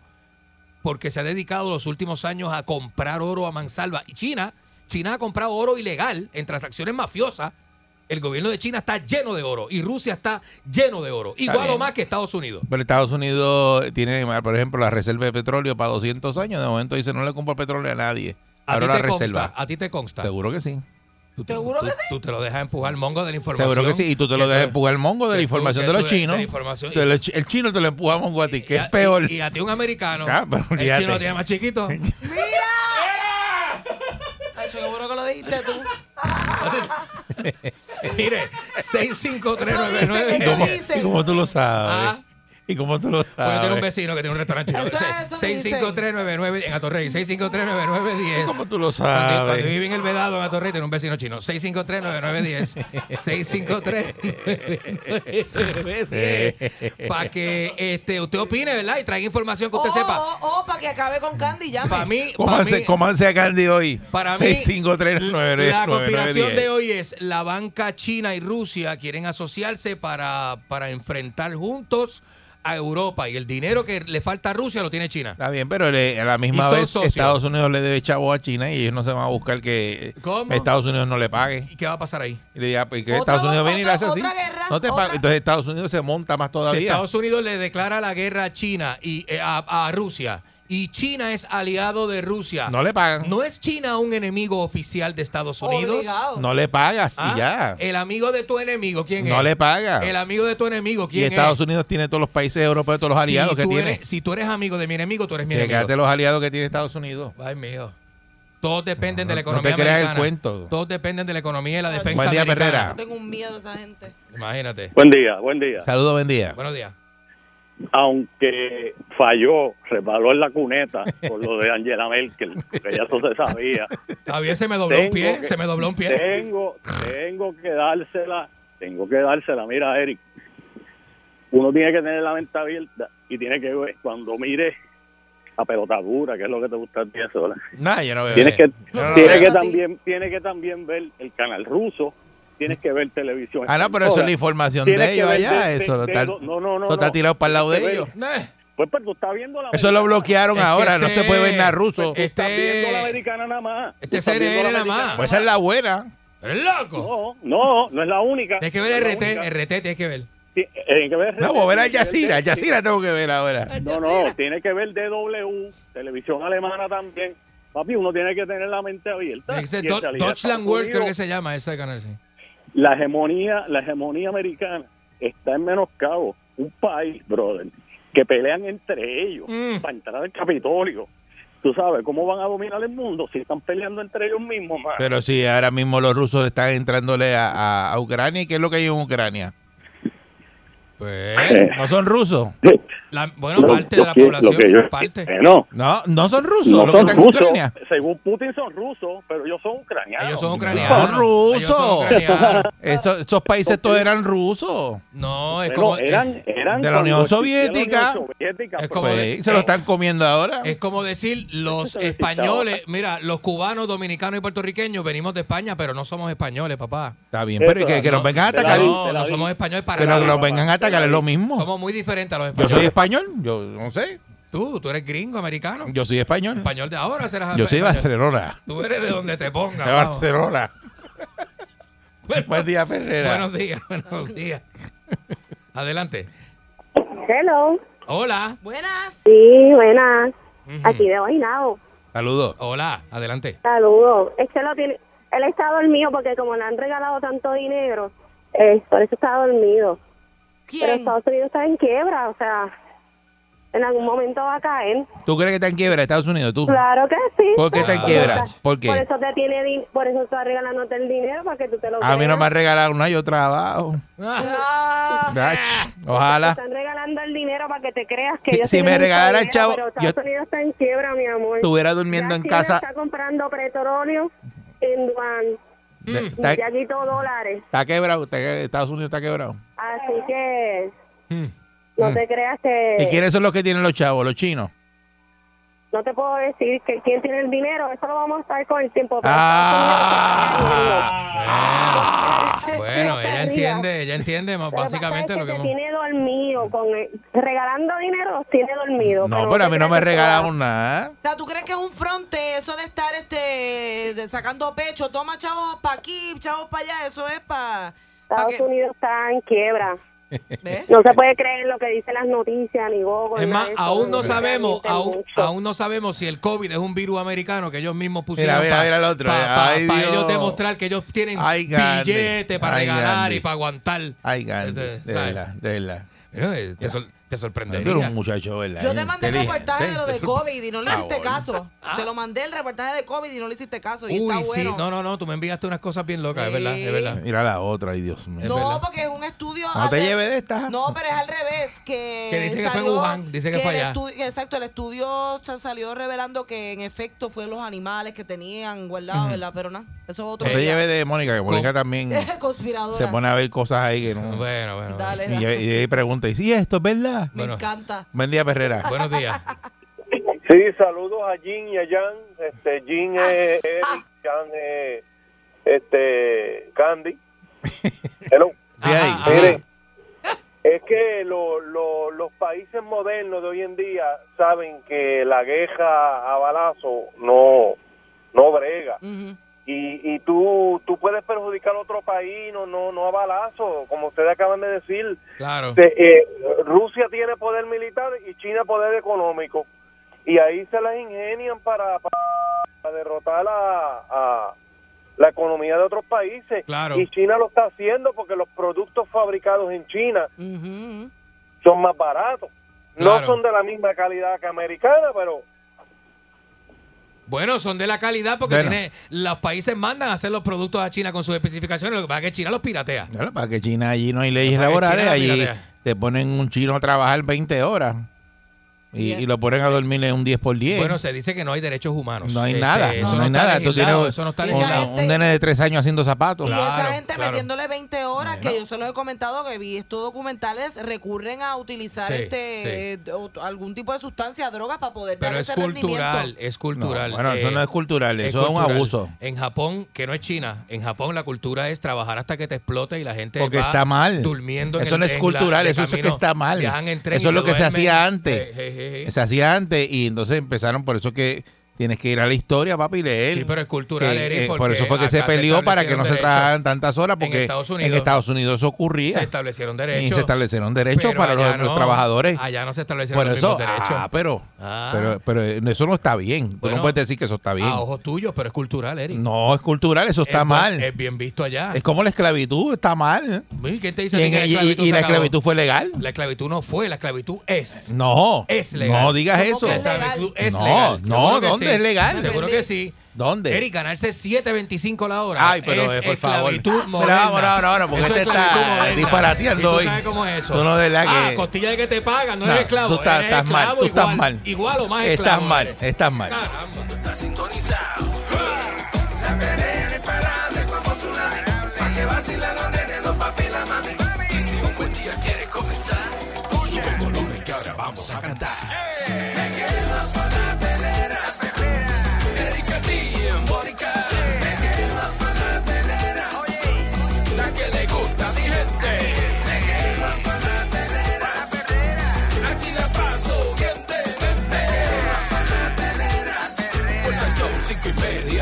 D: porque se ha dedicado los últimos años a comprar oro a mansalva. Y China, China ha comprado oro ilegal en transacciones mafiosas. El gobierno de China está lleno de oro y Rusia está lleno de oro, igual o
C: bien.
D: más que Estados Unidos.
C: Pero Estados Unidos tiene, por ejemplo, la reserva de petróleo para 200 años. De momento dice, no le compro petróleo a nadie.
D: A ti
C: Ahora la
D: te
C: reserva.
D: consta, a ti te consta.
C: Seguro que sí.
D: Tú te, tú- Tú te lo dejas empujar mongo de la información.
C: Seguro que sí. Y tú te lo dejas empujar el mongo de
D: que
C: la
D: tú-
C: información
D: que
C: de los
D: tú- de la
C: chinos.
D: información.
C: De los chi- el chino te lo empuja mongo a ti, que
D: Y
C: es
D: a- y-
C: peor.
D: Y, a ti un americano.
C: Ah, pero
D: el
C: olvídate.
D: chino tiene más chiquito.
E: Ay, seguro que lo dijiste tú.
D: Mire, 65399.
C: ¿Y cómo, y cómo tú lo sabes?
D: Ah.
C: ¿Y cómo tú lo
D: Pues yo tengo un
C: sabes?
D: vecino que tiene un restaurante chino.
C: Eso-
E: eso
D: 65399 en Atorrey, 6539910.
C: ¿Cómo tú lo
D: Cuando, cuando yo
C: sabes?
D: viví en el Vedado en Atorrey tenía un vecino chino. 6539910. 6539910. Para que este, usted opine, ¿verdad? Y traiga información que usted
E: o,
D: sepa.
E: O, o para oh, que acabe con Candy ya.
D: Para mí, para mí
C: Cómanse, cómanse a Candy hoy.
D: Para mí,
C: 65399.
D: la conspiración de hoy es la banca china y Rusia quieren asociarse para, para enfrentar juntos a Europa y el dinero que le falta a Rusia lo tiene China.
C: Está bien, pero le- a la
D: Y
C: misma
D: son
C: vez
D: socios.
C: Estados Unidos le debe chavo a China y ellos no se van a buscar que
D: ¿Cómo?
C: Estados Unidos no le pague.
D: ¿Y qué va a pasar ahí?
C: Y le diga, pues, que
D: Otra-
C: Estados Unidos viene y le hace así.
D: otra- otra guerra,
C: no te pa-
D: otra-
C: Entonces Estados Unidos se monta más
D: Si
C: todavía.
D: Estados Unidos le declara la guerra a China y eh, a, a Rusia y China es aliado de Rusia.
C: No le pagan.
D: ¿No es China un enemigo oficial de Estados Unidos?
C: No le pagas
D: Ah,
C: y ya.
D: El amigo de tu enemigo, ¿quién es?
C: No le paga.
D: El amigo de tu enemigo,
C: Y
D: ¿quién es?
C: Estados Unidos tiene todos los países europeos, todos los aliados
D: si
C: que
D: tú
C: tiene.
D: eres- si tú eres amigo de mi enemigo, tú eres mi
C: Te
D: enemigo.
C: quedaste los aliados que tiene Estados Unidos.
D: Ay, mío. Todos dependen de la
C: No- no te
D: economía
C: creas el
D: americana.
C: cuento.
D: Todos dependen de la economía y la defensa
C: Buen día,
D: americana.
C: Perrera.
E: Tengo un miedo a esa gente.
D: Imagínate.
O: Buen día, buen día.
C: Saludos, buen día.
D: Buenos días.
O: Aunque falló, resbaló en la cuneta por lo de Angela Merkel, que ya eso se sabía.
D: Está bien, se me dobló un
O: Tengo
D: pie,
O: que-
D: se me dobló un pie.
O: Tengo, tengo que dársela, tengo que dársela. Mira, Eric, uno tiene que tener la mente abierta y tiene que ver cuando mire a pelotadura, que es lo que te gusta a ti eso, ¿verdad?
C: Nah, yo no veo.
O: Tienes que,
C: Yo no veo.
O: tienes que también, tienes que también ver el canal ruso, tienes que ver televisión.
C: Ah, no, pero eso es la
O: española,
C: información
O: tienes
C: de
O: que
C: ellos
O: ver
C: allá.
O: de-
C: eso
O: de-
C: lo
O: de-
C: está,
O: no, no, no,
C: lo está
O: no.
C: tirado para el lado de
O: Tienes que
C: ellos.
O: ver- Pues, pero tú estás viendo la
C: Eso lo bloquearon
D: Es que
C: ahora. No
D: este-
C: se puede ver nada ruso.
D: este-
O: Estás viendo la americana nada más.
D: Este
O: Estás viendo
D: CNN nada
O: americana
D: más.
C: Pues esa es la buena.
D: ¡Eres loco!
O: No, no, no es la única.
D: Tienes que
O: No
D: ver
O: es la
D: RT,
O: única.
D: RT tienes que ver.
O: Sí, Tienes que ver
C: No,
O: RT,
C: voy a ver a
O: tienes que ver
C: Yacira.
O: DW.
C: Yacira tengo que ver ahora.
O: No, no, tiene que ver DW, televisión alemana también. Papi, uno tiene que tener la mente abierta.
D: Tiene que ser
O: Y en
D: Do-
O: realidad,
D: Deutschland
O: Estados
D: World, creo que
O: Unidos,
D: se llama ese canal. sí.
O: La hegemonía, la hegemonía americana está en menoscabo. Un país, brother, que pelean entre ellos
D: Mm.
O: para entrar al Capitolio. Tú sabes, ¿cómo van a dominar el mundo si están peleando entre ellos mismos, man?
C: Pero sí, ahora mismo los rusos están entrándole a, a- a Ucrania. ¿Y qué es lo que hay en Ucrania?
D: Pues,
C: ¿No son rusos?
D: la- bueno,
O: Eh, Lo-
D: parte
O: lo
D: de la
O: que- lo que
D: población,
O: yo-
D: parte.
O: Bueno,
C: No, no son rusos.
O: no
C: los que
O: son
C: están en
O: rusos.
C: Ucrania.
O: Según Putin son rusos, pero ellos son ucranianos.
D: Ellos son
C: Son
D: ucranianos.
C: rusos.
D: Ellos son ucranianos.
C: Esos, esos países todos eran rusos.
D: No, es
O: Bueno,
D: como.
O: eran, eran
C: de la Unión
O: cuando existía la
C: Soviética.
O: Unión Soviética,
D: Es
O: pero-
D: como de-
C: Pues, se lo están comiendo ahora.
D: Es como decir, los
O: Eso lo he
D: españoles, mira, los cubanos, dominicanos y puertorriqueños venimos de España, pero no somos españoles, papá.
C: Está bien, pero que, que nos vengan a
O: te la
C: atacar.
O: di,
D: No,
O: te la
D: no
O: di.
D: somos españoles para
C: Que nos,
D: nada.
C: nos vengan a atacar es lo mismo.
D: Somos muy diferentes a los
C: Yo soy
D: españoles.
C: español, yo no sé.
D: Tú, tú eres gringo, americano.
C: Yo soy español.
D: Español de ahora serás
C: Yo soy de
D: español.
C: Barcelona.
D: Tú eres de donde te
C: De
D: pongas. vamos.
C: Barcelona. Buen día, Ferrera.
D: Buenos días, buenos días. Adelante.
P: Hello.
D: Hola.
E: Buenas.
P: Sí, buenas. Aquí de Guaynabo.
C: Saludos.
D: Hola, adelante.
P: Saludos. Es que lo tiene, él está dormido porque como le han regalado tanto dinero, eh, por eso está dormido. Pero Estados Unidos está en quiebra, o sea, en algún momento va a caer.
C: ¿Tú crees que está en quiebra Estados Unidos? ¿Tú?
P: Claro que sí.
C: ¿Por qué está en
P: Ah.
C: quiebra? ¿Por qué?
P: Por eso te tiene, din- por eso está regalándote el dinero para que tú te lo
C: A mí no
P: creas.
C: me han regalado nada, yo trabajo.
E: Ah.
D: Ah.
C: Ach,
P: Te
C: Ojalá.
P: están regalando el dinero para que te creas que
C: Si-
P: ellos
C: si
P: tienen
C: me
P: mucho
C: regalara el
P: dinero,
C: chavo,
P: pero Estados
C: yo
P: Unidos está en quiebra, mi amor.
C: estuviera durmiendo
P: Ya
C: en
P: China
C: casa.
P: Está comprando petróleo en Duan.
C: De-
P: Y
C: Eh, está-
P: ya quitó dólares.
C: Está quebrado, está que- Estados Unidos está quebrado.
P: Así que no te creas que.
C: Mm. ¿Y quiénes son los que tienen los chavos? Los chinos.
P: No te puedo decir que quién tiene el dinero. Eso lo vamos a estar con el tiempo.
C: Ah,
P: pero
D: Ah.
C: Ah.
D: Bueno, ella entiende, ella entiende más básicamente lo que
P: te
D: hemos...
P: tiene dormido. con el- Regalando dinero, los tiene dormido.
C: No, pero a mí no me ¿eh? regalaron nada.
E: O sea, ¿tú crees que es un fronte eso de estar este de sacando pecho? Toma chavos para aquí, chavos para allá, eso es para...
P: Estados Unidos está en quiebra. No se puede creer lo que dicen las noticias, ni Google.
D: Es
P: nada
D: más,
P: de eso,
D: aún no
P: realmente
D: sabemos, aún,
P: mucho.
D: aún no sabemos si el COVID es un virus americano que ellos mismos pusieron
C: mira,
D: pa-
C: mira el otro,
D: pa-
C: eh.
D: pa-
C: Ay,
D: pa
C: Dios.
D: ellos demostrar que ellos tienen
C: Ay, Gandhi.
D: billete para
C: Ay,
D: regalar
C: Gandhi.
D: y para aguantar.
C: Ay, Gandhi,
D: Entonces,
C: de
D: ¿sabes?
C: verdad, de verdad.
D: Bueno, eh, te, sor- te
C: Tú
D: sorprendería.
C: eres un muchacho, ¿verdad?
E: Yo te mandé el
C: Inteligente.
E: reportaje de lo de COVID y no le
D: Ah,
E: hiciste
D: bueno.
E: caso. Te lo mandé el reportaje de COVID y no le hiciste caso. Y
D: Uy,
E: está
D: sí,
E: bueno.
D: no, no, no, tú me enviaste unas cosas bien locas, es verdad, es verdad.
C: Mira la otra, ay Dios mío.
E: No, porque es un estudio.
C: No
E: al
C: te
E: re-
C: lleves de estas.
E: No, pero es al revés. Que,
C: Que dicen que fue en
E: salió
C: Wuhan, dicen que fue
E: el
C: allá.
E: estu- Exacto, el estudio sa- salió revelando que en efecto fue los animales que tenían guardados,
C: Ujú.
E: ¿verdad? Pero nada, eso es
C: No
E: otro.
C: te
E: día.
C: lleves de Mónica, que Mónica también
E: Conspiradora.
C: se pone a ver cosas ahí que no.
D: Bueno, bueno.
E: Dale,
C: Y,
E: dale.
C: y ahí pregunta, ¿y si esto es verdad?
E: Me encanta.
C: Buen día, Perrera.
D: Buenos días.
Q: Sí, saludos a Jin y a Jan. Este, Jin es Eric, Jan es este, Candy. Hello. Mire, es que lo- lo- los países modernos de hoy en día saben que la guerra a balazo no, no brega. Y, y tú, tú puedes perjudicar a otro país, no, no, no a balazo, como ustedes acaban de decir.
D: Claro.
Q: Este, eh, Rusia tiene poder militar y China poder económico. Y ahí se las ingenian para, para derrotar a, a la economía de otros países.
D: Claro.
Q: Y China lo está haciendo porque los productos fabricados en China son más baratos.
D: Claro.
Q: No son de la misma calidad que americana, pero
D: Bueno, son de la calidad porque
C: Bueno.
D: tiene, los países mandan a hacer los productos a China con sus especificaciones, lo que pasa es que China los piratea.
C: Bueno, para que China allí no hay leyes
D: Para que
C: laborales,
D: China,
C: allí
D: mírate.
C: te ponen un chino a trabajar 20 horas y, y lo ponen a dormir en un 10 por 10.
D: Bueno, se dice que no hay derechos humanos.
C: no hay
D: Este,
C: nada,
D: eso
C: no, hay
D: está
C: nada. Tú tienes
D: legislado,
C: un,
D: eso no está
C: un-
D: legislado.
C: un nene de 3 años haciendo zapatos.
E: Y esa gente metiéndole 20 horas, que yo se los he comentado, que vi estos documentales, recurren a utilizar
D: Sí,
E: este eh, o- algún tipo de sustancia, droga, para poder
D: Pero
E: dar
D: es
E: ese
D: cultural,
E: rendimiento.
D: es cultural. eh,
C: No, bueno, eso no es cultural, eso es un abuso.
D: En Japón, que no es China, en Japón la cultura es trabajar hasta que te explote y la gente
C: Porque
D: va
C: está mal.
D: durmiendo. en
C: Eso
D: el-
C: no es
D: en la-
C: cultural,
D: de
C: eso es que
D: camino,
C: está mal.
D: viajan en tren
C: Eso
D: y
C: es lo
D: se
C: que se
D: duermen.
C: hacía antes.
D: Eh, eh, eh, eh.
C: Se hacía antes y entonces empezaron, por eso es que tienes que ir a la historia, papi, y leer.
D: Sí, pero es cultural,
C: Que,
D: Eric,
C: eh, por
D: porque
C: eso fue que
D: acá
C: se
D: se
C: peleó para que no se
D: establecieron
C: trabajaran
D: derechos.
C: tantas horas,
D: En
C: porque
D: Estados Unidos.
C: Estados Unidos eso ocurría.
D: Se establecieron
C: Y
D: derechos.
C: se establecieron derechos
D: Pero
C: para los,
D: allá
C: los
D: no,
C: trabajadores.
D: Allá no se establecieron
C: Por
D: los
C: eso,
D: mismos derechos.
C: ah, pero,
D: Ah.
C: pero, pero eso no está bien. Tú no
D: Bueno,
C: puedes decir que eso está bien.
D: A ojos tuyos, pero es cultural, Eric.
C: No, es cultural, eso está
D: Es bu-
C: mal.
D: Es bien visto allá.
C: Es como la esclavitud, está mal.
D: Uy, ¿Quién te dice
C: Y
D: a ti
C: en-
D: que la
C: y- y-
D: esclavitud
C: y
D: se
C: la
D: acabó?
C: esclavitud fue legal.
D: La esclavitud no fue, la esclavitud es.
C: No.
D: Es legal.
C: No digas
D: ¿Cómo
C: eso.
D: que es La esclavitud es
C: No,
D: legal.
C: no,
D: Seguro que
C: ¿dónde
D: sí.
C: es legal?
D: Seguro que sí.
C: ¿Dónde?
D: Eric, ganarse 7.25 la hora.
C: Ay, pero
D: es
C: eh, por favor.
D: esclavitud
C: Pero
D: moderna.
C: ahora, ahora, ahora, porque
D: Eso
C: este
D: es esclavitud
C: está
D: moderna. ¿Y
C: disparateando
D: tú
C: hoy.
D: sabes cómo es eso?
C: Tú no de la
D: Ah,
C: que-
D: costilla de que te pagan, no,
C: Nah,
D: es esclavo.
C: Tú estás,
D: eres
C: estás mal,
D: esclavo
C: tú estás
D: igual-
C: mal.
D: Igual o más
C: Estás
D: esclavo. eh.
C: mal, estás mal.
D: Caramba.
B: Está sintonizado. La perrera imparable como tsunami. Pa' que vacilan los nenes, los papi y la mami. Y si un buen día quieres comenzar, sube el volumen que ahora vamos a cantar. Me quedo con la perrera. Erika D y Mónica. Me quedo con la perrera. La que le gusta a mi gente. Me quedo con la perrera. Aquí la paso bien de mente. Pues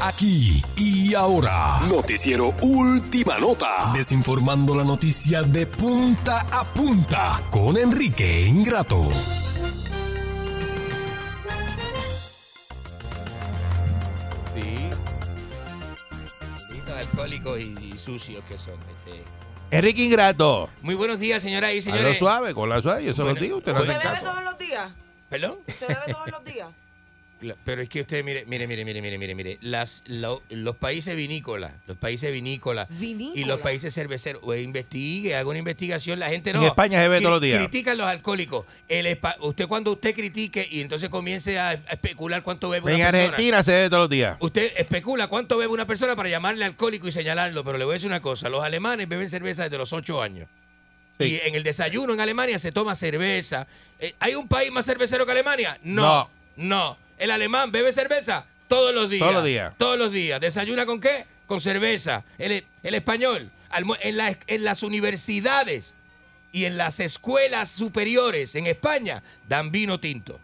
A: Aquí y ahora. Noticiero Última Nota. Desinformando la noticia de punta a punta con Enrique Ingrato.
D: Sí. Alcohólicos y, y sucios que son. este.
C: Enrique Ingrato.
D: Muy buenos días, señoras y
C: Hazlo
D: señores.
C: suave, con la suave, yo se
D: Bueno,
C: lo digo, usted no
D: bueno,
C: hace
E: ¿Se bebe
C: caso.
E: todos los días?
D: ¿Perdón?
E: ¿Se bebe todos los días?
D: La- Pero es que usted, mire, mire, mire, mire, mire, mire, mire. Las, lo- los países vinícolas, los países vinícolas y los países cerveceros, Pues, investigue, haga una investigación. La gente
C: En
D: no.
C: España se ve
D: cri-
C: todos los días.
D: Critican los alcohólicos. El espa- usted, cuando usted critique y entonces comience a especular cuánto bebe una
C: En
D: persona.
C: Argentina se ve todos los días.
D: Usted especula cuánto bebe una persona para llamarle alcohólico y señalarlo, pero le voy a decir una cosa, los alemanes beben cerveza desde los 8 años. Y en el desayuno en Alemania se toma cerveza. Eh, ¿Hay un país más cervecero que Alemania? No, no. ¿El alemán bebe cerveza? Todos los días.
C: Todos los días.
D: Todos los días. ¿Desayuna con qué? Con cerveza. El, el español, almu- en, las- en las universidades y en las escuelas superiores en España, dan vino tinto.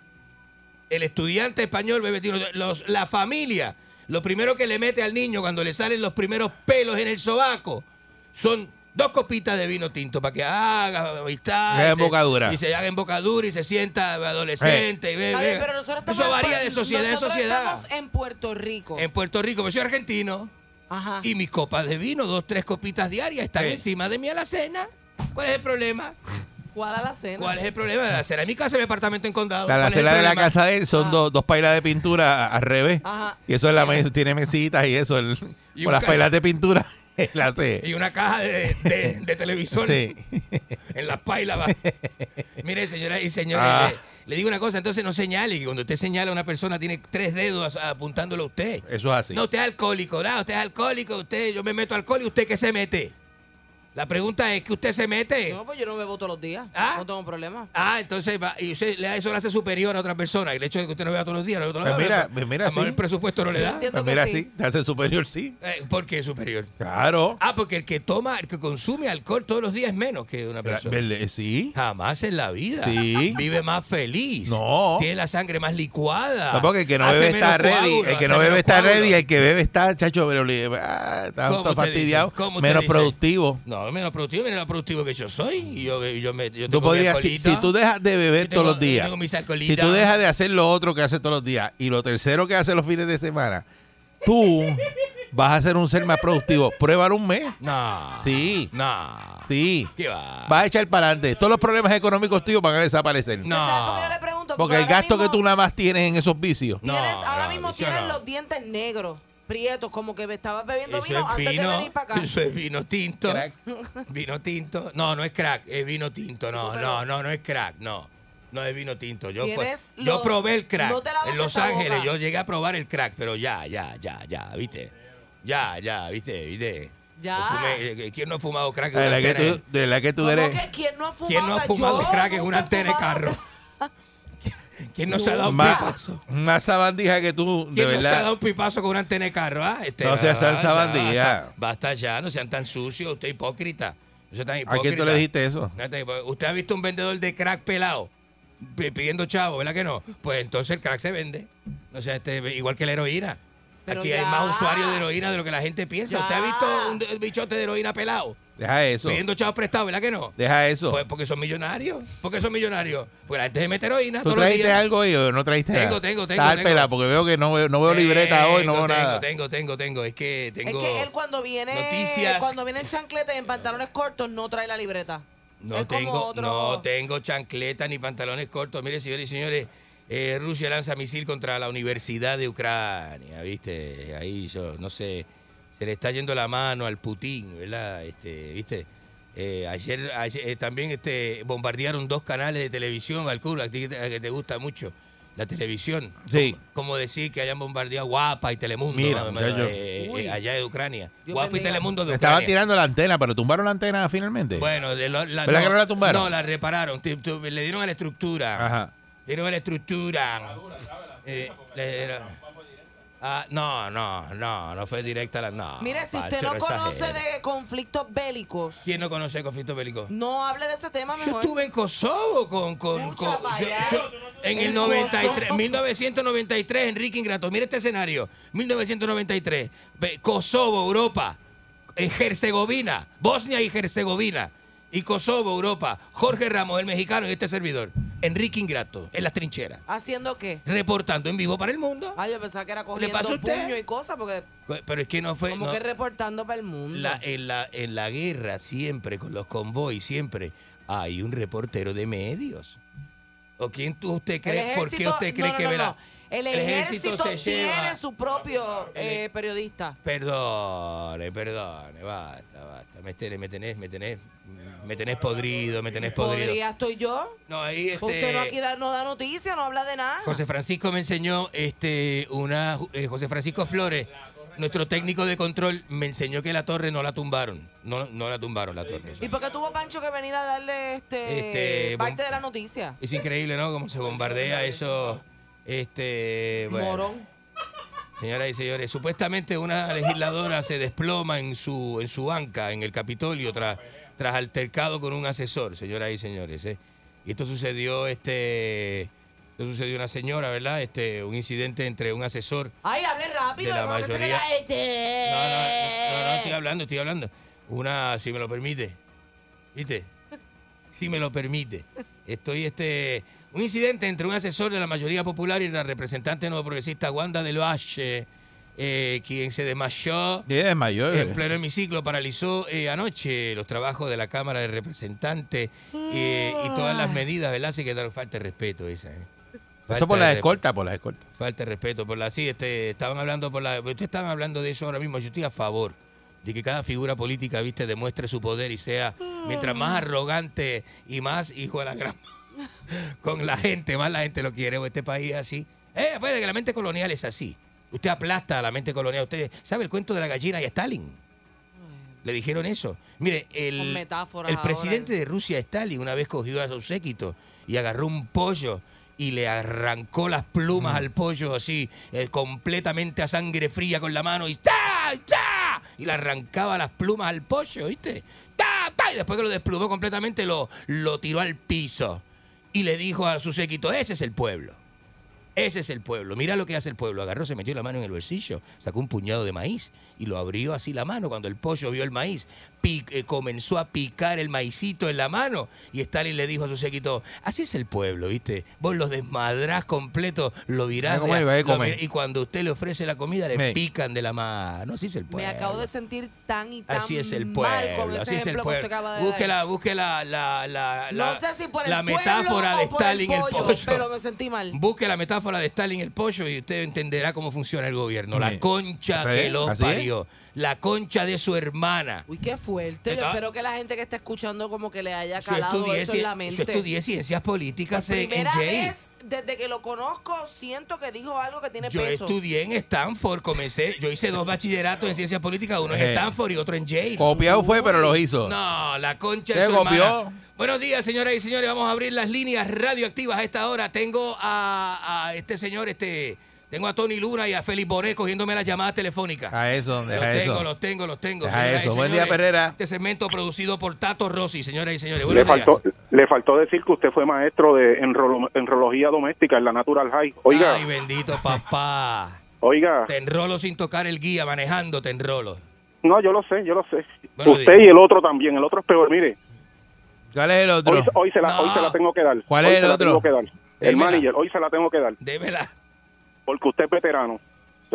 D: El estudiante español bebe tiro. Los, la familia, lo primero que le mete al niño cuando le salen los primeros pelos en el sobaco son dos copitas de vino tinto para que haga amistad.
C: Que haga
D: y se-
C: embocadura.
D: Y se haga embocadura y se sienta adolescente y bebe.
E: Está bien, pero nosotros estamos
D: Eso
E: en
D: varía
E: Pu-
D: de sociedad en
E: nosotros
D: sociedad.
E: estamos en Puerto Rico.
D: En Puerto Rico, pero soy argentino.
E: Ajá.
D: Y mis copas de vino, dos, tres copitas diarias, están
E: Sí.
D: encima de mi alacena. ¿Cuál es el problema?
E: ¿Cuál alacena?
D: ¿Cuál es el problema? La alacena en mi casa, en mi apartamento en condado.
C: La
D: ¿Cuál es el
C: alacena de la
D: problema? Ah.
C: casa de él son dos, dos pailas de pintura a- al revés.
D: Ajá.
C: Y eso es la mes- tiene mesitas y eso. el-
D: Y
C: con
D: un
C: las
D: ca-
C: pailas de pintura, él hace.
D: Y una caja de, de- de televisor
C: Sí.
D: en las pailas. va. Mire, señoras y señores,
C: Ah.
D: le, le digo una cosa, entonces no señale que cuando usted señala a una persona tiene tres dedos apuntándolo a usted.
C: Eso es así.
D: No, usted es alcohólico, no, usted es alcohólico, usted, yo me meto alcohol y usted qué se mete. La pregunta es que usted se mete.
E: No, pues yo no bebo todos los días. No tengo problema.
D: Ah, entonces va- y usted le da eso le hace superior a otra persona. El hecho de que usted no vea todos los días, no vea todos los
C: Pues
D: días,
C: mira,
D: pero-
C: pues mira,
D: a lo
C: sí.
D: mejor el presupuesto no le da.
C: Pues mira, sí. Te hace superior, sí.
D: Eh, ¿Por qué superior?
C: Claro.
D: Ah, porque el que toma, el que consume alcohol todos los días es menos que una persona.
C: Vele- eh, Sí.
D: Jamás en la vida.
C: Sí.
D: Vive más feliz.
C: No.
D: Tiene la sangre más licuada.
C: No, porque el que no
D: Hace
C: bebe está
D: menos
C: ready.
D: coágulo,
C: El que
D: hace
C: no bebe
D: menos
C: está
D: coágulo.
C: ready. El que bebe está, chacho, pero le- ah, está
D: ¿Cómo
C: todo
D: usted dice?
C: fastidiado.
D: ¿Cómo usted
C: Menos
D: dice?
C: productivo.
D: No, menos productivo, menos productivo que yo soy. Y yo, yo me, yo
C: Tú
D: tengo mi
C: podrías, si,
D: alcoholito.
C: si tú dejas de beber
D: Yo tengo-
C: todos los
D: yo
C: días,
D: tengo mis
C: si
D: alcoholitas.
C: tú dejas de hacer lo otro que hace todos los días y lo tercero que hace los fines de semana, tú vas a ser un ser más productivo. Pruébalo un mes.
D: No.
C: Sí.
D: No.
C: Sí.
D: ¿Qué va?
C: Vas a echar para adelante. Todos los problemas económicos tuyos van a desaparecer.
D: No.
C: Porque el gasto que tú nada más tienes en esos vicios.
E: Tienes- ahora mismo
C: eso
E: tienes
C: no.
E: los dientes negros, prietos, como que estabas bebiendo
D: Eso
E: vino
D: es
E: antes de venir
D: vino.
E: para acá.
D: Eso es vino tinto. Vino tinto. No, no es crack, es vino tinto. No, no, no, no es crack, no. No es vino tinto. Yo,
E: Tienes
D: pues, yo
E: los-
D: probé el crack
E: no te laves
D: en Los
E: esa
D: Ángeles.
E: boca.
D: Yo llegué a probar el crack, pero ya, ya, ya, ya, ¿viste? Ya, ya, ¿viste? ¿Viste?
E: Ya.
D: Yo fumé- eh, ¿quién no ha fumado crack en
C: De
D: una
C: verdad que
D: antena?
C: tú, de verdad que tú
E: ¿Cómo
C: eres.
E: que ¿Quién no ha fumado?
D: ¿Quién no ha
E: Yo
D: fumado crack en
E: nunca
D: una
E: he
D: antena de
E: fumado.
D: carro? ¿Quién no se ha dado un
C: Más,
D: pipazo?
C: más sabandija que tú, de
D: ¿Quién no se ha
C: verdad.
D: dado un pipazo con una antena de carro? ah? Este,
C: No seas
D: ah,
C: salsa
D: ya,
C: bandida.
D: Basta, basta ya, no sean tan sucios, usted hipócrita. No sean
C: ¿A
D: tan
C: quién tú
D: hipócrita.
C: le dijiste eso?
D: No te- ¿Usted ha visto un vendedor de crack pelado pi- pidiendo chavo, verdad que no? Pues entonces el crack se vende. O sea, este, igual que la heroína.
E: Pero
D: Aquí hay
E: ya.
D: más usuarios de heroína de lo que la gente piensa. ¿Usted ha visto un de- bichote de heroína pelado?
C: Deja eso.
D: Pidiendo chavo prestado, ¿verdad que no?
C: Deja eso.
D: Pues porque son millonarios. Porque son millonarios. Porque la gente se mete heroína
C: ¿Tú
D: todos los
C: trajiste
D: días.
C: algo hoy o no trajiste
D: Tengo,
C: nada?
D: tengo, tengo,
C: Está
D: tengo.
C: pela, porque veo que no veo, no veo libreta hoy, no
D: Tengo,
C: veo
D: tengo,
C: nada.
D: Tengo, tengo, tengo. Es que tengo.
E: Es que él cuando viene,
D: Noticias.
E: cuando viene en chancleta y en pantalones cortos no trae la libreta.
D: No
E: Es como
D: tengo,
E: otro-
D: no tengo chancleta ni pantalones cortos. Mire, señores y señores, eh, Rusia lanza misil contra la Universidad de Ucrania, ¿viste? Ahí yo, no sé, se le está yendo la mano al Putin, ¿verdad? Este, ¿viste? Eh, ayer ayer, eh, también este, bombardearon dos canales de televisión, Valcour, a ti que te, a que te gusta mucho la televisión.
C: Sí.
D: Como, como decir que hayan bombardeado Guapa y Telemundo
C: Mira,
D: ¿no?
C: muchacho.
D: Eh, eh,
C: Uy.
D: allá de Ucrania. Guapa y Telemundo de Ucrania.
C: Estaban tirando la antena, pero tumbaron la antena finalmente.
D: Bueno, de lo- la,
C: ¿Verdad que no la tumbaron?
D: No, la repararon. Ti- tu- le dieron a la estructura.
C: Ajá.
D: Le dieron a la estructura. Eh, le dieron- Ah, no, no, no, no fue directa la. Ah, No.
E: Mire, si usted
D: Pancho,
E: no conoce
D: exagere.
E: de conflictos bélicos,
D: ¿Quién no conoce el conflicto bélico?
E: no hable de ese tema
D: Yo
E: mejor.
D: estuve en Kosovo con. con, con-
E: para
D: yo-
E: allá.
D: yo- en el
E: En
D: 93,
E: Kosovo.
D: 1993, Enrique Ingrato. Mira este escenario: 1993, ve- Kosovo, Europa, eh, Herzegovina, Bosnia y Herzegovina, y Kosovo, Europa, Jorge Ramos, el mexicano, y este servidor, Enrique Ingrato, en las trincheras,
E: ¿Haciendo qué?
D: reportando en vivo para el mundo.
E: Ah, yo pensaba que era cogiendo
D: pasó a usted?
E: puño y cosas, porque
D: Pero es que no fue.
E: como
D: no-
E: que reportando para el mundo.
D: La- en, la, en la guerra siempre, con los convoys siempre, hay un reportero de medios. ¿O quién tú, usted cree?
E: El
D: ¿Por qué
E: ejército-
D: usted cree
E: no, no,
D: que
E: no,
D: vela?
E: no. El ejército, tiene
D: lleva-
E: su propio eh, periodista.
D: Perdone, perdone, basta, basta. Me tenés, me tenés, me tenés, me tenés podrido, me tenés podrido.
E: Podría estoy yo.
D: No, ahí este-
E: Usted no aquí da, no da noticias, no habla de nada.
D: José Francisco me enseñó este una eh, José Francisco Flores, nuestro técnico de control, me enseñó que la torre no la tumbaron. No, no la tumbaron la torre.
E: ¿Y por qué tuvo Pancho que venir a darle este,
D: Este,
E: parte
D: bom-
E: de la noticia?
D: Es increíble, ¿no? Cómo se bombardea eso. Este. bueno.
E: Morón.
D: Señoras y señores, supuestamente una legisladora se desploma en su, en su banca, en el Capitolio, tras, tras altercado con un asesor, señoras y señores. ¿eh? Y esto sucedió, este. Esto sucedió una señora, ¿verdad? Este, un incidente entre un asesor.
E: Ay, hable rápido,
D: De la
E: hermano, que se
D: mayoría-
E: queda- este.
D: No, no, no, no, estoy hablando, estoy hablando. Una, si me lo permite. ¿Viste? Si me lo permite. Estoy este. Un incidente entre un asesor de la mayoría popular y la representante no progresista Wanda del Valle, eh, quien se desmayó
C: Sí, es mayor. eh.
D: en pleno hemiciclo paralizó eh, anoche los trabajos de la Cámara de Representantes eh, y todas las medidas, ¿verdad? Así que dar falta de respeto esa. ¿eh?
C: Esto
D: Falta
C: por
D: de
C: las
D: respeto.
C: escoltas, por las escoltas.
D: Falta de respeto por la. Sí, este, estaban hablando por la. Ustedes estaban hablando de eso ahora mismo. Yo estoy a favor de que cada figura política, viste, demuestre su poder y sea, mientras más arrogante y más hijo de la gran con la gente, más la gente lo quiere. o Este país es así. Eh, puede que la mente colonial es así. Usted aplasta a la mente colonial. Usted sabe el cuento de la gallina y a Stalin. Le dijeron eso. Mire,
E: Con
D: el,
E: metáforas
D: el
E: ahora.
D: presidente de Rusia, Stalin, una vez cogió a su séquito y agarró un pollo y le arrancó las plumas al pollo así, eh, completamente a sangre fría con la mano y ¡ta! ¡ta! Y le arrancaba las plumas al pollo, ¿viste? ¡Ta! ¡ta! Y después que lo desplumó completamente, lo, lo tiró al piso y le dijo a su séquito, ese es el pueblo. Ese es el pueblo. Mira lo que hace el pueblo. Agarró, se metió la mano en el bolsillo, sacó un puñado de maíz y lo abrió así la mano. Cuando el pollo vio el maíz, pi- eh, comenzó a picar el maicito en la mano. Y Stalin le dijo a su séquito: Así es el pueblo, ¿viste? Vos los desmadrás completo, lo virás.
C: Va a comer,
D: de-
C: va a
D: lo
C: comer.
D: vir- y cuando usted le ofrece la comida, le
C: Me-
D: pican de la mano. Así es el
E: Me
D: pueblo.
E: acabo de sentir tan y tan
D: Así es el
E: mal con
D: pueblo,
E: ese
D: así es el
E: ejemplo que
D: pueblo.
E: usted acaba de
D: Busque
E: dar.
D: la, busque la, la, la,
E: No
D: la-
E: sé si por el
D: la
E: pueblo
D: metáfora
E: o
D: de
E: por el
D: Stalin el
E: pollo,
D: pollo.
E: pero me sentí mal.
D: Busque la metáfora de Stalin el pollo y usted entenderá cómo funciona el gobierno. La
C: Sí.
D: concha
C: Sí,
D: que lo
C: así es.
D: parió, la concha de su hermana.
E: Uy, qué fuerte. Yo
D: Ah.
E: espero que la gente que está escuchando como que le haya
D: Yo
E: calado
D: estudié,
E: eso en la
D: cien-
E: mente.
D: yo estudié ciencias políticas en- en
E: Primera
D: Yale.
E: vez desde que lo conozco siento que dijo algo que tiene
D: Yo
E: peso.
D: estudié en Stanford, comencé, yo hice dos bachilleratos en ciencias políticas, uno en
C: Eh.
D: Stanford y otro en Yale.
C: Copiado fue, pero lo hizo.
D: No, la concha
C: Se
D: de su
C: copió.
D: hermana. Buenos días, señoras y señores. Vamos a abrir las líneas radioactivas a esta hora. Tengo a, a este señor, este, tengo a Tony Luna y a Félix Boré cogiéndome las llamadas telefónicas.
C: A eso,
D: Los
C: deja
D: tengo,
C: eso.
D: los tengo, los tengo.
C: Deja
D: señoras y
C: eso. Buen día,
D: señores.
C: Perrera.
D: Este segmento producido por Tato Rossi, señoras y
M: le
D: señores. Buenos días.
M: faltó, le faltó decir que usted fue maestro de enrolo- enrología doméstica en la Natural High. Oiga,
D: Ay, bendito papá.
H: Ah.
M: oiga,
D: Te enrolo sin tocar el guía, manejando te enrolo.
M: no, yo lo sé, yo lo sé.
D: Buenos
M: usted
D: días.
M: y el otro también, el otro es peor, mire.
C: ¿Cuál es el otro?
M: Hoy, hoy se la, hoy se la tengo que dar.
C: ¿Cuál
M: Hoy
C: es el
M: se la
C: otro?
M: tengo que dar. El
C: Démela.
M: manager, hoy se la tengo que dar.
D: Démela.
M: Porque usted es veterano.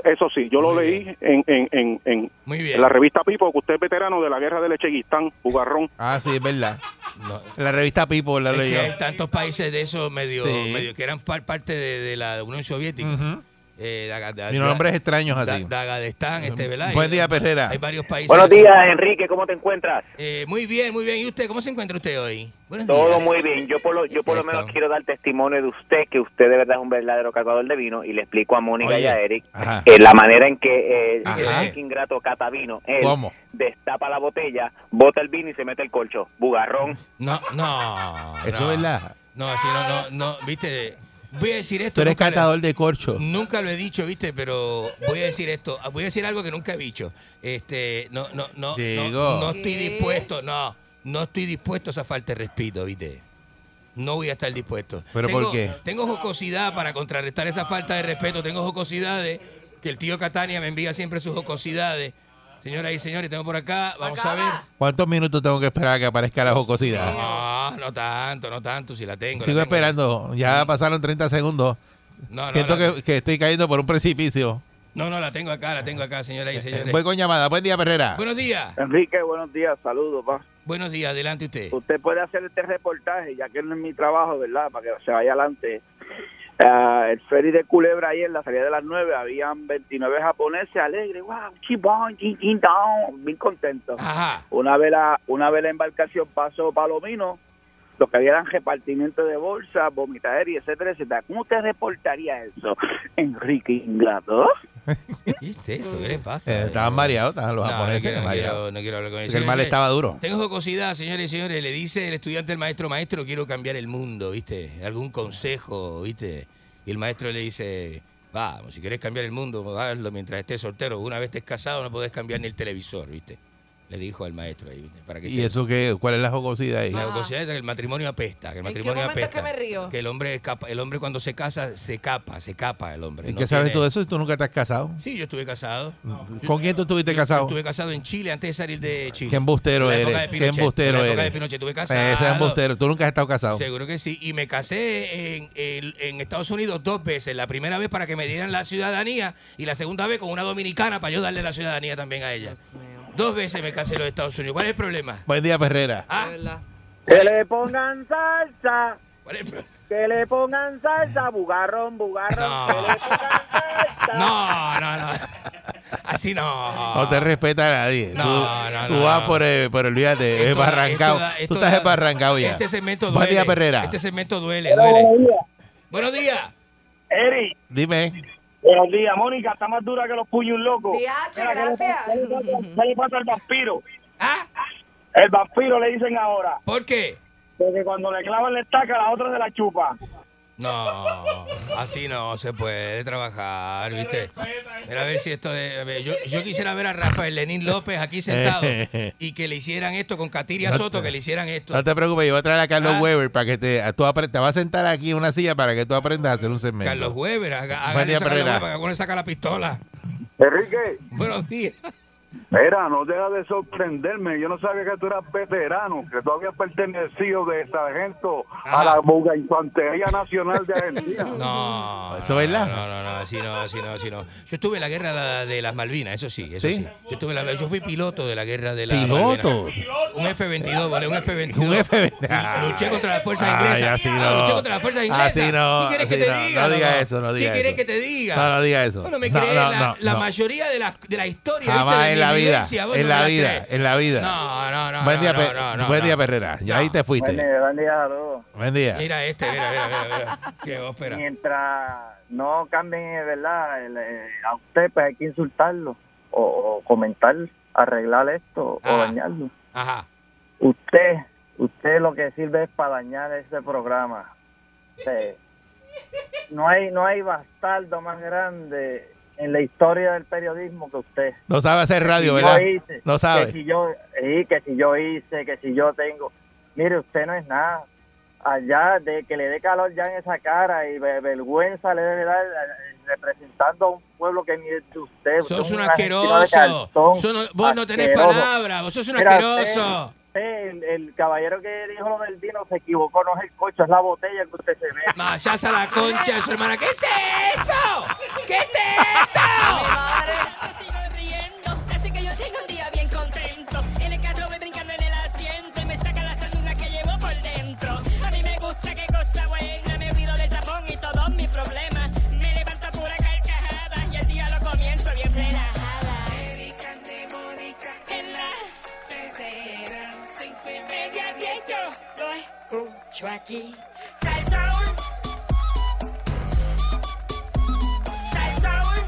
M: Eso sí, yo lo leí en, en, en, en-
D: Muy
M: en
D: bien.
M: la revista Pipo, que usted es veterano de la guerra del Echeguistán, Bugarrón.
C: Ah, sí, es verdad.
D: No.
C: La revista People la
D: Es
C: leí
D: que
C: yo.
D: hay tantos países de esos medio,
C: Sí.
D: medio que eran par- parte de, de la Unión Soviética. Eh, Daga- da-
C: Mis nombres
D: da-
C: extraños así.
D: Da- Dagadestán, este, ¿verdad?
C: Buen
D: Y-
C: día, Perrera.
D: Hay varios países.
H: Buenos
D: de esos.
H: días, Enrique, ¿cómo te encuentras?
D: Eh, muy bien, muy bien. ¿Y usted? ¿Cómo se encuentra usted hoy? Buenos
H: Todo
D: días.
H: muy bien. Yo por lo, yo por lo
D: Está.
H: menos quiero dar testimonio de usted, que usted de verdad es un verdadero catador de vino, y le explico a Mónica y a Eric
C: Ajá.
H: eh, la manera en que eh,
C: Ah. Ajá.
H: Enrique Ingrato cata vino. Él
C: ¿Cómo?
H: destapa la botella, bota el vino y se mete el colcho. Bugarrón.
D: No, no.
C: Eso
D: no.
C: es verdad.
D: No, así no, no, no. Viste, Voy a decir esto.
C: Tú eres
D: nunca le-
C: catador de corcho.
D: Nunca lo he dicho, viste, pero voy a decir esto. Voy a decir algo que nunca he dicho. Este, no, no, no, no,
C: Chico.
D: no estoy
C: ¿Qué?
D: dispuesto, no, no estoy dispuesto a esa falta de respeto, viste. No voy a estar dispuesto.
C: ¿Pero
D: tengo,
C: por qué?
D: Tengo jocosidad para contrarrestar esa falta de respeto. Tengo jocosidades que el tío Catania me envía siempre sus jocosidades. Señoras y señores, tengo por acá, vamos a ver.
C: ¿Cuántos minutos tengo que esperar a que aparezca la jocosidad?
D: No, Ah, no tanto, no tanto, si la tengo. la
C: Sigo
D: tengo.
C: esperando. Ya pasaron 30 segundos.
D: No, no,
C: Siento
D: la-
C: que, que estoy cayendo por un precipicio.
D: No, no, la tengo acá, la tengo acá, señoras y señores.
C: Eh, Voy con llamada. Buen día, Perrera.
D: Buenos días.
R: Enrique, buenos días, saludos, pa.
D: Buenos días, adelante usted.
R: Usted puede hacer este reportaje, ya que no es mi trabajo, ¿verdad? Para que se vaya adelante. Ah, el ferry de Culebra ayer, la salida de las 9, habían 29 japoneses alegres, wow, chibón, chin, chin, down, bien contentos. Una vez la una vez la embarcación pasó Palomino, lo que había eran repartimiento de bolsas, vomitadería, etcétera, etcétera. ¿Cómo usted reportaría eso? Enrique Ingrato.
D: ¿Qué es esto? ¿Qué le pasa?
C: Eh, estaban mareados, estaban los
D: No, no
C: japoneses
D: quiero, no
C: mareados.
D: quiero, no quiero hablar con
C: Porque
D: eso.
C: el mal estaba duro.
D: Tengo jocosidad, señores y señores. Le dice el estudiante al maestro, maestro, quiero cambiar el mundo, ¿viste? Algún consejo, ¿viste? Y el maestro le dice, vamos, si querés cambiar el mundo, hazlo mientras estés soltero. Una vez estés casado, no podés cambiar ni el televisor, ¿viste? Le dijo al maestro ahí, ¿viste? Para que
C: ¿Y
D: sepa.
C: eso qué? ¿Cuál es la jocosidad ahí?
D: La jocosidad es que el matrimonio apesta, que el matrimonio
I: momento es
D: apesta.
I: que me río?
D: Que el hombre, escapa- el hombre cuando se casa, se capa, se capa el hombre.
C: ¿Y
D: no
C: qué sabes
D: tiene-
C: tú de eso si tú nunca te has casado?
D: Sí, yo estuve casado.
C: ¿Con quién tú estuviste
D: Yo
C: casado?
D: Estuve casado en Chile antes de salir de Chile.
C: ¿Qué embustero
D: En la época
C: eres?
D: de
C: ¿Qué
D: Pinochet.
C: embustero
D: En la época
C: eres?
D: de Pinochet estuve
C: Eh,
D: casado.
C: Ese es embustero. Tú nunca has estado casado.
D: Seguro que sí. Y me casé en, en- en Estados Unidos dos veces. La primera vez para que me dieran la ciudadanía y la segunda vez con una dominicana para yo darle la ciudadanía también a ella. Dos veces me casé en los Estados Unidos. ¿Cuál es el problema?
C: Buen día, Perrera.
D: Ah.
R: Que le pongan salsa. Que le pongan salsa, bugarrón, bugarrón.
D: No.
R: que le pongan salsa.
D: No, no, no. Ah, Así no.
C: No te respeta a nadie.
D: No,
C: tú,
D: no,
C: tú
D: no,
C: vas
D: no.
C: por el, por el olvídate, es
D: Esto da-
C: barrancado.
D: esto da- esto
C: Tú estás
D: da-
C: esbarrancado ya.
D: Este segmento duele.
C: Buen día, Perrera.
D: Este segmento duele, duele. Buenos días.
R: Eri,
C: Dime.
R: buenos días. Mónica, está más dura que los puños locos.
I: DH,
R: Mira, ¿qué le
I: gracias.
R: pasa- qué le pasa- qué le pasa al vampiro? El vampiro le dicen ahora.
D: ¿Ah? ¿Por qué?
R: Porque cuando le clavan la estaca, la otra se la chupa.
D: No, así no se puede trabajar, ¿viste? Mira, a ver si esto de, a ver, yo, yo quisiera ver a Rafael Lenín López aquí sentado y que le hicieran esto con Katiria
C: No
D: Soto,
C: te-
D: que le hicieran esto.
C: No te preocupes, yo voy a traer a Carlos
D: Ah.
C: Weber para que te, a- tú apre- te vas a sentar aquí en una silla para que tú aprendas a hacer un segmento.
D: Carlos Weber, haga,
C: Buen
D: hágale
C: día,
D: eso a Carlos
C: Pereira.
D: Weber, que alguno le saca la pistola.
Q: Enrique,
D: Buenos días.
Q: mira, no deja de sorprenderme. Yo no sabía que tú eras veterano, que tú habías pertenecido de sargento a la Buga Infantería Nacional de Argentina.
D: No.
C: ¿Eso es verdad?
D: No, no, no, así no, así no, así no. Yo estuve en la guerra de- de las Malvinas, eso sí, eso sí. Yo, estuve en la- yo fui piloto de la guerra de las
C: ¿Piloto?
D: Malvinas. Un F-22, vale, un F-22.
C: Un F20.
D: Luché contra las fuerzas
C: Ay,
D: inglesas.
C: así
D: Ah,
C: no.
D: Luché contra las fuerzas inglesas.
C: Así no,
D: ¿Qué quieres
C: así
D: que te
C: no.
D: diga?
C: No diga
D: loco?
C: eso, no diga
D: ¿Qué quieres
C: eso.
D: que te diga?
C: No, no diga eso.
D: Bueno, me
C: No,
D: crees
C: no,
D: la,
C: no,
D: la
C: no.
D: mayoría de la, de la historia. ¿viste?
C: Jamás
D: De
C: en
D: mi
C: la vida,
D: vivencia, vos
C: en
D: no
C: la
D: me
C: vida,
D: crees.
C: en la vida.
D: No, no, no.
C: Buen
D: no,
C: día,
D: no,
C: Pe-
D: no, no,
C: buen
D: no.
C: día, Perrera. Ya ahí te fuiste.
R: Buen día, buen día, saludos.
C: Buen día.
D: Mira este, mira, mira, mira. mira. Qué ópera.
R: Mientras no cambien, eh, ¿verdad? El, eh, a usted, pues hay que insultarlo o, o comentar, arreglar esto
D: Ah.
R: o dañarlo.
D: Ajá.
R: Usted, usted lo que sirve es para dañar este programa. Usted- no hay no hay bastardo más grande en la historia del periodismo que usted.
C: No sabe hacer
R: Que
C: radio,
R: si
C: ¿verdad?
R: yo hice,
C: No sabe.
R: Que si, yo, sí, que si yo hice, que si yo tengo. Mire, usted no es nada. Allá, de que le dé calor ya en esa cara y ve- vergüenza le debe dar eh, representando a un pueblo que ni es de usted. Usted
D: Sos
R: es
D: un
R: argentino de
D: asqueroso.
R: cartón,
D: Sos no- vos no tenés
R: asqueroso.
D: palabra. Vos sos un
R: Mira,
D: asqueroso.
R: usted- usted, el, el caballero que dijo lo del vino se equivocó, no es el coche, es la botella que usted se ve.
D: Mayas a la concha de su hermana. ¿Qué es eso? ¿Qué es
N: Yo sigo riendo, así que yo tengo un día bien contento. En el carro voy brincando en el asiento y me saca la sanduna que llevo por dentro. A mí me gusta qué cosa buena, me olvido del tapón y todos mis problemas. Me levanto a pura carcajada y el día lo comienzo bien relajada. en la media diez, yo lo escucho aquí. Salsaul, salsaul.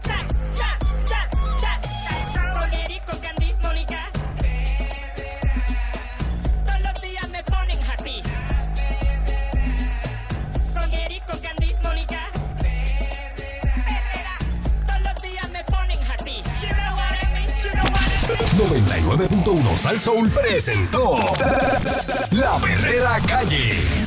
N: Sa, sa, sa, sa, sa, con Eric, con Candy, Mónica. Todos los días me ponen happy. Con
A: 99.1 Sal Soul presentó La Verdadera Calle.